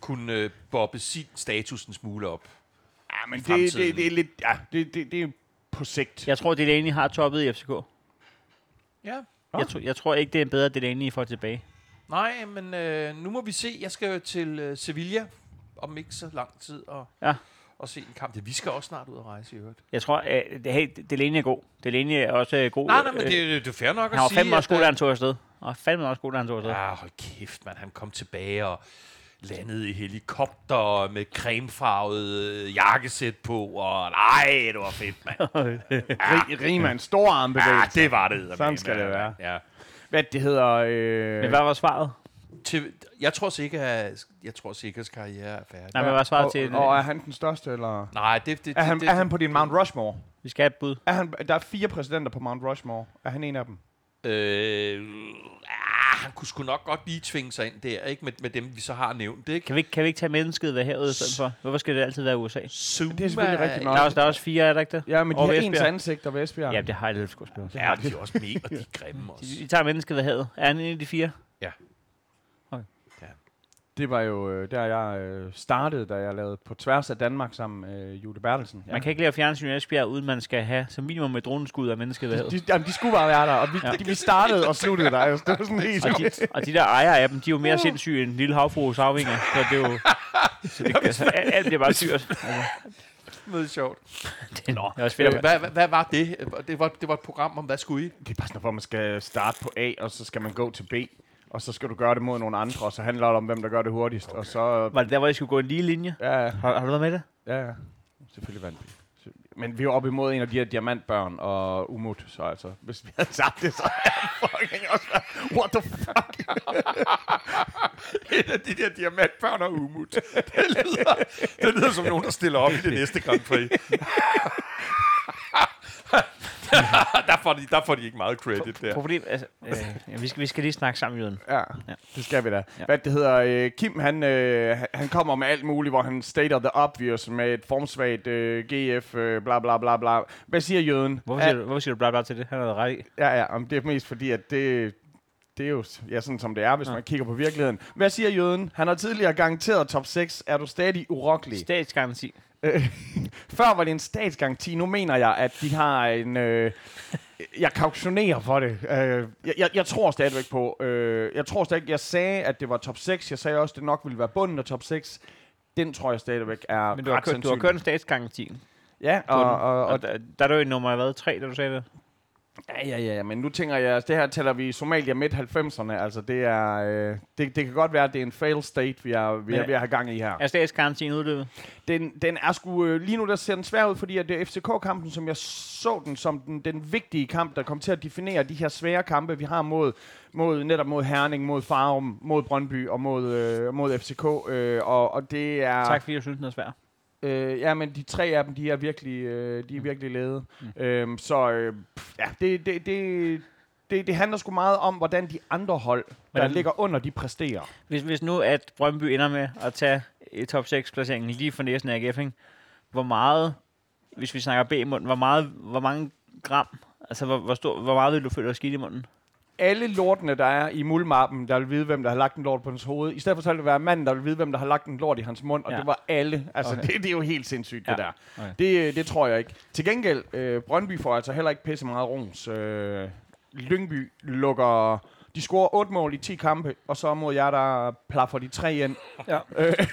Speaker 3: kunne øh, bobbe sin status en smule op.
Speaker 4: Ja, men det,
Speaker 3: fremtiden.
Speaker 4: det, det, er lidt... Ja, det, det, det er på sigt.
Speaker 2: Jeg tror, Delaney har toppet i FCK.
Speaker 3: Ja.
Speaker 2: Jeg, tro, jeg tror ikke, det er en bedre Delaney, I får tilbage.
Speaker 3: Nej, men øh, nu må vi se. Jeg skal jo til øh, Sevilla om ikke så lang tid og,
Speaker 2: Ja.
Speaker 3: og se en kamp. Ja, Vi skal også snart ud og rejse i øvrigt.
Speaker 2: Jeg tror, at hey, Delaney er god. Delaney er også øh, god.
Speaker 3: Nej, nej, men
Speaker 2: Øh,
Speaker 3: det, det, det er fair nok
Speaker 2: Han
Speaker 3: at
Speaker 2: var
Speaker 3: sige.
Speaker 2: fandme også
Speaker 3: at,
Speaker 2: god,
Speaker 3: øh,
Speaker 2: da han tog afsted. Og fandme også god, da han tog afsted.
Speaker 3: Ah, hold kæft, man. Han kom tilbage og landede i helikopter med cremefarvet øh, jakkesæt på. Og nej, det var fedt, mand.
Speaker 4: Rig, Rima, en stor
Speaker 3: Ja,
Speaker 4: armbevægelse.
Speaker 3: det var det. eddermame,
Speaker 4: skal det være.
Speaker 3: Ja.
Speaker 4: Hvad det hedder... Øh,
Speaker 2: Men hvad var svaret?
Speaker 3: Til, jeg tror sikkert, at jeg tror sikkert, at karriere er færdig.
Speaker 2: Nej, men hvad var svaret
Speaker 4: og,
Speaker 2: til?
Speaker 4: og er han den største, eller...
Speaker 3: Nej, det, det, det,
Speaker 4: Er han,
Speaker 3: det,
Speaker 4: er han på din Mount Rushmore?
Speaker 2: Vi skal have et bud.
Speaker 4: Er han, der er fire præsidenter på Mount Rushmore. Er han en af dem?
Speaker 3: Øh, ah, han kunne sgu nok godt lige tvinge sig ind der, ikke? Med, med dem, vi så har nævnt, ikke?
Speaker 2: Kan vi, ikke- kan vi ikke tage mennesket ved havet i stedet for? Hvorfor skal det altid være USA?
Speaker 3: Zuma,
Speaker 4: Det er selvfølgelig rigtigt
Speaker 2: Der
Speaker 4: nok.
Speaker 2: er også, der er også fire, er der ikke det?
Speaker 4: Ja, men de
Speaker 2: Og
Speaker 4: har
Speaker 2: Vestbjerg.
Speaker 4: ens ansigt og Vestbjerg.
Speaker 2: Ja, det har jeg lidt skulle spørge.
Speaker 3: Ja, de er også med, og de er grimme også.
Speaker 2: Vi tager mennesket ved havet. Er han en af de fire?
Speaker 3: Ja.
Speaker 2: Okay.
Speaker 3: Ja.
Speaker 4: Det var jo øh, der, jeg øh, startede, da jeg lavede på tværs af Danmark sammen med øh, Jule Bertelsen.
Speaker 2: Man kan ikke lave fjernsyn i Esbjerg, uden man skal have som minimum et droneskud af menneskeværet.
Speaker 4: De, jamen, de skulle bare være der, og vi, ja. de, vi startede og sluttede der. Altså, det var sådan helt...
Speaker 2: Og de, og de der ejere af dem, de er jo mere
Speaker 4: Uh.
Speaker 2: sindssyge end en lille havfrues afvinger. Så det er jo... Så det, altså, alt alt bliver bare dyrt. Altså,
Speaker 3: Noget sjovt.
Speaker 2: det er også fedt.
Speaker 3: Hvad,
Speaker 2: at-
Speaker 3: hvad, hvad var det? Det var, det var et program om, hvad skulle I?
Speaker 4: Det er bare sådan, hvor man skal starte på A, og så skal man gå til B, og så skal du gøre det mod nogle andre, og så handler det om, hvem der gør det hurtigst, og så...
Speaker 2: Var det der, hvor I skulle gå en lige linje?
Speaker 4: Ja, ja,
Speaker 2: Har, har du været med i det?
Speaker 4: ja, ja. Selvfølgelig vandt vi. Men vi var op imod en af de her diamantbørn og umut, så altså, hvis vi havde sagt det, så havde jeg fucking også været, what the fuck?
Speaker 5: Et af de der diamantbørn og umut. Det lyder, det lyder som nogen, der stiller op i det næste Grand Prix. der, får de, der får de ikke meget credit der.
Speaker 2: Problem, altså, øh, ja, vi, skal, vi skal lige snakke sammen, Jøden.
Speaker 4: Ja,
Speaker 2: Ja.
Speaker 4: det skal vi da.
Speaker 2: Ja.
Speaker 4: Hvad det hedder, øh, Kim, han, øh, han- han kommer med alt muligt, hvor han stater the obvious med et formsvagt øh, GF, øh, bla bla bla bla. Hvad siger jøden?
Speaker 2: Hvorfor
Speaker 4: Ja,
Speaker 2: siger, du, hvorfor siger du bla bla til det? Han har da ret i.
Speaker 4: Ja, ja, om det er mest fordi, at det, det er jo s- ja, sådan, som det er, hvis ja. man kigger på virkeligheden. Hvad siger jøden? Han har tidligere garanteret top 6. Er du stadig urokkelig?
Speaker 2: Statsgaranti.
Speaker 4: Øh, Før var det en statsgaranti. Nu mener jeg, at de har en... Øh, jeg kautionerer for det. Øh, jeg, jeg, jeg tror stadigvæk på... Øh, jeg tror stadigvæk... Jeg sagde, at det var top 6. Jeg sagde også, at det nok ville være bunden af top 6. Den tror jeg stadigvæk er
Speaker 2: Men du har,
Speaker 4: ret
Speaker 2: kørt, du har
Speaker 4: sandsynlig.
Speaker 2: kørt en statsgaranti.
Speaker 4: Ja, og, og, og,
Speaker 2: Og der, der er du i nummer, hvad, tre, da du sagde det?
Speaker 4: Ja, ja, ja, ja, men nu tænker jeg, altså, det her tæller vi Somalia midt 90'erne, altså det er, øh, det, det kan godt være, at det er en fail state, vi er, vi er
Speaker 2: Men-
Speaker 4: ved at have gang i her.
Speaker 2: Er statsgarantien udløbet?
Speaker 4: Den, den er sgu, øh, lige nu der ser den svær ud, fordi at det er FCK-kampen, som jeg så den som den, den vigtige kamp, der kom til at definere de her svære kampe, vi har mod, mod netop mod Herning, mod Farum, mod Brøndby og mod, øh, mod FCK, øh, og, og det er...
Speaker 2: Tak fordi du synes, den er svær.
Speaker 4: Øh, ja, men de tre af dem, de er virkelig, øh, de er virkelig lede. Mm. Øhm, så øh, pff, ja, det, det, det, det, det handler sgu meget om, hvordan de andre hold, der
Speaker 2: Hvordan-
Speaker 4: ligger under, de præsterer.
Speaker 2: Hvis, hvis nu, at Brøndby ender med at tage i top 6-placeringen lige for næsen af AGF, ikke? hvor meget, hvis vi snakker B-munden, hvor, meget, hvor mange gram, altså hvor, hvor, stor, hvor meget vil du føle dig skidt i munden?
Speaker 4: Alle lortene, der er i mulmappen, der vil vide, hvem der har lagt en lort på hans hoved. I stedet for så vil det være manden, der vil vide, hvem der har lagt en lort i hans mund, og
Speaker 2: Ja.
Speaker 4: ja. det var alle. Altså,
Speaker 2: Okay.
Speaker 4: okay. det, det er jo helt sindssygt, ja. det
Speaker 2: Ja.
Speaker 4: der.
Speaker 2: Okay.
Speaker 4: Okay. Det, det tror jeg ikke. Til gengæld, øh, Brøndby får altså heller ikke pisse meget rums. Øh, Lyngby lukker... De scorer otte mål i 10 kampe, og så mod jer, der plaffer de tre ind.
Speaker 2: Skal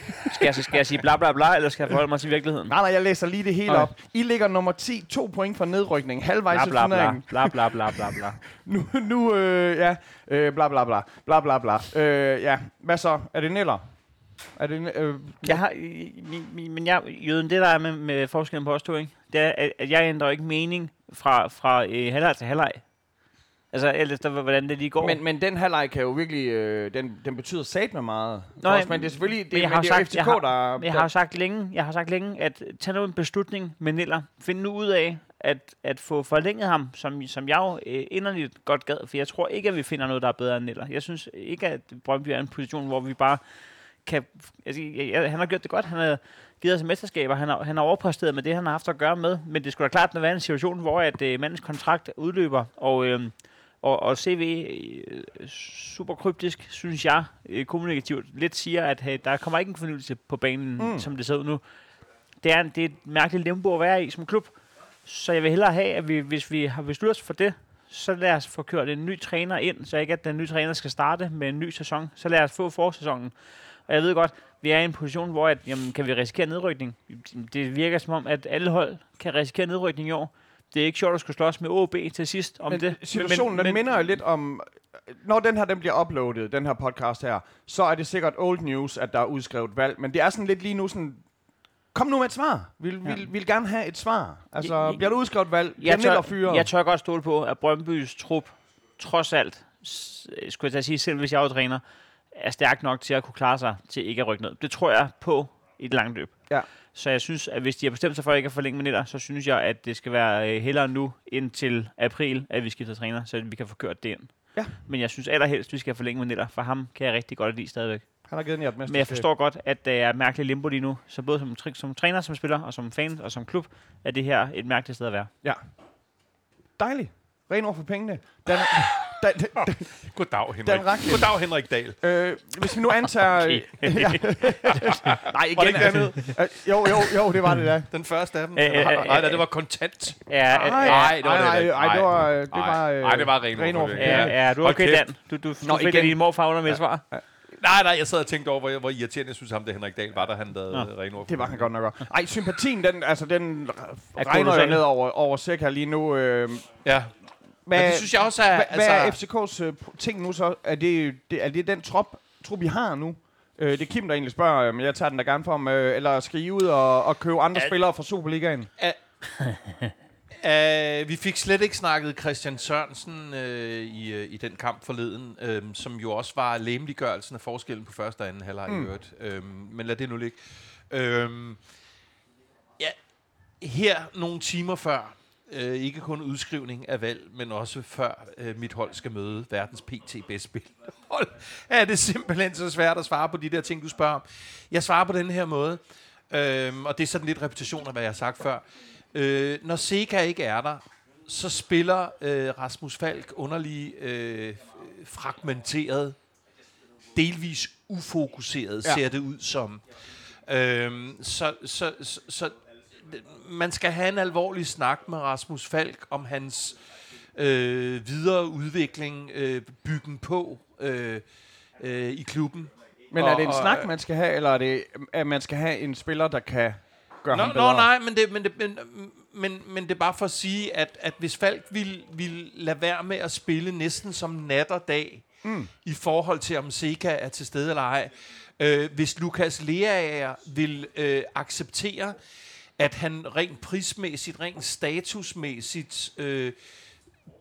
Speaker 2: jeg, så- skal jeg sige bla bla bla, eller skal jeg forholde mig til virkeligheden?
Speaker 4: Nej, nej, jeg læser lige det hele
Speaker 2: Okay.
Speaker 4: op. I ligger nummer 10, to point fra nedrykning, halvvejs
Speaker 2: Bla
Speaker 4: i
Speaker 2: bla bla,
Speaker 4: turneringen.
Speaker 2: bla bla bla bla bla.
Speaker 4: Nu, nu øh, ja, øh, bla bla bla, bla bla bla. Øh, ja, hvad så? Er det Neller? Er det, øh,
Speaker 2: Jeg har, i- min, min, men jeg, jøden, det der er med, med forskellen på os to, ikke? det er, at, at jeg ændrer ikke mening fra, fra øh, halvleg til halvleg. Altså, ellers der, hvordan det lige går.
Speaker 4: men, men den halvleg kan jo virkelig, øh, den, den betyder satme meget.
Speaker 2: Nå,
Speaker 4: Nå,
Speaker 2: ja,
Speaker 4: også, men det er selvfølgelig, det,
Speaker 2: jeg
Speaker 4: men
Speaker 2: har
Speaker 4: det er jo
Speaker 2: sagt-
Speaker 4: FCK,
Speaker 2: jeg har-
Speaker 4: der...
Speaker 2: Men jeg har jo sagt længe, jeg har sagt længe at tage nu en beslutning med Niller. Find nu ud af at, at få forlænget ham, som, som jeg jo øh, inderligt godt gad, for jeg tror ikke, at vi finder noget, der er bedre end Niller. Jeg synes ikke, at Brøndby er i en position, hvor vi bare kan... Altså, jeg, jeg, han har gjort det godt, han har givet os mesterskaber, han har, han har overpræsteret med det, han har haft at gøre med, men det skulle da klart være en situation, hvor at, øh, mandens kontrakt udløber, og... Øh, og, og CV, øh, super kryptisk, synes jeg, øh, kommunikativt, lidt siger, at hey, der kommer ikke en fornyelse på banen, mm. som det ser ud nu. Det er, en, det er et mærkeligt limbo at være i som klub, så jeg vil hellere have, at vi, hvis vi har besluttet os for det, så lad os få kørt en ny træner ind, så ikke at den nye træner skal starte med en ny sæson. Så lad os få forsæsonen. Og jeg ved godt, vi er i en position, hvor at, jamen, kan vi risikere nedrykning? Det virker som om, at alle hold kan risikere nedrykning i år. Det er ikke sjovt at skulle slås med OB til sidst om
Speaker 4: men
Speaker 2: det.
Speaker 4: Situationen, den minder jo lidt om... øh, Når den her den bliver uploadet, den her podcast her, så er det sikkert old news, at der er udskrevet valg. Men det er sådan lidt lige nu sådan... Kom nu med et svar. Vi vil,
Speaker 2: Ja.
Speaker 4: ja. vil, vil gerne have et svar. Altså,
Speaker 2: Jeg- jeg-
Speaker 4: bliver der udskrevet valg? Bliver
Speaker 2: jeg
Speaker 4: Neller
Speaker 2: tør,
Speaker 4: fyret?
Speaker 2: jeg tør godt stole på, at Brøndbys trup, trods alt, s- skulle jeg til at sige, selv hvis jeg er træner, er stærk nok til at kunne klare sig til ikke at rykke ned. Det tror jeg på i et langt løb.
Speaker 4: Ja.
Speaker 2: Så jeg synes, at hvis de har bestemt sig for ikke at forlænge med Nitter, så synes jeg, at det skal være øh, hellere nu indtil april, at vi skifter træner, så vi kan få kørt det ind.
Speaker 4: Ja.
Speaker 2: Men jeg synes allerhelst, at vi skal forlænge med Nitter, for ham kan jeg rigtig godt lide stadigvæk.
Speaker 4: Han har givet den et
Speaker 2: Men jeg forstår godt, at der er et mærkeligt limbo lige nu, så både som, tr- som træner, som spiller, og som fan, og som klub, er det her et mærkeligt sted at være.
Speaker 4: Ja. Dejligt. Ren over for pengene. Dan, da, da, da,
Speaker 3: Goddag,
Speaker 4: Dan
Speaker 3: Henrik.
Speaker 4: Rachlin.
Speaker 3: Goddag, Henrik Dahl.
Speaker 4: Øh, hvis vi nu antager... Okay. Nej,
Speaker 3: Var
Speaker 4: igen.
Speaker 3: det ikke
Speaker 2: altså.
Speaker 3: dernede?
Speaker 4: Øh, jo, jo, jo, det var det da.
Speaker 3: Den første af dem?
Speaker 2: Æ, æ,
Speaker 3: Eller-
Speaker 2: æ,
Speaker 3: Nej,
Speaker 2: æ,
Speaker 3: nej, det var kontant.
Speaker 2: Ja, ja, ja.
Speaker 3: Nej, det var det
Speaker 4: nej,
Speaker 3: ikke.
Speaker 4: nej, nej, det var... øh, Det
Speaker 3: Nej.
Speaker 4: var, øh,
Speaker 3: Nej, det var ren overfordeling.
Speaker 4: overfordeling.
Speaker 2: Ja, ja, du er
Speaker 3: Hold
Speaker 2: okay,
Speaker 3: kæft.
Speaker 2: Dan. Du, du, du fik
Speaker 6: igen.
Speaker 2: din morfar under med et svar.
Speaker 3: Nej, nej, jeg sad og tænkte over, hvor, hvor irriterende jeg synes ham, det Henrik Dahl var, da han lavede ja. ren
Speaker 4: Det var han godt nok også. Ej, sympatien, den, altså, den regner jo
Speaker 2: kolossal.
Speaker 4: ned over, over Seca lige nu. Øh,
Speaker 3: Ja.
Speaker 4: hvad,
Speaker 3: Men det synes jeg også er...
Speaker 4: hvad,
Speaker 3: altså,
Speaker 4: hvad er FCK's øh, pro- ting nu så? Er det, det, er det den trop, trup, I har nu? Øh, det er Kim, der egentlig spørger, øh, men jeg tager den da gerne for ham. Øh, eller skal I ud og, og købe andre spillere fra Superligaen?
Speaker 3: Uh, vi fik slet ikke snakket Christian Sørensen øh, i, øh, i den kamp forleden, øh, som jo også var læmeliggørelsen af forskellen på første og anden halvleg mm. i øvrigt. Øh, men lad det nu ligge. Øh, ja, her nogle timer før, øh, ikke kun udskrivning af valg, men også før øh, mit hold skal møde verdens pt bedst spillende hold, er det simpelthen så svært at svare på de der ting, du spørger om. Jeg svarer på den her måde, øh, og det er sådan lidt repetition af, hvad jeg har sagt før. Øh, når Sega ikke er der, så spiller øh, Rasmus Falk underlig øh, fragmenteret, delvis ufokuseret, ja.
Speaker 4: Ja.
Speaker 3: ser det ud som. Øhm, så, så, så, så man skal have en alvorlig snak med Rasmus Falk om hans øh, videre udvikling, øh, byggen på øh, øh, i klubben.
Speaker 4: Men
Speaker 3: Og-
Speaker 4: er det en
Speaker 3: og-
Speaker 4: snak, man skal have, eller er det, at man skal have en spiller, der kan gøre
Speaker 3: Nå,
Speaker 4: ham
Speaker 3: nå
Speaker 4: bedre?
Speaker 3: nej, men det, men, det, men, men, men det er bare for at sige, at, at hvis Falk ville, ville lade være med at spille næsten som nat og dag, mm. i forhold til om Seca er til stede eller ej, øh, hvis Lukas Leaer vil øh, acceptere, at han rent prismæssigt, rent statusmæssigt øh,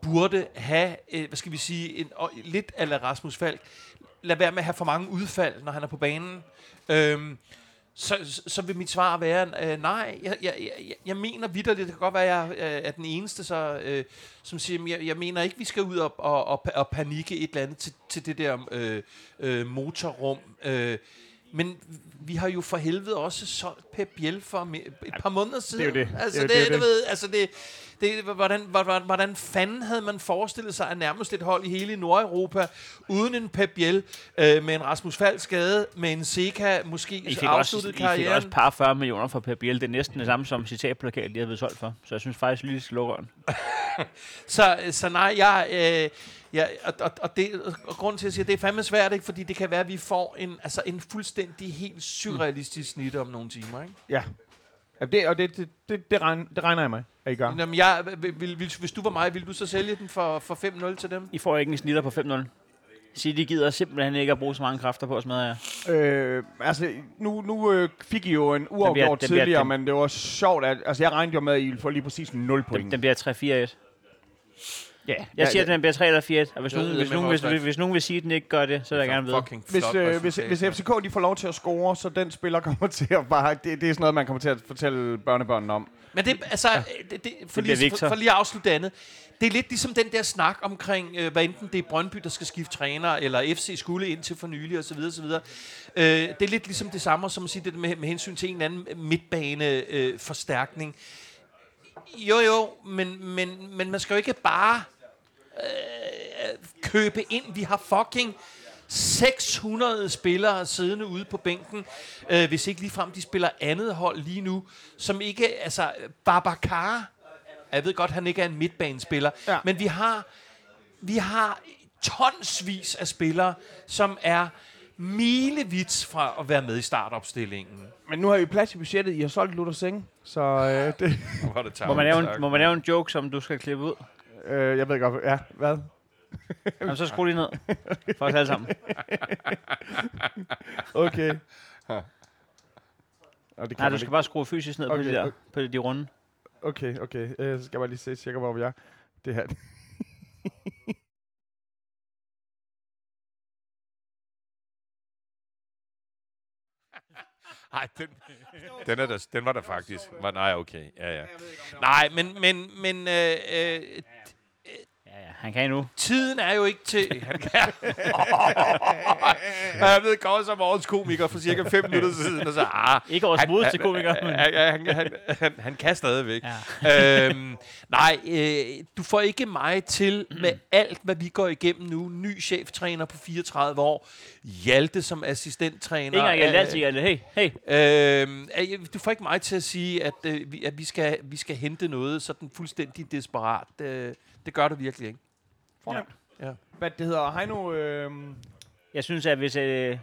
Speaker 3: burde have, øh, hvad skal vi sige, en, og, lidt af Rasmus Falk, lad være med at have for mange udfald, når han er på banen. Øhm, så, så- så vil mit svar være, øh, nej, jeg, jeg, jeg, jeg mener vidderligt, det kan godt være, at jeg øh, er den eneste, så, øh, som siger, "Jamen, jeg, jeg mener ikke, vi skal ud og, og, og, pa- og panikke et eller andet til, til det der øh, øh, motorrum. Øh, men vi har jo for helvede også solgt Pep Biel for me- et par måneder siden.
Speaker 4: det. Det
Speaker 3: Altså,
Speaker 4: er jo-
Speaker 3: det,
Speaker 4: det er
Speaker 3: det,
Speaker 4: jo
Speaker 3: du ved, altså det, det, hvordan, hvordan, hvordan fanden havde man forestillet sig, at nærmest et hold i hele Nordeuropa, uden en Pep Biel, øh, med en Rasmus Falk skade, med en Seca måske
Speaker 2: I fik, også,
Speaker 3: afsluttet
Speaker 2: I fik
Speaker 3: karrieren.
Speaker 2: også par 40 millioner fra Per Biel. Det er næsten det samme som citatplakat, de havde været solgt for. Så jeg synes faktisk lige, de skal lukke røven.
Speaker 3: Så, så nej, jeg... Øh, Ja, og, og, og, det, og grunden til, at jeg siger, at det er fandme svært, ikke? fordi det kan være, at vi får en, altså en fuldstændig helt surrealistisk
Speaker 2: Mm.
Speaker 3: snitte om nogle timer. Ikke?
Speaker 4: Ja. Ja, Det, og det, det, det, det, regner, det regner jeg mig, at I gør.
Speaker 3: Jamen, jeg, vil, vil, vil, hvis du var mig, ville du så sælge den for, for 5-0 til dem?
Speaker 2: I får ikke en snitter på 5-0. City gider simpelthen ikke at bruge så mange kræfter på at smadre jer.
Speaker 4: Øh, altså, nu, nu øh, fik I jo en uafgjort
Speaker 2: bliver- den bliver-
Speaker 4: tidligere,
Speaker 2: den-
Speaker 4: men det var sjovt, at altså, jeg regnede jo med, at I ville få lige præcis 0 point.
Speaker 2: Den, den bliver 3-4-1. Ja, jeg
Speaker 4: Ja,
Speaker 2: siger,
Speaker 4: det-
Speaker 2: at den bliver 3 eller 4-1. Og hvis,
Speaker 3: Jeg
Speaker 2: nogen,
Speaker 3: ved
Speaker 2: hvis,
Speaker 3: det,
Speaker 2: nogen,
Speaker 3: men
Speaker 2: hvis,
Speaker 3: også-
Speaker 2: hvis, hvis nogen vil sige, at den ikke gør det, så vil jeg gerne vide.
Speaker 3: Fucking flot
Speaker 4: hvis, øh, hvis,
Speaker 3: resultat,
Speaker 4: hvis
Speaker 3: mand.
Speaker 4: FCK de får lov til at score, så den spiller kommer til at bare... Det, det er sådan noget, man kommer til at fortælle børnebørnene om.
Speaker 3: Men det, altså, øh, det, det, for,
Speaker 2: bliver
Speaker 3: lige, for,
Speaker 2: Victor.
Speaker 3: for lige at afslutte det andet. Det er lidt ligesom den der snak omkring, øh, hvad enten det er Brøndby, der skal skifte træner, eller FC skulle ind til for nylig, osv. osv. Øh, det er lidt ligesom det samme som at sige det med, med hensyn til en eller anden midtbaneforstærkning. Øh, forstærkning. jo, jo, men, men, men man skal jo ikke bare øh, købe ind. Vi har fucking 600 spillere siddende ude på bænken, øh, hvis ikke ligefrem de spiller andet hold lige nu, som ikke, altså, Babacar, jeg ved godt, han ikke er en midtbanespiller, ja.
Speaker 4: Ja.
Speaker 3: men vi har, vi har tonsvis af spillere, som er milevidt fra at være med i startopstillingen.
Speaker 4: Men nu har I plads i budgettet. I har solgt Luther Seng, så øh, det,
Speaker 3: Hvor er det
Speaker 2: Må man, lave en, må man lave en joke, som du skal klippe ud?
Speaker 4: øh, jeg ved godt... Ja, hvad?
Speaker 2: Jamen, så skru lige ned. For os alle sammen.
Speaker 4: Okay. Og det
Speaker 2: Nej,
Speaker 4: kan
Speaker 2: du
Speaker 4: man
Speaker 2: skal
Speaker 4: ikke.
Speaker 2: bare skrue fysisk ned på,
Speaker 4: Okay,
Speaker 2: de der,
Speaker 4: okay.
Speaker 2: på de runde.
Speaker 4: Okay, okay. Øh, så skal jeg bare lige se cirka, hvor vi er. Det her.
Speaker 3: Nej, den,
Speaker 5: Den, er der, den var der faktisk. Var, nej, okay. Ja, ja.
Speaker 3: nej, men, men, men øh, øh,
Speaker 2: Ja, ja. Han kan endnu.
Speaker 5: Tiden er jo ikke til... Han kan. Og jeg ved godt, som årets komiker for cirka 5 minutter siden, og så... Ah,
Speaker 2: Ikke årets
Speaker 5: han-
Speaker 2: modeste komiker,
Speaker 5: han-
Speaker 2: men-
Speaker 5: Han, han, han, han, han kan stadigvæk. Ja. Øhm, nej, øh, du får ikke mig til med alt, hvad vi går igennem nu. Ny cheftræner på 34 år. Hjalte som assistenttræner.
Speaker 2: Ikke engang jeg
Speaker 5: Øh,
Speaker 2: lader sige, hey, hey.
Speaker 5: Øhm, øh, du får ikke mig til at sige, at, øh, vi, at vi, skal, vi skal hente noget sådan fuldstændig desperat. Øh, det gør du virkelig ikke.
Speaker 4: Fornemt.
Speaker 5: Ja.
Speaker 4: Hvad det hedder, Heino, øh,
Speaker 2: Jeg synes, at hvis, øh,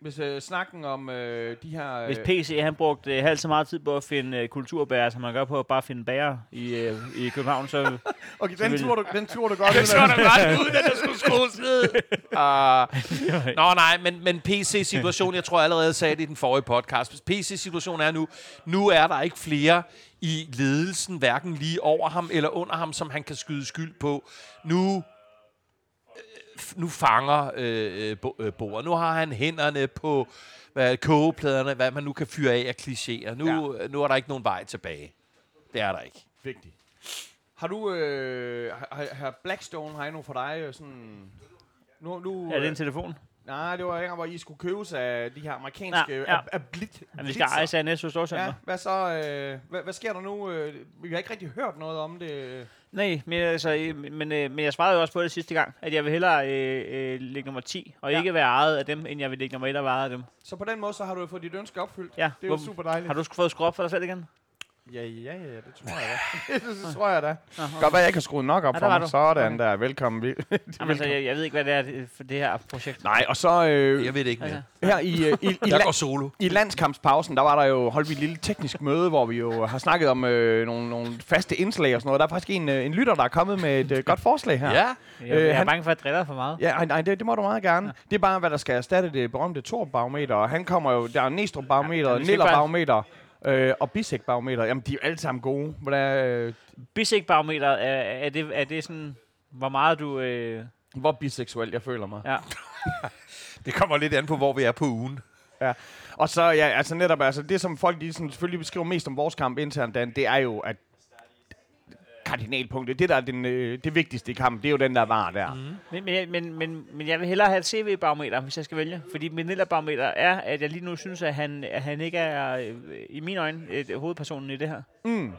Speaker 4: hvis øh, snakken om øh, de her... Øh,
Speaker 2: hvis PC han brugte øh, halvt så meget tid på at finde øh, kulturbærer, som man gør på at bare finde bærer i, øh, i København, så
Speaker 4: okay,
Speaker 2: vil-
Speaker 4: den tur, du, den tur du godt.
Speaker 5: Det så da godt ud, at der skulle skrues ned. Uh, nå nej, men, men PC-situationen, jeg tror jeg allerede sagde det i den forrige podcast. PC-situationen er nu, nu er der ikke flere i ledelsen, hverken lige over ham eller under ham, som han kan skyde skyld på. Nu øh, f- nu fanger øh, øh, bo, øh, Boer. Nu har han hænderne på hvad, kogepladerne, hvad man nu kan fyre af af klichéer. Nu, ja. nu er der ikke nogen vej tilbage. Det er der ikke.
Speaker 4: Vigtigt. Har du, øh, har- har, har Blackstone, Heino, for dig øh, sådan... Nu, nu,
Speaker 2: er det
Speaker 4: øh,
Speaker 2: en telefon.
Speaker 4: Nej, det var dengang, hvor I skulle købes af de her amerikanske...
Speaker 2: Ja,
Speaker 4: Ja,
Speaker 2: ja.
Speaker 4: ja. Af, af blit,
Speaker 2: At vi skal eje sig næste storcenter.
Speaker 4: Ja, hvad så? Øh, hvad, hvad sker der nu? Øh, vi har ikke rigtig hørt noget om det.
Speaker 2: Nej, men, altså, øh, men, øh, men jeg svarede jo også på det sidste gang, at jeg vil hellere øh, øh, ligge nummer 10, og ja.
Speaker 4: Ja.
Speaker 2: ikke være ejet af dem, end jeg vil ligge nummer 1 og være ejet af dem.
Speaker 4: Så på den måde, så har du jo fået dit ønske opfyldt.
Speaker 2: Ja.
Speaker 4: Det er jo
Speaker 2: Hvor-
Speaker 4: super dejligt.
Speaker 2: Har du sk- fået skruet op for dig selv igen?
Speaker 4: Ja, ja, ja, det tror jeg da. det tror jeg da.
Speaker 2: Nå, okay.
Speaker 4: Godt være, jeg ikke har skruet nok op
Speaker 2: Ja,
Speaker 4: ja,
Speaker 2: der
Speaker 4: for
Speaker 2: var du.
Speaker 4: mig. Sådan der. Velkommen. Vi-
Speaker 2: Jamen, altså, jeg, jeg ved ikke, hvad det er det- for det her projekt.
Speaker 4: Nej, og så øh,
Speaker 5: Jeg ved det ikke
Speaker 2: Altså,
Speaker 5: mere.
Speaker 4: her i, øh, i, i,
Speaker 5: Jeg
Speaker 4: la-
Speaker 5: går solo.
Speaker 4: i landskampspausen, der var der jo holdt vi et lille teknisk møde, hvor vi jo har snakket om øh, nogle, nogle faste indslag og sådan noget. Der er faktisk en, øh, en lytter, der er kommet med et øh, godt forslag her.
Speaker 5: Ja.
Speaker 2: jeg, jeg er
Speaker 4: han-
Speaker 2: bange for, at jeg driller for meget.
Speaker 4: Ja, ej, nej, det, det må du meget gerne. Ja. Det er bare, hvad der skal erstatte det berømte Thor-barometer. Og han kommer jo, der er
Speaker 2: Ja,
Speaker 4: Næstrup-barometer,
Speaker 2: men
Speaker 4: ja,
Speaker 2: vi skal ikke bare-
Speaker 4: Niller-barometer øh, og Bisek-barometer. Jamen, de er jo alle sammen gode. Hvordan, øh,
Speaker 2: Bisik-barometer, er, er, det, er det sådan, hvor meget du... Øh,
Speaker 4: hvor biseksuel jeg føler mig.
Speaker 2: ja.
Speaker 5: Det kommer lidt an på, hvor vi er på ugen.
Speaker 4: Og så, ja, altså netop, altså det som folk de sådan, selvfølgelig beskriver mest om vores kamp internt, Dan, det er jo, at kardinalpunktet, det der er den, øh, det vigtigste i kampen, det er jo den der var der. Mm.
Speaker 2: Men, men, jeg- men, men, men jeg vil hellere have et CV-barometer, hvis jeg skal vælge. Fordi min barometer er, at jeg lige nu synes, at han, at han ikke er, øh, i mine øjne, øh, hovedpersonen i det her.
Speaker 4: Hmm.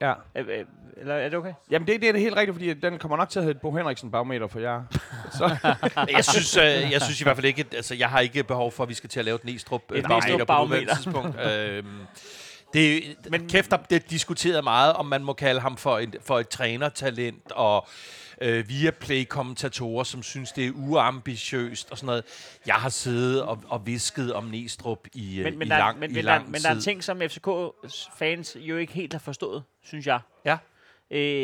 Speaker 4: Ja.
Speaker 2: Øh, øh, Eller er det okay?
Speaker 4: Jamen det, det er det helt rigtigt, fordi den kommer nok til at hedde Bo Henriksen barometer for jer. Så,
Speaker 5: Jeg synes, øh, jeg synes i hvert fald ikke, at- altså jeg har ikke behov for, at vi skal til at lave et Næstrup øh,
Speaker 2: Et
Speaker 5: barometer på nuværende
Speaker 2: Næstrup-barometer.
Speaker 5: tidspunkt. Øhm, det,
Speaker 2: Men-
Speaker 5: Men, kæft, der det diskuteret meget, om man må kalde ham for, en, for et trænertalent, og øh, via play-kommentatorer, som synes, det er uambitiøst og sådan noget. Jeg har siddet og, og visket om Næstrup i, øh,
Speaker 2: Men, men,
Speaker 5: i
Speaker 2: der,
Speaker 5: lang,
Speaker 2: men,
Speaker 5: i
Speaker 2: men, der,
Speaker 5: lang
Speaker 2: men
Speaker 5: tid.
Speaker 2: der er ting, som FCK-fans jo ikke helt har forstået, synes jeg.
Speaker 5: Ja.
Speaker 2: Øh,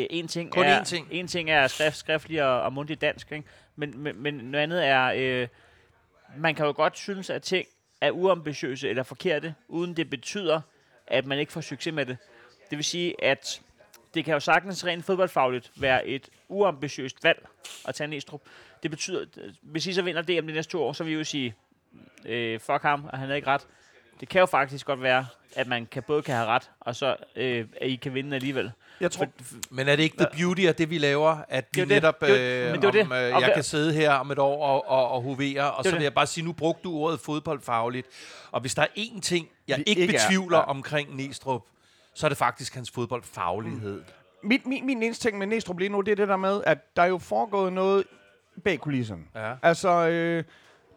Speaker 2: en ting
Speaker 5: Kun
Speaker 2: er,
Speaker 5: én ting.
Speaker 2: En ting er skrift, skriftlig og, og mundtlig dansk, ikke? Men, men, men noget andet er, øh, man kan jo godt synes, at ting er uambitiøse eller forkerte, uden det betyder, at man ikke får succes med det. Det vil sige, at det kan jo sagtens rent fodboldfagligt være et uambitiøst valg at tage Næstrup. Det betyder, hvis I så vinder DM de næste to år, så vil I jo sige, øh, fuck ham, og han havde ikke ret. Det kan jo faktisk godt være, at man kan både kan have ret, og så øh, at I kan vinde alligevel.
Speaker 4: jeg tror,
Speaker 5: Men er det ikke the beauty af det, vi laver? At vi
Speaker 2: er jo det.
Speaker 5: netop,
Speaker 2: Det er jo-
Speaker 5: øh,
Speaker 2: men det er jo
Speaker 5: om,
Speaker 2: det.
Speaker 5: øh,
Speaker 2: Og
Speaker 5: jeg
Speaker 2: hvad-
Speaker 5: kan sidde her om et år og, og, og hovere, og
Speaker 2: Det er
Speaker 5: så
Speaker 2: jo
Speaker 5: vil
Speaker 2: det.
Speaker 5: jeg bare sige, nu brugte du ordet fodboldfagligt. Og hvis der er én ting, jeg
Speaker 4: Vi
Speaker 5: ikke
Speaker 4: ikke er-
Speaker 5: betvivler
Speaker 4: ja.
Speaker 5: omkring Næstrup, så er det faktisk hans fodboldfaglighed.
Speaker 2: Mm.
Speaker 4: min, min, min eneste ting med Næstrup lige nu, det er det der med, at der er jo foregået noget bag kulissen.
Speaker 5: Ja.
Speaker 4: Altså, øh,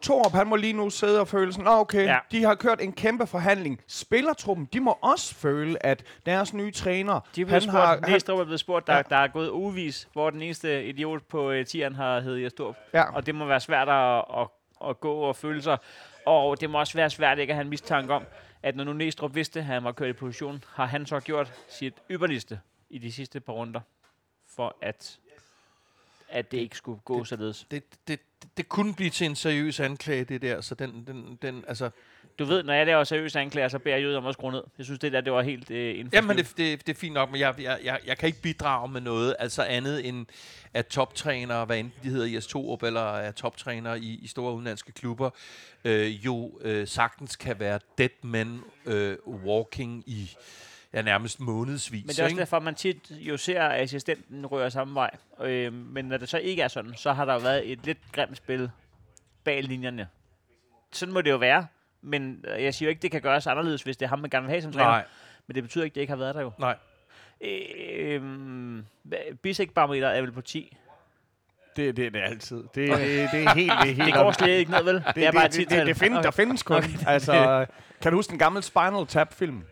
Speaker 4: Torup, han må lige nu sidde og føle sådan, "Nå, okay,
Speaker 2: Ja.
Speaker 4: ja. de har kørt en kæmpe forhandling. Spillertruppen, de må også føle, at deres nye træner,
Speaker 2: De er blevet
Speaker 4: han
Speaker 2: spurgt,
Speaker 4: har... Han,
Speaker 2: Næstrup er blevet spurgt, der, ja. der er gået uvis, hvor den eneste idiot på øh, tieren har heddet Jastorp.
Speaker 4: Ja.
Speaker 2: Og det må være svært at, at, at gå og føle sig. Og det må også være svært ikke at have en mistanke om, at når nu Næstrup vidste, at han var kørt i position, har han så gjort sit ypperligste i de sidste par runder, for at, at det ikke skulle gå således.
Speaker 5: Det, det, det, det kunne blive til en seriøs anklage, det der. Så den, den, den altså...
Speaker 2: Du ved, når jeg laver seriøse anklager, så beder jeg jøden om at skrue ned. Jeg synes, det der, det var helt øh, inden for
Speaker 5: Jamen,
Speaker 2: skiven.
Speaker 5: det, det, det er fint nok, men jeg, jeg, jeg, jeg kan ikke bidrage med noget, altså andet end at toptrænere, hvad enten de hedder i Torup eller er toptrænere i, i store udenlandske klubber, øh, jo øh, sagtens kan være dead men øh, walking i
Speaker 3: ja, nærmest månedsvis.
Speaker 2: Men det er også
Speaker 3: ikke?
Speaker 2: derfor, at man tit jo ser, at assistenten rører samme vej. Øh, men når det så ikke er sådan, så har der jo været et lidt grimt spil bag linjerne. Sådan må det jo være. Men øh, jeg siger jo ikke, det kan gøres anderledes, hvis det er ham, man gerne vil have som træner.
Speaker 3: Nej,
Speaker 2: Men det betyder ikke, det ikke har været der jo.
Speaker 3: nej.
Speaker 2: Øh, øh, Bisek-barometer er vel på 10.
Speaker 4: Det, det er det altid. Det, det, det er helt, det er helt
Speaker 2: Det går slet ikke ned, vel? Det,
Speaker 4: det,
Speaker 2: er bare
Speaker 4: det, det, det, det find, der findes kun. Okay. Altså, kan du huske en gammel Spinal Tap-film?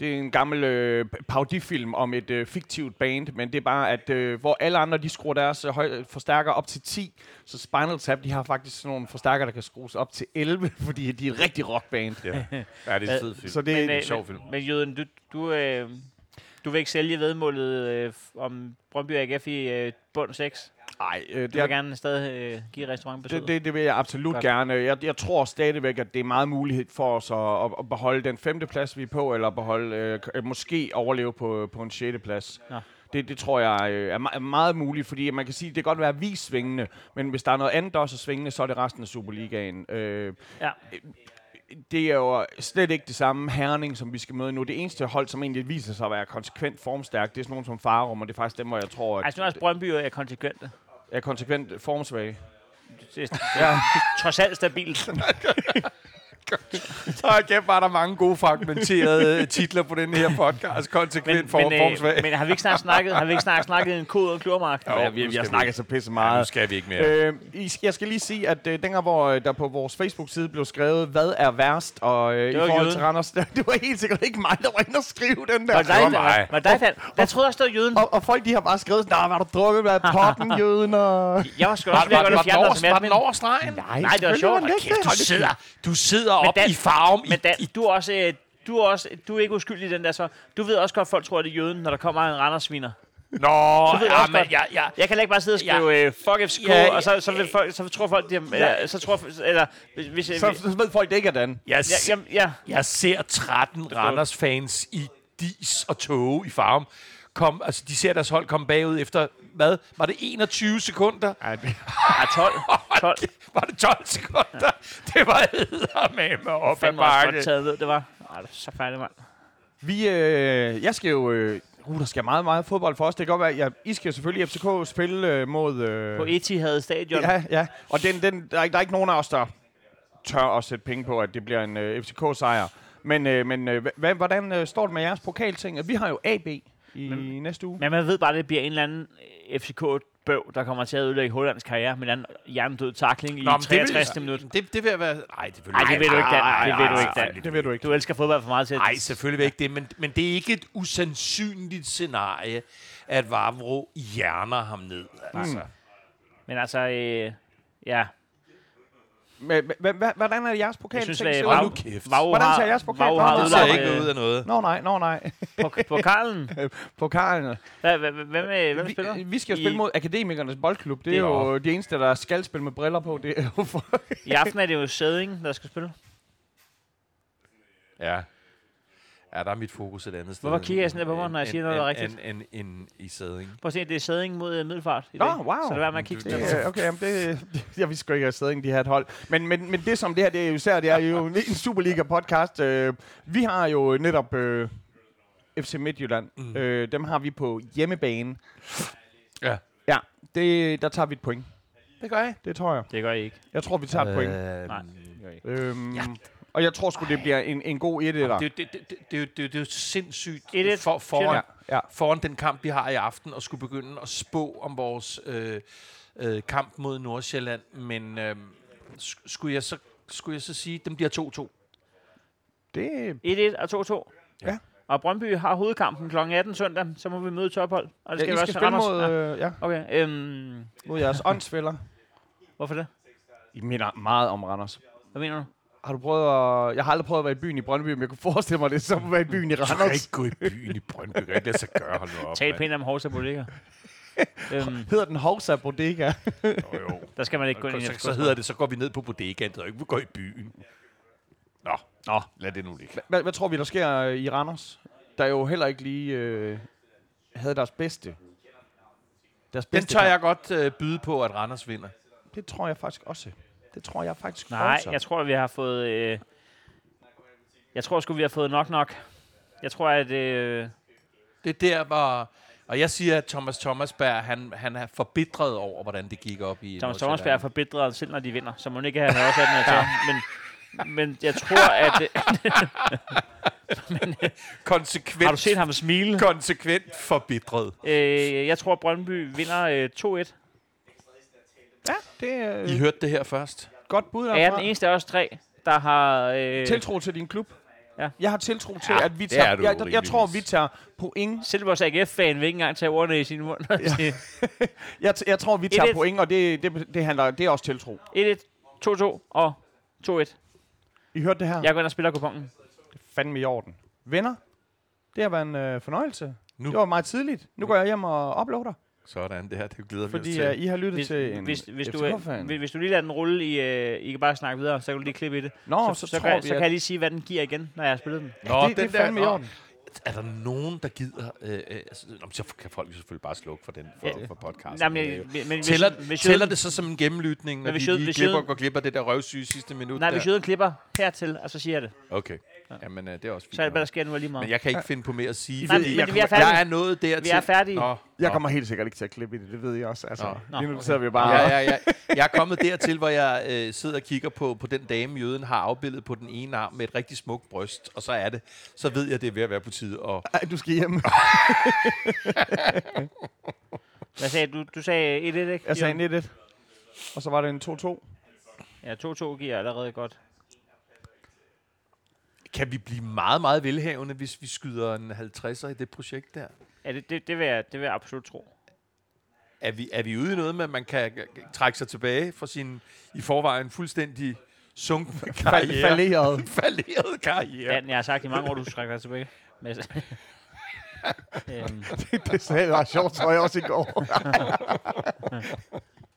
Speaker 4: Det er en gammel øh, parodifilm om et øh, fiktivt band, men det er bare, at øh, hvor alle andre de skruer deres øh, høj, forstærker op til 10, så Spinal Tap de har faktisk sådan nogle forstærker, der kan skrues op til 11, fordi de er et rigtig rockband. Ja.
Speaker 3: Ja, det er en fed film.
Speaker 4: Så det,
Speaker 2: Men,
Speaker 4: men,
Speaker 2: øh,
Speaker 3: Sjov film.
Speaker 2: men Jøden, du, du, øh, du vil ikke sælge vedmålet øh, f- om Brøndby AGF i øh, bund 6.
Speaker 4: ej, øh,
Speaker 2: Du
Speaker 4: det, er-
Speaker 2: vil gerne stadig øh, give restaurantbesøget.
Speaker 4: det, det, det vil jeg absolut Godt. gerne. Jeg, jeg tror stadigvæk, at det er meget mulighed for os at, at, at beholde den femte plads, vi er på, eller beholde, øh, k- øh, måske overleve på, på en sjette plads.
Speaker 2: Nå.
Speaker 4: Det, det tror jeg øh, er, me- er meget muligt, fordi man kan sige, det kan godt være vi er svingende, men hvis der er noget andet, der også er svingende, så er det resten af Superligaen. Øh,
Speaker 2: Ja.
Speaker 4: det er jo slet ikke det samme herning, som vi skal møde nu. Det eneste hold, som egentlig viser sig at være konsekvent formstærk, det er sådan nogen som Farum, og det er faktisk dem, hvor jeg tror, at
Speaker 2: Altså nu er også Brøndby jo er konsekvente.
Speaker 4: jeg er konsekvent formsvage.
Speaker 2: Det er ja. trods alt stabilt.
Speaker 3: Ej, kæft, var der mange gode fragmenterede øh, titler på den her podcast. Konsekvent men, øh, for
Speaker 2: men, øh,
Speaker 3: formsvag.
Speaker 2: men har vi ikke snart snakket, har vi ikke snart snakket en kode og klurmark?
Speaker 3: Jo,
Speaker 4: Ja, vi,
Speaker 3: nu
Speaker 4: vi
Speaker 3: skal
Speaker 4: har snakket så pisse
Speaker 3: Ja, nu
Speaker 4: meget.
Speaker 3: skal vi ikke mere.
Speaker 4: Øh, I- jeg skal lige sige, at øh, dengang, hvor øh, der på vores Facebook-side blev skrevet, hvad er værst, og øh, i
Speaker 2: var
Speaker 4: forhold
Speaker 2: jøden.
Speaker 4: til Randers, det var helt sikkert ikke mig, der var inde og skrive den
Speaker 2: Var
Speaker 4: der.
Speaker 2: det dig,
Speaker 3: mig.
Speaker 2: der- var det dig, der? Jeg troede også, det var jøden.
Speaker 4: Og, og folk, de har bare skrevet, nej, var du drukket, hvad er potten, jøden, og...
Speaker 2: Jeg var sgu også ved at gøre det fjerne dig som
Speaker 3: var den
Speaker 2: admin.
Speaker 3: over stregen?
Speaker 2: Nej, det var sjovt.
Speaker 4: Selvfølgelig
Speaker 2: Hold
Speaker 4: ikke
Speaker 2: kæft,
Speaker 4: det.
Speaker 3: Du sidder, du sidder
Speaker 2: Men
Speaker 3: op
Speaker 2: Dan-
Speaker 3: i farven.
Speaker 2: Men
Speaker 3: i,
Speaker 2: Dan, du er også... øh, Du er, også, du er ikke uskyldig i den der så. Du ved også godt, at folk tror, at det er jøden, når der kommer en randersviner.
Speaker 3: Nå,
Speaker 2: ved
Speaker 3: ja,
Speaker 2: også
Speaker 3: men
Speaker 2: godt.
Speaker 3: jeg, jeg,
Speaker 2: Jeg kan heller ikke bare sidde og
Speaker 3: Ja.
Speaker 2: skrive ja. fuck FCK,
Speaker 3: Ja, ja,
Speaker 2: og så, så, vil folk, så tror folk, de, har- eller, så tror, eller, hvis, hvis,
Speaker 4: Så, så ved folk, det ikke er den.
Speaker 3: jeg,
Speaker 2: ja, jamen, ja,
Speaker 3: jeg ser 13 Randers-fans i dis og tåge i farven. Kom, altså, de ser deres hold komme bagud efter, hvad? Var det 21 sekunder?
Speaker 2: ja, 12, 12,
Speaker 3: Var det 12 sekunder? Det var eddermame op ad
Speaker 2: fandme også godt
Speaker 3: bakke.
Speaker 2: taget ved, det var. Ej, det er så fejl, mand.
Speaker 4: Vi, øh, jeg skal jo... Øh, uh, der skal meget, meget fodbold for os. Det kan godt være, jeg, I skal jo selvfølgelig i FCK spille øh, mod... Øh,
Speaker 2: På Etihad Stadion. Ja.
Speaker 4: Ja, ja. Og den, den, der, er ikke, der er ikke nogen af os, der tør at sætte penge på, at det bliver en øh, FCK-sejr. Men, øh, men øh, hva, hvordan øh, står det med jeres pokalting? Vi har jo AB i men, næste uge.
Speaker 2: Men man ved bare, at det bliver en eller anden øh, FCK-bøv, der kommer til at ødelægge Hollands karriere med en eller anden hjernedød takling i
Speaker 3: Nå, men det vil-
Speaker 2: 63. minut.
Speaker 3: Det, det vil jeg være... Nej, det vil
Speaker 2: Nej, det ved du ikke, Dan.
Speaker 3: Ej,
Speaker 2: Det ved du
Speaker 3: ej,
Speaker 2: ikke, Dan.
Speaker 4: det ved du ikke.
Speaker 2: Du elsker fodbold for meget til. at-
Speaker 3: Nej, selvfølgelig vil jeg ikke det, men, men det er ikke et usandsynligt scenarie, at Vavro hjerner ham ned.
Speaker 4: Mm.
Speaker 3: Altså.
Speaker 2: Men altså, øh, ja.
Speaker 4: Men, hva, hva, hvordan er jeres
Speaker 2: Jeg
Speaker 4: pokalting?
Speaker 2: synes,
Speaker 4: ser
Speaker 2: at
Speaker 4: ud?
Speaker 3: Hold
Speaker 2: Vav,
Speaker 3: nu kæft.
Speaker 2: Vav
Speaker 4: Hvordan
Speaker 2: har,
Speaker 4: ser jeres pokal?
Speaker 2: Vav
Speaker 4: Hvordan
Speaker 2: har
Speaker 4: ser
Speaker 3: Det ser
Speaker 2: ødelagt
Speaker 3: ikke ud af noget.
Speaker 4: Nå nej, nå nej.
Speaker 2: øh, pok- pokalen.
Speaker 4: Pokalen.
Speaker 2: Hvad- hvad- hvad- Hvem øh, hvem
Speaker 4: Vi,
Speaker 2: spiller?
Speaker 4: vi skal jo
Speaker 2: I-
Speaker 4: spille mod Akademikernes Boldklub. Det er
Speaker 2: Det er
Speaker 4: jo de eneste, der skal spille med briller på. Det er jo for...
Speaker 2: I aften er det jo Sæding, der skal spille.
Speaker 3: Ja. Ja, der er mit fokus et andet sted.
Speaker 2: Hvorfor kigger jeg sådan der på mig, når jeg siger noget, der er rigtigt?
Speaker 3: En, en, en, en i sæding.
Speaker 2: Prøv at se, det er Sæding mod øh, Middelfart i
Speaker 4: Nå,
Speaker 2: dag.
Speaker 4: wow.
Speaker 2: Så det er værd med at kigge sådan der på.
Speaker 4: Øh, okay, jamen det, jeg vidste sgu ikke, at Sæding de havde et hold. Men, men, men det som det her, det er jo især, det er jo en Superliga-podcast. Øh, vi har jo netop øh, FC Midtjylland. Mm. Øh, dem har vi på hjemmebane.
Speaker 3: Ja.
Speaker 4: Ja, det, der tager vi et point.
Speaker 3: Det gør jeg.
Speaker 4: Det tror jeg.
Speaker 2: Det gør I ikke.
Speaker 4: Jeg tror, vi tager
Speaker 2: Øh,
Speaker 4: et point.
Speaker 3: Øh,
Speaker 2: Nej.
Speaker 4: Øhm, Og jeg tror sgu, det bliver en, en god et eller.
Speaker 3: Det, er jo- det, det, det, det, er jo- det, er jo- det er jo sindssygt
Speaker 2: Et-et.
Speaker 3: for,
Speaker 4: Ja,
Speaker 3: foran,
Speaker 4: ja.
Speaker 3: foran den kamp, vi har i aften, og skulle begynde at spå om vores øh, øh, kamp mod Nordsjælland. Men øh, sk- skulle, jeg så, skulle jeg så sige, at dem bliver 2-2?
Speaker 4: Det,
Speaker 2: 1-1 og 2-2.
Speaker 4: Ja.
Speaker 2: Og Brøndby har hovedkampen kl. 18 søndag, så må vi møde tophold. Og det
Speaker 4: ja,
Speaker 2: skal
Speaker 4: I
Speaker 2: vi
Speaker 4: skal
Speaker 2: også
Speaker 4: spille
Speaker 2: Randers.
Speaker 4: mod,
Speaker 2: Ja,
Speaker 4: øh, ja,
Speaker 2: Okay, øhm,
Speaker 4: mod jeres åndsfælder.
Speaker 2: hvorfor det?
Speaker 4: I minder meget om Randers.
Speaker 2: Hvad mener du?
Speaker 4: Har du prøvet at... Jeg har aldrig prøvet at være i byen i Brøndby, men jeg kunne forestille mig det er som at være i byen i
Speaker 3: Du kan
Speaker 4: Randers.
Speaker 3: ikke gå i byen i Brøndby. Det kan ikke lade sig gøre. Hold nu op,
Speaker 2: Tal
Speaker 3: mand.
Speaker 2: pænt om Horsa Bodega. øhm,
Speaker 4: Hedder den Hovsa Bodega?
Speaker 3: Jo, jo.
Speaker 2: der skal man ikke gå ind i
Speaker 3: Så,
Speaker 2: FCK.
Speaker 3: så hedder det, så går vi ned på bodegaen. Det er jo ikke, vi går i byen. Nå, Nå lad det nu ligge.
Speaker 4: Hvad, hvad tror vi, der sker øh, i Randers? Der jo heller ikke lige øh, havde deres bedste. Deres
Speaker 3: Den
Speaker 4: bedste
Speaker 3: tør
Speaker 4: kamp.
Speaker 3: jeg godt øh, byde på, at Randers vinder.
Speaker 4: Det tror jeg faktisk også. Det tror jeg faktisk
Speaker 2: Nej,
Speaker 4: også.
Speaker 2: jeg tror, vi har fået... Øh, jeg tror sgu, vi har fået nok nok. Jeg tror, at... Øh,
Speaker 5: Det er der, hvor... Og jeg siger, at Thomas Thomasberg, han, han er forbitret over, hvordan det gik op i...
Speaker 2: Thomas
Speaker 5: Nordsjælland.
Speaker 2: Thomasberg er forbedret, selv når de vinder, så må han ikke have også af den her til. Men, men jeg tror, at...
Speaker 5: Konsekvent,
Speaker 2: har du set ham smile?
Speaker 5: konsekvent forbitret.
Speaker 2: Øh, jeg tror, Brøndby vinder øh, 2-1.
Speaker 4: Ja, det er
Speaker 5: I
Speaker 4: øh,
Speaker 5: hørte det her først.
Speaker 4: godt bud
Speaker 2: Er jeg den
Speaker 4: derfra.
Speaker 2: eneste af os tre, der har... Øh,
Speaker 4: Tiltro til din klub.
Speaker 2: Ja.
Speaker 4: Jeg har tiltro til, at vi
Speaker 1: er
Speaker 4: tager...
Speaker 1: du
Speaker 4: Jeg, jeg, jeg tror, vi
Speaker 1: rimeligvis.
Speaker 4: tager point.
Speaker 2: selv vores AGF-fan vil ikke engang tage ordene i sin mund.
Speaker 4: Jeg, t- jeg tror, vi tager
Speaker 2: Et-
Speaker 4: point, og det, det, det, handler, det er også tiltro.
Speaker 2: 1-1, 2-2 og 2-1.
Speaker 4: I hørte det her?
Speaker 2: Jeg går ind og spiller kupongen.
Speaker 4: fandme i orden. Venner, det har været en øh, fornøjelse. Nu. Det var meget tidligt. Nu går jeg hjem og uploader,
Speaker 5: Sådan, det her, det glæder vi os
Speaker 4: fordi
Speaker 5: til.
Speaker 4: øh, I har lyttet
Speaker 2: Hvis,
Speaker 4: til en
Speaker 2: hvis, hvis, du,
Speaker 4: FCK-fan.
Speaker 2: hvis, hvis du lige lader den rulle i... Øh, I kan bare snakke videre, så kan du lige klippe i det.
Speaker 4: Nå, så,
Speaker 2: så,
Speaker 4: så,
Speaker 2: så,
Speaker 4: tror
Speaker 2: kan,
Speaker 4: vi,
Speaker 2: så
Speaker 4: at-
Speaker 2: kan jeg lige sige, hvad den giver igen, når jeg har spillet den.
Speaker 5: Nå,
Speaker 4: det, det er
Speaker 5: den der-
Speaker 4: fandme i
Speaker 5: nå.
Speaker 4: orden.
Speaker 5: Er der nogen, der gider... Øh, øh, altså, nå, men så kan folk jo selvfølgelig bare slukke for den for,
Speaker 2: Ja.
Speaker 5: for podcasten.
Speaker 2: Nej, men,
Speaker 5: Det er jo-
Speaker 2: øh, men, men hvis,
Speaker 5: Tæller,
Speaker 2: hvis
Speaker 5: tæller
Speaker 2: jøden-
Speaker 5: det så som en gennemlytning, når
Speaker 2: hvis
Speaker 5: de
Speaker 2: jøden-
Speaker 5: lige
Speaker 2: hvis
Speaker 5: klipper,
Speaker 2: jøden-
Speaker 5: går glip af det der røvsyge sidste minut?
Speaker 2: Nej,
Speaker 5: der?
Speaker 2: hvis jøden klipper hertil, og så siger jeg det.
Speaker 5: Okay. Jamen, øh, det er også fint.
Speaker 2: Så er det,
Speaker 5: nok.
Speaker 2: hvad der sker nu er lige meget.
Speaker 5: Men jeg kan ikke finde på mere at sige,
Speaker 2: Nej,
Speaker 5: fordi
Speaker 2: men
Speaker 5: jeg,
Speaker 2: vi er
Speaker 5: kommer- jeg
Speaker 2: færdige.
Speaker 5: er nået dertil.
Speaker 2: Vi er færdige.
Speaker 5: Nå,
Speaker 4: Jeg kommer helt sikkert ikke til at klippe i det, det ved jeg også. Altså,
Speaker 5: Nå.
Speaker 4: lige nu sidder vi
Speaker 5: Ja,
Speaker 4: bare...
Speaker 5: ja, ja. Jeg er kommet dertil, hvor jeg øh, sidder og kigger på, på den dame, jøden har afbildet på den ene arm med et rigtig smukt bryst, og så er det. Så ved jeg, det er ved at være på tide. Og
Speaker 4: Ej, du skal hjem.
Speaker 2: Hvad sagde du? Du sagde 1-1, ikke?
Speaker 4: Jeg sagde 1 og så var det en 2-2.
Speaker 2: Ja, 2-2 giver allerede godt.
Speaker 5: kan vi blive meget, meget velhavende, hvis vi skyder en 50'er i det projekt der?
Speaker 2: Ja, det, det, det, vil jeg, det vil jeg absolut tro.
Speaker 5: Er vi, er vi ude i noget med, at man kan øh, trække sig tilbage fra sin i forvejen fuldstændig sunken
Speaker 4: Fal-
Speaker 5: karriere?
Speaker 4: Falderet.
Speaker 5: Falderet karriere.
Speaker 2: Ja. Den, jeg har sagt i mange år, du trækker dig tilbage. Men, altså- øhm,
Speaker 4: det sagde jeg sjovt, tror jeg også i går.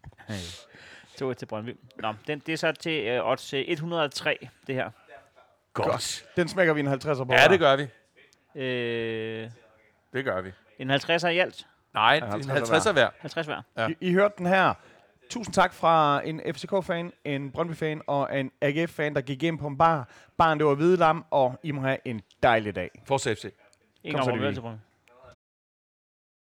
Speaker 2: 2-1 til Brøndby. Nå, den, det er så til øh, odds øh, 103, det her.
Speaker 5: Godt.
Speaker 4: Den smækker vi en 50'er på.
Speaker 5: Ja, det gør vi.
Speaker 2: Øh,
Speaker 5: Det gør vi.
Speaker 2: en 50'er i alt.
Speaker 5: Nej, en
Speaker 4: 50'er
Speaker 5: 50'er hver.
Speaker 2: 50 hver.
Speaker 4: I, I hørte den her. Tusind tak fra en FCK-fan, en Brøndby-fan og en AGF-fan, der gik ind på en bar. Baren, det var Hvidelam, og I må have en dejlig dag.
Speaker 5: Fortsæt FC.
Speaker 2: Ingen
Speaker 4: Kom så,
Speaker 2: overvejelse
Speaker 4: Lykke.
Speaker 2: til Brøndby.